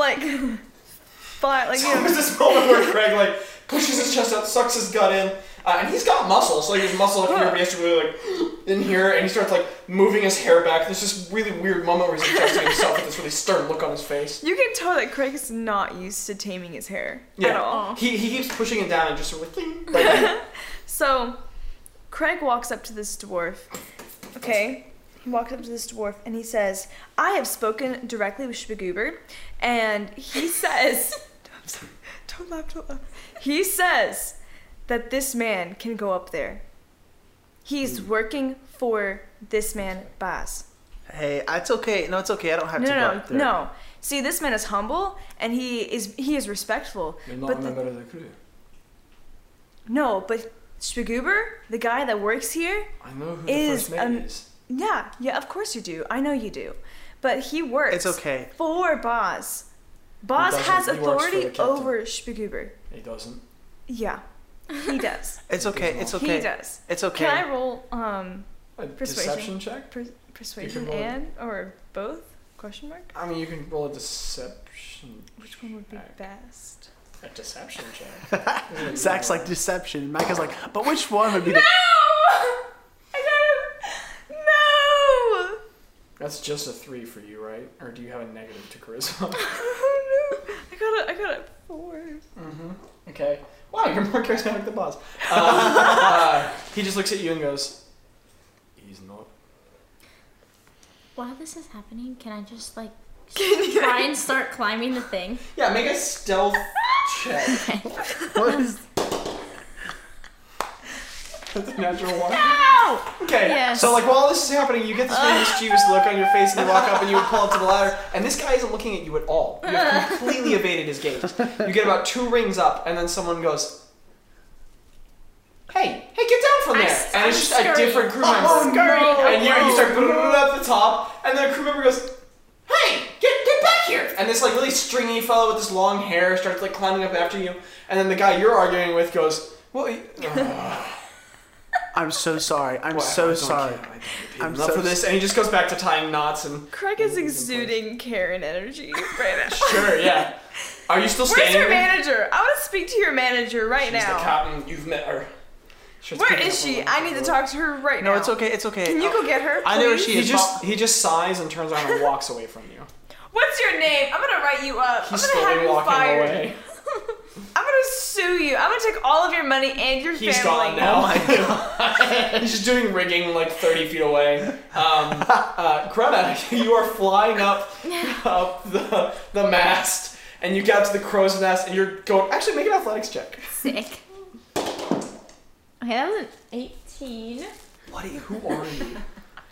[SPEAKER 4] like flat, like you
[SPEAKER 1] So
[SPEAKER 4] know,
[SPEAKER 1] there's this moment where Craig like pushes his chest out, sucks his gut in, uh, and he's got muscle, so like his muscle up here, but he has to really like in here, and he starts like moving his hair back. There's this really weird moment where he's adjusting himself with this really stern look on his face.
[SPEAKER 4] you can tell that Craig is not used to taming his hair at
[SPEAKER 1] Yeah.
[SPEAKER 4] all.
[SPEAKER 1] He, he keeps pushing it down and just sort of like, "Ding," like
[SPEAKER 4] So Craig walks up to this dwarf. Okay. He walks up to this dwarf and he says, I have spoken directly with Shpagoober. And he says, I'm sorry, don't laugh, don't laugh. He says that this man can go up there. He's
[SPEAKER 2] Hmm.
[SPEAKER 4] working for this man, Baz.
[SPEAKER 2] Hey, it's okay. No, it's okay. I don't have
[SPEAKER 4] No,
[SPEAKER 2] to go
[SPEAKER 4] no,
[SPEAKER 2] up
[SPEAKER 4] no,
[SPEAKER 2] there.
[SPEAKER 4] no. See, this man is humble and he is he is respectful. but the-
[SPEAKER 1] of the crew.
[SPEAKER 4] no, but Shpagoober, the guy that works here,
[SPEAKER 1] I know who
[SPEAKER 4] the Is, first mate um,
[SPEAKER 1] is.
[SPEAKER 4] Yeah, yeah, of course you do. I know you do. But he works
[SPEAKER 2] It's okay.
[SPEAKER 4] for Boz. Boz
[SPEAKER 1] doesn't.
[SPEAKER 4] has
[SPEAKER 1] He works for the
[SPEAKER 4] authority
[SPEAKER 1] captain.
[SPEAKER 4] over Spagoober.
[SPEAKER 1] He doesn't.
[SPEAKER 4] Yeah. He does.
[SPEAKER 2] It's okay. It's
[SPEAKER 4] He
[SPEAKER 2] okay.
[SPEAKER 4] does.
[SPEAKER 2] It's okay.
[SPEAKER 4] Can I roll um
[SPEAKER 1] A
[SPEAKER 4] Persuasion.
[SPEAKER 1] deception check?
[SPEAKER 4] per- persuasion
[SPEAKER 1] roll it.
[SPEAKER 4] and or both? Question mark?
[SPEAKER 1] I mean, you can roll a deception.
[SPEAKER 4] Which one would be best?
[SPEAKER 1] A deception check.
[SPEAKER 2] Zach's like deception. Micah's like, but which one would be the?
[SPEAKER 4] No! I got him. No!
[SPEAKER 1] That's just a three for you, right? Or do you have a negative to charisma?
[SPEAKER 4] Oh, no. I got a I got a four.
[SPEAKER 1] Mm-hmm. Okay. Wow, you're more charismatic than Boz. Uh, uh, he just looks at you and goes, "He's not."
[SPEAKER 3] While this is happening, can I just like try and start climbing the thing?
[SPEAKER 1] Yeah, make a stealth check.
[SPEAKER 2] What is
[SPEAKER 1] That's a natural one.
[SPEAKER 4] Ow!
[SPEAKER 1] Okay.
[SPEAKER 4] Yes.
[SPEAKER 1] So like while this is happening, you get this
[SPEAKER 3] Uh.
[SPEAKER 1] really mischievous look on your face, and you walk up and you would pull up to the ladder, and this guy isn't looking at you at all. You have completely evaded his gaze. You get about two rings up, and then someone goes, hey, hey, get down from
[SPEAKER 3] I
[SPEAKER 1] there.
[SPEAKER 3] s-
[SPEAKER 1] and
[SPEAKER 3] I'm
[SPEAKER 1] it's just a
[SPEAKER 3] scurrying. Oh,
[SPEAKER 1] different crew
[SPEAKER 3] I'm
[SPEAKER 1] member.
[SPEAKER 3] scurrying
[SPEAKER 1] And
[SPEAKER 4] Oh,
[SPEAKER 1] you, you
[SPEAKER 3] along.
[SPEAKER 1] start booming up the top, and then a crew member goes, hey, get, get back here. And this like really stringy fellow with this long hair starts like climbing up after you, and then the guy you're arguing with goes, well, you-
[SPEAKER 2] I'm so sorry. I'm
[SPEAKER 1] Well, I
[SPEAKER 2] so
[SPEAKER 1] don't
[SPEAKER 2] sorry.
[SPEAKER 1] care. I don't
[SPEAKER 2] I'm
[SPEAKER 1] enough
[SPEAKER 2] so
[SPEAKER 1] for this, and he just goes back to tying knots and
[SPEAKER 4] Craig is exuding Karen energy right now.
[SPEAKER 1] sure, yeah. Are you still
[SPEAKER 4] Where's
[SPEAKER 1] standing?
[SPEAKER 4] your
[SPEAKER 1] there?
[SPEAKER 4] manager? I want to speak to your manager right
[SPEAKER 1] She's the
[SPEAKER 4] now.
[SPEAKER 1] captain. You've met her. She's
[SPEAKER 4] Where
[SPEAKER 1] picking
[SPEAKER 4] is
[SPEAKER 1] up
[SPEAKER 4] she?
[SPEAKER 1] on
[SPEAKER 4] I need to
[SPEAKER 1] her.
[SPEAKER 4] talk to her right now.
[SPEAKER 2] No, it's okay. It's okay.
[SPEAKER 4] Can you go get her? Please?
[SPEAKER 2] I know where she
[SPEAKER 1] He
[SPEAKER 2] is.
[SPEAKER 1] just he just sighs and turns around and walks away from you.
[SPEAKER 4] What's your name? I'm gonna write you up.
[SPEAKER 1] He's
[SPEAKER 4] I'm gonna have
[SPEAKER 1] slowly
[SPEAKER 4] you
[SPEAKER 1] walking
[SPEAKER 4] fired.
[SPEAKER 1] away.
[SPEAKER 4] I'm gonna sue you. I'm gonna take all of your money and your
[SPEAKER 1] He's gone
[SPEAKER 4] family.
[SPEAKER 1] now.
[SPEAKER 2] Oh
[SPEAKER 1] He's just doing rigging like 30 feet away. Um, uh, Greta, you are flying up up the the mast, and you got to the crow's nest, and you're going. Actually, make an athletics check.
[SPEAKER 3] Sick. Okay, that was an 18.
[SPEAKER 1] What? Are you, who are you?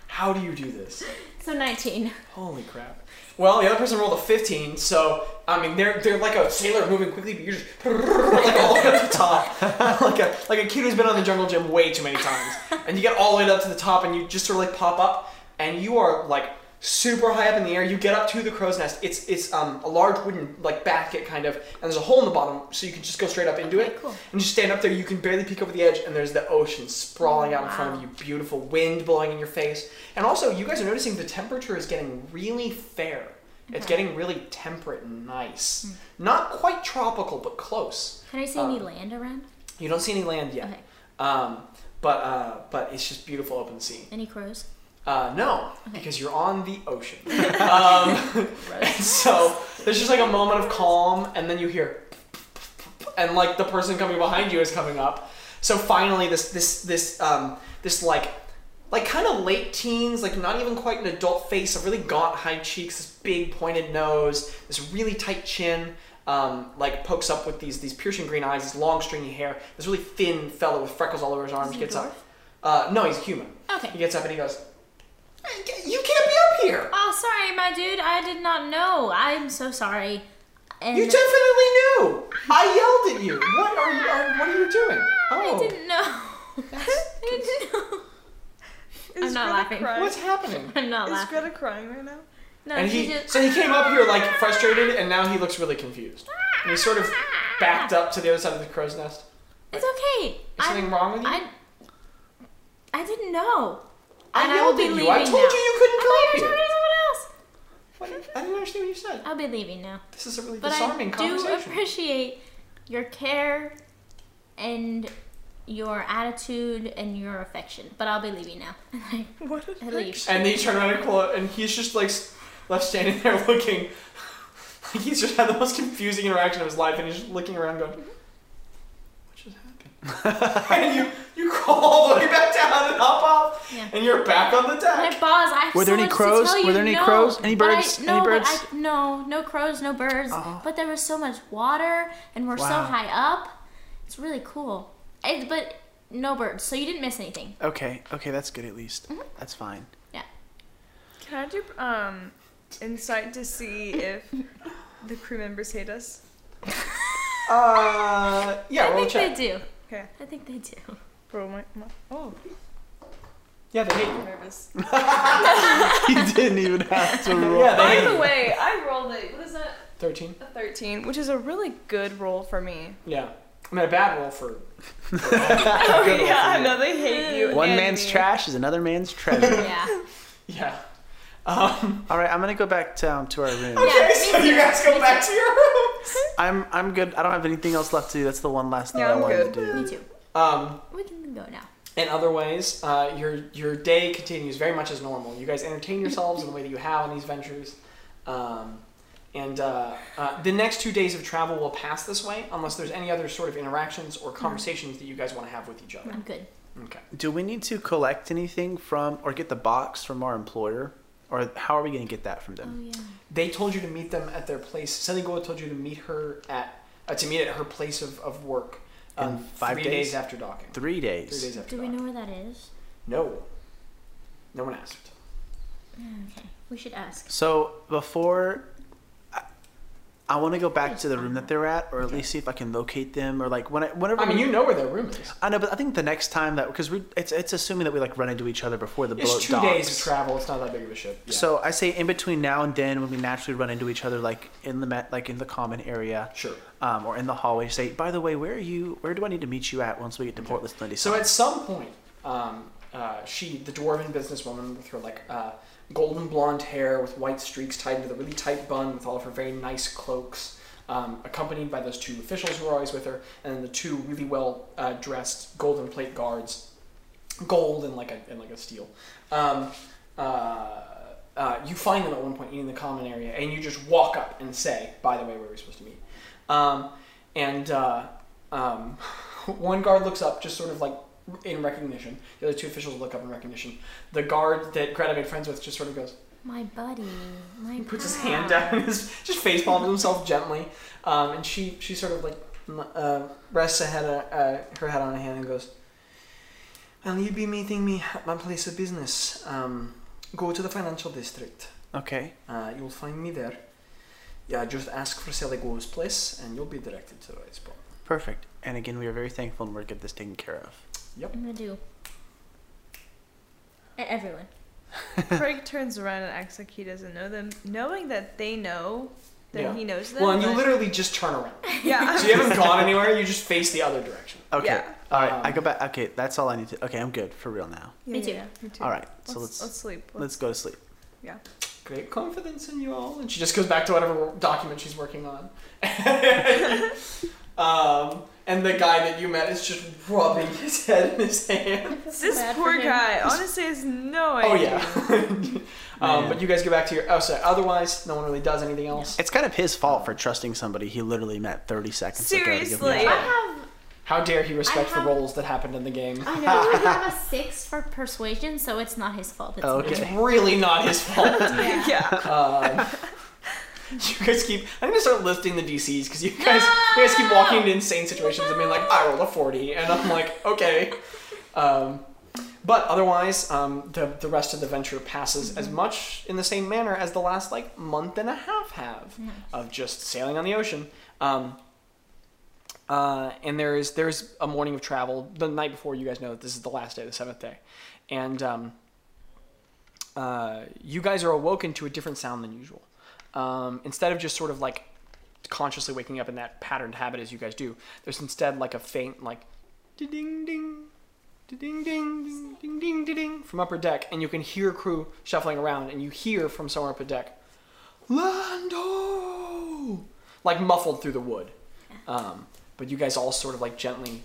[SPEAKER 1] How do you do this?
[SPEAKER 3] So 19.
[SPEAKER 1] Holy crap. Well, the other person rolled a 15, so I mean they're they're like a sailor moving quickly, but you're just like all the way up to the top, like a like a kid who's been on the jungle gym way too many times. And you get all the way up to the top, and you just sort of like pop up, and you are like super high up in the air. You get up to the crow's nest. It's it's um, a large wooden like basket kind of, and there's a hole in the bottom, so you can just go straight up into
[SPEAKER 3] Okay,
[SPEAKER 1] it.
[SPEAKER 3] cool.
[SPEAKER 1] And just stand up there. You can barely peek over the edge, and there's the ocean sprawling out in front of
[SPEAKER 3] Wow.
[SPEAKER 1] you. Beautiful wind blowing in your face, and also you guys are noticing the temperature is getting really fair. It's
[SPEAKER 3] Okay.
[SPEAKER 1] getting really temperate and nice. Not quite tropical, but close.
[SPEAKER 3] Can I see
[SPEAKER 2] Uh.
[SPEAKER 3] any land around?
[SPEAKER 1] You don't see any land yet,
[SPEAKER 3] Okay.
[SPEAKER 1] um, but uh, but it's just beautiful open sea.
[SPEAKER 3] Any crows?
[SPEAKER 1] Uh, no,
[SPEAKER 3] Okay.
[SPEAKER 1] because you're on the ocean. um, and so there's just like a moment of calm, and then you hear, and like the person coming behind you is coming up. So finally, this this this um, this like like kind of late teens, like not even quite an adult face, a really gaunt high cheeks, this big pointed nose, this really tight chin. Um, like pokes up with these these piercing green eyes, this long stringy hair, this really thin fellow with freckles all over his arms
[SPEAKER 3] he a
[SPEAKER 1] gets
[SPEAKER 3] dwarf?
[SPEAKER 1] up. Uh, no, he's human. He
[SPEAKER 3] Okay.
[SPEAKER 1] gets up and he goes, "Hey, You can't be up here.
[SPEAKER 3] Oh, sorry, my dude. I did not know. I'm so sorry. And
[SPEAKER 1] You definitely knew. I yelled at you. What are you? Are, what are you doing?
[SPEAKER 3] I
[SPEAKER 1] Oh,
[SPEAKER 3] didn't know. I didn't know.
[SPEAKER 4] Is
[SPEAKER 3] I'm not
[SPEAKER 4] Greta
[SPEAKER 3] laughing.
[SPEAKER 4] Crying?
[SPEAKER 1] what's happening?
[SPEAKER 3] I'm not
[SPEAKER 4] Is
[SPEAKER 3] laughing.
[SPEAKER 4] Greta crying right now?
[SPEAKER 3] No,
[SPEAKER 1] And
[SPEAKER 3] she
[SPEAKER 1] he,
[SPEAKER 3] just.
[SPEAKER 1] so he came up here like frustrated, and now he looks really confused. And he sort of backed up to the other side of the crow's nest.
[SPEAKER 3] It's okay.
[SPEAKER 1] Is something
[SPEAKER 3] I,
[SPEAKER 1] wrong with you?
[SPEAKER 3] I, I didn't know.
[SPEAKER 1] I
[SPEAKER 3] and I will
[SPEAKER 1] yelled
[SPEAKER 3] be
[SPEAKER 1] at
[SPEAKER 3] leaving
[SPEAKER 1] you. I told
[SPEAKER 3] now.
[SPEAKER 1] you you couldn't come
[SPEAKER 3] I thought
[SPEAKER 1] up
[SPEAKER 3] you were
[SPEAKER 1] here.
[SPEAKER 3] talking to someone else.
[SPEAKER 1] What? I didn't understand what you said.
[SPEAKER 3] I'll be leaving now.
[SPEAKER 1] This is a really
[SPEAKER 3] But
[SPEAKER 1] disarming
[SPEAKER 3] I do
[SPEAKER 1] conversation.
[SPEAKER 3] appreciate your care and your attitude and your affection. But I'll be leaving now.
[SPEAKER 4] What?
[SPEAKER 3] I leave.
[SPEAKER 1] and then you turn around and close, and he's just like s- left standing there looking. Like he's just had the most confusing interaction of his life, and he's just looking around, going, "What just happened?" and you you crawl all the way back down and hop off,
[SPEAKER 3] Yeah.
[SPEAKER 1] and you're back on the
[SPEAKER 3] My
[SPEAKER 1] deck.
[SPEAKER 3] boss, I have
[SPEAKER 2] Were there
[SPEAKER 3] so
[SPEAKER 2] any
[SPEAKER 3] much
[SPEAKER 2] crows?
[SPEAKER 3] To tell you.
[SPEAKER 2] Were there any
[SPEAKER 3] no,
[SPEAKER 2] crows? Any
[SPEAKER 3] but I-
[SPEAKER 2] birds? Any
[SPEAKER 3] no, but
[SPEAKER 2] birds?
[SPEAKER 3] I, no, no crows, no birds.
[SPEAKER 2] Oh.
[SPEAKER 3] But there was so much water, and we're so
[SPEAKER 2] Wow.
[SPEAKER 3] high up. It's really cool. It, but no birds, so you didn't miss anything.
[SPEAKER 2] Okay. Okay, that's good at least.
[SPEAKER 4] Mm-hmm.
[SPEAKER 2] That's fine.
[SPEAKER 3] Yeah.
[SPEAKER 4] Can I do um insight to see if the crew members hate us?
[SPEAKER 1] Uh, yeah,
[SPEAKER 3] I
[SPEAKER 1] roll a
[SPEAKER 3] think
[SPEAKER 1] check.
[SPEAKER 3] they do.
[SPEAKER 4] Okay.
[SPEAKER 3] I think they do.
[SPEAKER 4] Roll my, my oh,
[SPEAKER 1] Yeah, they hate
[SPEAKER 4] I'm
[SPEAKER 1] you.
[SPEAKER 4] nervous.
[SPEAKER 2] he didn't even have to roll.
[SPEAKER 1] Yeah,
[SPEAKER 4] By
[SPEAKER 1] they hate
[SPEAKER 4] the
[SPEAKER 1] you.
[SPEAKER 4] way, I rolled a what is that?
[SPEAKER 1] Thirteen.
[SPEAKER 4] A thirteen, which is a really good roll for me.
[SPEAKER 1] Yeah, I mean a bad roll for.
[SPEAKER 4] Oh
[SPEAKER 1] Good roll
[SPEAKER 4] yeah,
[SPEAKER 1] for
[SPEAKER 4] I
[SPEAKER 1] you.
[SPEAKER 4] know they hate you.
[SPEAKER 2] One
[SPEAKER 4] and
[SPEAKER 2] man's
[SPEAKER 4] me.
[SPEAKER 2] trash is another man's treasure.
[SPEAKER 3] Yeah.
[SPEAKER 1] Yeah. Um,
[SPEAKER 2] All right, I'm gonna go back down to our room.
[SPEAKER 1] okay,
[SPEAKER 3] me
[SPEAKER 1] so you
[SPEAKER 3] too,
[SPEAKER 1] guys go
[SPEAKER 3] me
[SPEAKER 1] back to your rooms.
[SPEAKER 2] I'm I'm good. I don't have anything else left to do. That's the one last thing
[SPEAKER 4] Yeah,
[SPEAKER 2] I
[SPEAKER 4] I'm
[SPEAKER 2] wanted
[SPEAKER 4] good.
[SPEAKER 2] to do.
[SPEAKER 3] Me too.
[SPEAKER 1] Um,
[SPEAKER 3] We can go now.
[SPEAKER 1] In other ways, uh, your your day continues very much as normal. You guys entertain yourselves in the way that you have on these ventures, um, and uh, uh, the next two days of travel will pass this way, unless there's any other sort of interactions or conversations that you guys want to have with each other.
[SPEAKER 3] I'm good.
[SPEAKER 1] Okay.
[SPEAKER 2] Do we need to collect anything from or get the box from our employer, or how are we gonna get that from
[SPEAKER 3] Oh
[SPEAKER 2] them?
[SPEAKER 3] yeah.
[SPEAKER 1] They told you to meet them at their place. Seligoa told you to meet her at uh, to meet at her place of, of work um,
[SPEAKER 2] In five
[SPEAKER 1] three
[SPEAKER 2] days?
[SPEAKER 1] after docking.
[SPEAKER 2] Three days.
[SPEAKER 1] Three days after.
[SPEAKER 3] Do we
[SPEAKER 1] docking.
[SPEAKER 3] know where that is?
[SPEAKER 1] No. No one asked.
[SPEAKER 3] Okay. We should ask.
[SPEAKER 2] So before, I, I want to go back to the room that they're at, or at least see if I can locate them, or like when I, whenever.
[SPEAKER 1] I mean,
[SPEAKER 2] we-
[SPEAKER 1] you know where their room is.
[SPEAKER 2] I know, but I think the next time that because we it's it's assuming that we like run into each other before the
[SPEAKER 1] It's
[SPEAKER 2] boat
[SPEAKER 1] two
[SPEAKER 2] docks.
[SPEAKER 1] days of travel. It's not that big of a ship. Yeah.
[SPEAKER 2] So I say in between now and then, when we naturally run into each other, like in the met, like in the common area,
[SPEAKER 1] Sure.
[SPEAKER 2] um, or in the hallway, say, by the way, where are you? Where do I need to meet you at once we get to Portland, Lindy?
[SPEAKER 1] So at some point, um, uh, she, the dwarven businesswoman with her like uh, golden blonde hair with white streaks tied into the really tight bun with all of her very nice cloaks, um, accompanied by those two officials who are always with her, and then the two really well uh, dressed golden plate guards, gold and like a and like a steel. Um, uh, uh, you find them at one point in the common area, and you just walk up and say, "By the way, where are we supposed to meet?" Um, and uh, um, one guard looks up, just sort of like in recognition. The other two officials look up in recognition. The guard that Greta made friends with just sort of goes,
[SPEAKER 3] My buddy. My
[SPEAKER 1] he puts his
[SPEAKER 3] pal.
[SPEAKER 1] hand down, and his, just face palms himself gently, um, and she she sort of like m- uh, rests a head, uh, her head on her hand and goes, "Well, you be meeting me at my place of business. Um, go to the financial district.
[SPEAKER 2] okay,
[SPEAKER 1] Uh, you'll find me there. Yeah, just ask for Seligo's place, and you'll be directed to the right spot."
[SPEAKER 2] perfect. And again, we are very thankful, and we're gonna get this taken care of.
[SPEAKER 3] I'm gonna do. E- Everyone.
[SPEAKER 4] Craig turns around and acts like he doesn't know them, knowing that they know that
[SPEAKER 1] Yeah.
[SPEAKER 4] he knows them.
[SPEAKER 1] Well, and you
[SPEAKER 4] but-
[SPEAKER 1] literally just turn around.
[SPEAKER 4] yeah.
[SPEAKER 1] So you haven't gone anywhere. You just face the other direction.
[SPEAKER 2] Okay,
[SPEAKER 4] Yeah.
[SPEAKER 2] all right. I
[SPEAKER 1] Um,
[SPEAKER 2] go back. Okay, that's all I need to. Okay, I'm good for real now.
[SPEAKER 3] Me too.
[SPEAKER 4] me too.
[SPEAKER 2] All right,
[SPEAKER 4] Let's,
[SPEAKER 2] so
[SPEAKER 4] let's,
[SPEAKER 2] let's
[SPEAKER 4] sleep.
[SPEAKER 2] let's go to sleep.
[SPEAKER 1] great confidence in you all. And she just goes back to whatever document she's working on. um, and the guy that you met is just rubbing his head in his hand.
[SPEAKER 4] This
[SPEAKER 3] Bad for
[SPEAKER 4] poor
[SPEAKER 3] him.
[SPEAKER 4] guy honestly has no idea.
[SPEAKER 1] Oh, yeah. um,
[SPEAKER 2] Man.
[SPEAKER 1] but you guys go back to your. Oh, sorry. Otherwise, no one really does anything else.
[SPEAKER 2] It's kind of his fault for trusting somebody he literally met 30 seconds ago.
[SPEAKER 4] Seriously.
[SPEAKER 2] to give him-
[SPEAKER 4] Yeah.
[SPEAKER 3] I have
[SPEAKER 1] How dare he respect
[SPEAKER 3] have-
[SPEAKER 1] the roles that happened in the game?
[SPEAKER 3] I know I have a six for persuasion, so it's not his fault. It's
[SPEAKER 2] Okay.
[SPEAKER 1] It's really not his fault.
[SPEAKER 3] mine. Yeah.
[SPEAKER 4] yeah.
[SPEAKER 1] Um, you guys keep. I'm gonna start lifting the DCs because you guys you guys keep walking into insane situations and being like, I rolled a 40, and I'm like, okay. Um, but otherwise, um, the the rest of the venture passes as much in the same manner as the last like month and a half have of just sailing on the ocean. Um, uh, and there is there's a morning of travel the night before. You guys know that this is the last day, the seventh day, and um, uh, you guys are awoken to a different sound than usual. Um, instead of just sort of like consciously waking up in that patterned habit as you guys do, there's instead like a faint like ding ding ding ding ding ding ding from upper deck, and you can hear crew shuffling around, and you hear from somewhere upper deck, Lando, like muffled through the wood. Um, but you guys all sort of like gently,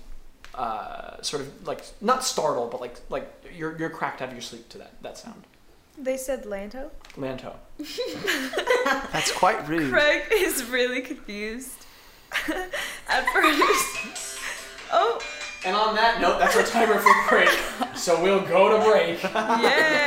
[SPEAKER 1] uh, sort of like not startled, but like like you're you're cracked out of your sleep to that that sound.
[SPEAKER 4] They said Lanto.
[SPEAKER 1] Lanto.
[SPEAKER 2] That's quite rude.
[SPEAKER 4] Craig is really confused at first. Oh,
[SPEAKER 1] And on that note, that's our timer for break. So we'll go to break.
[SPEAKER 4] yay!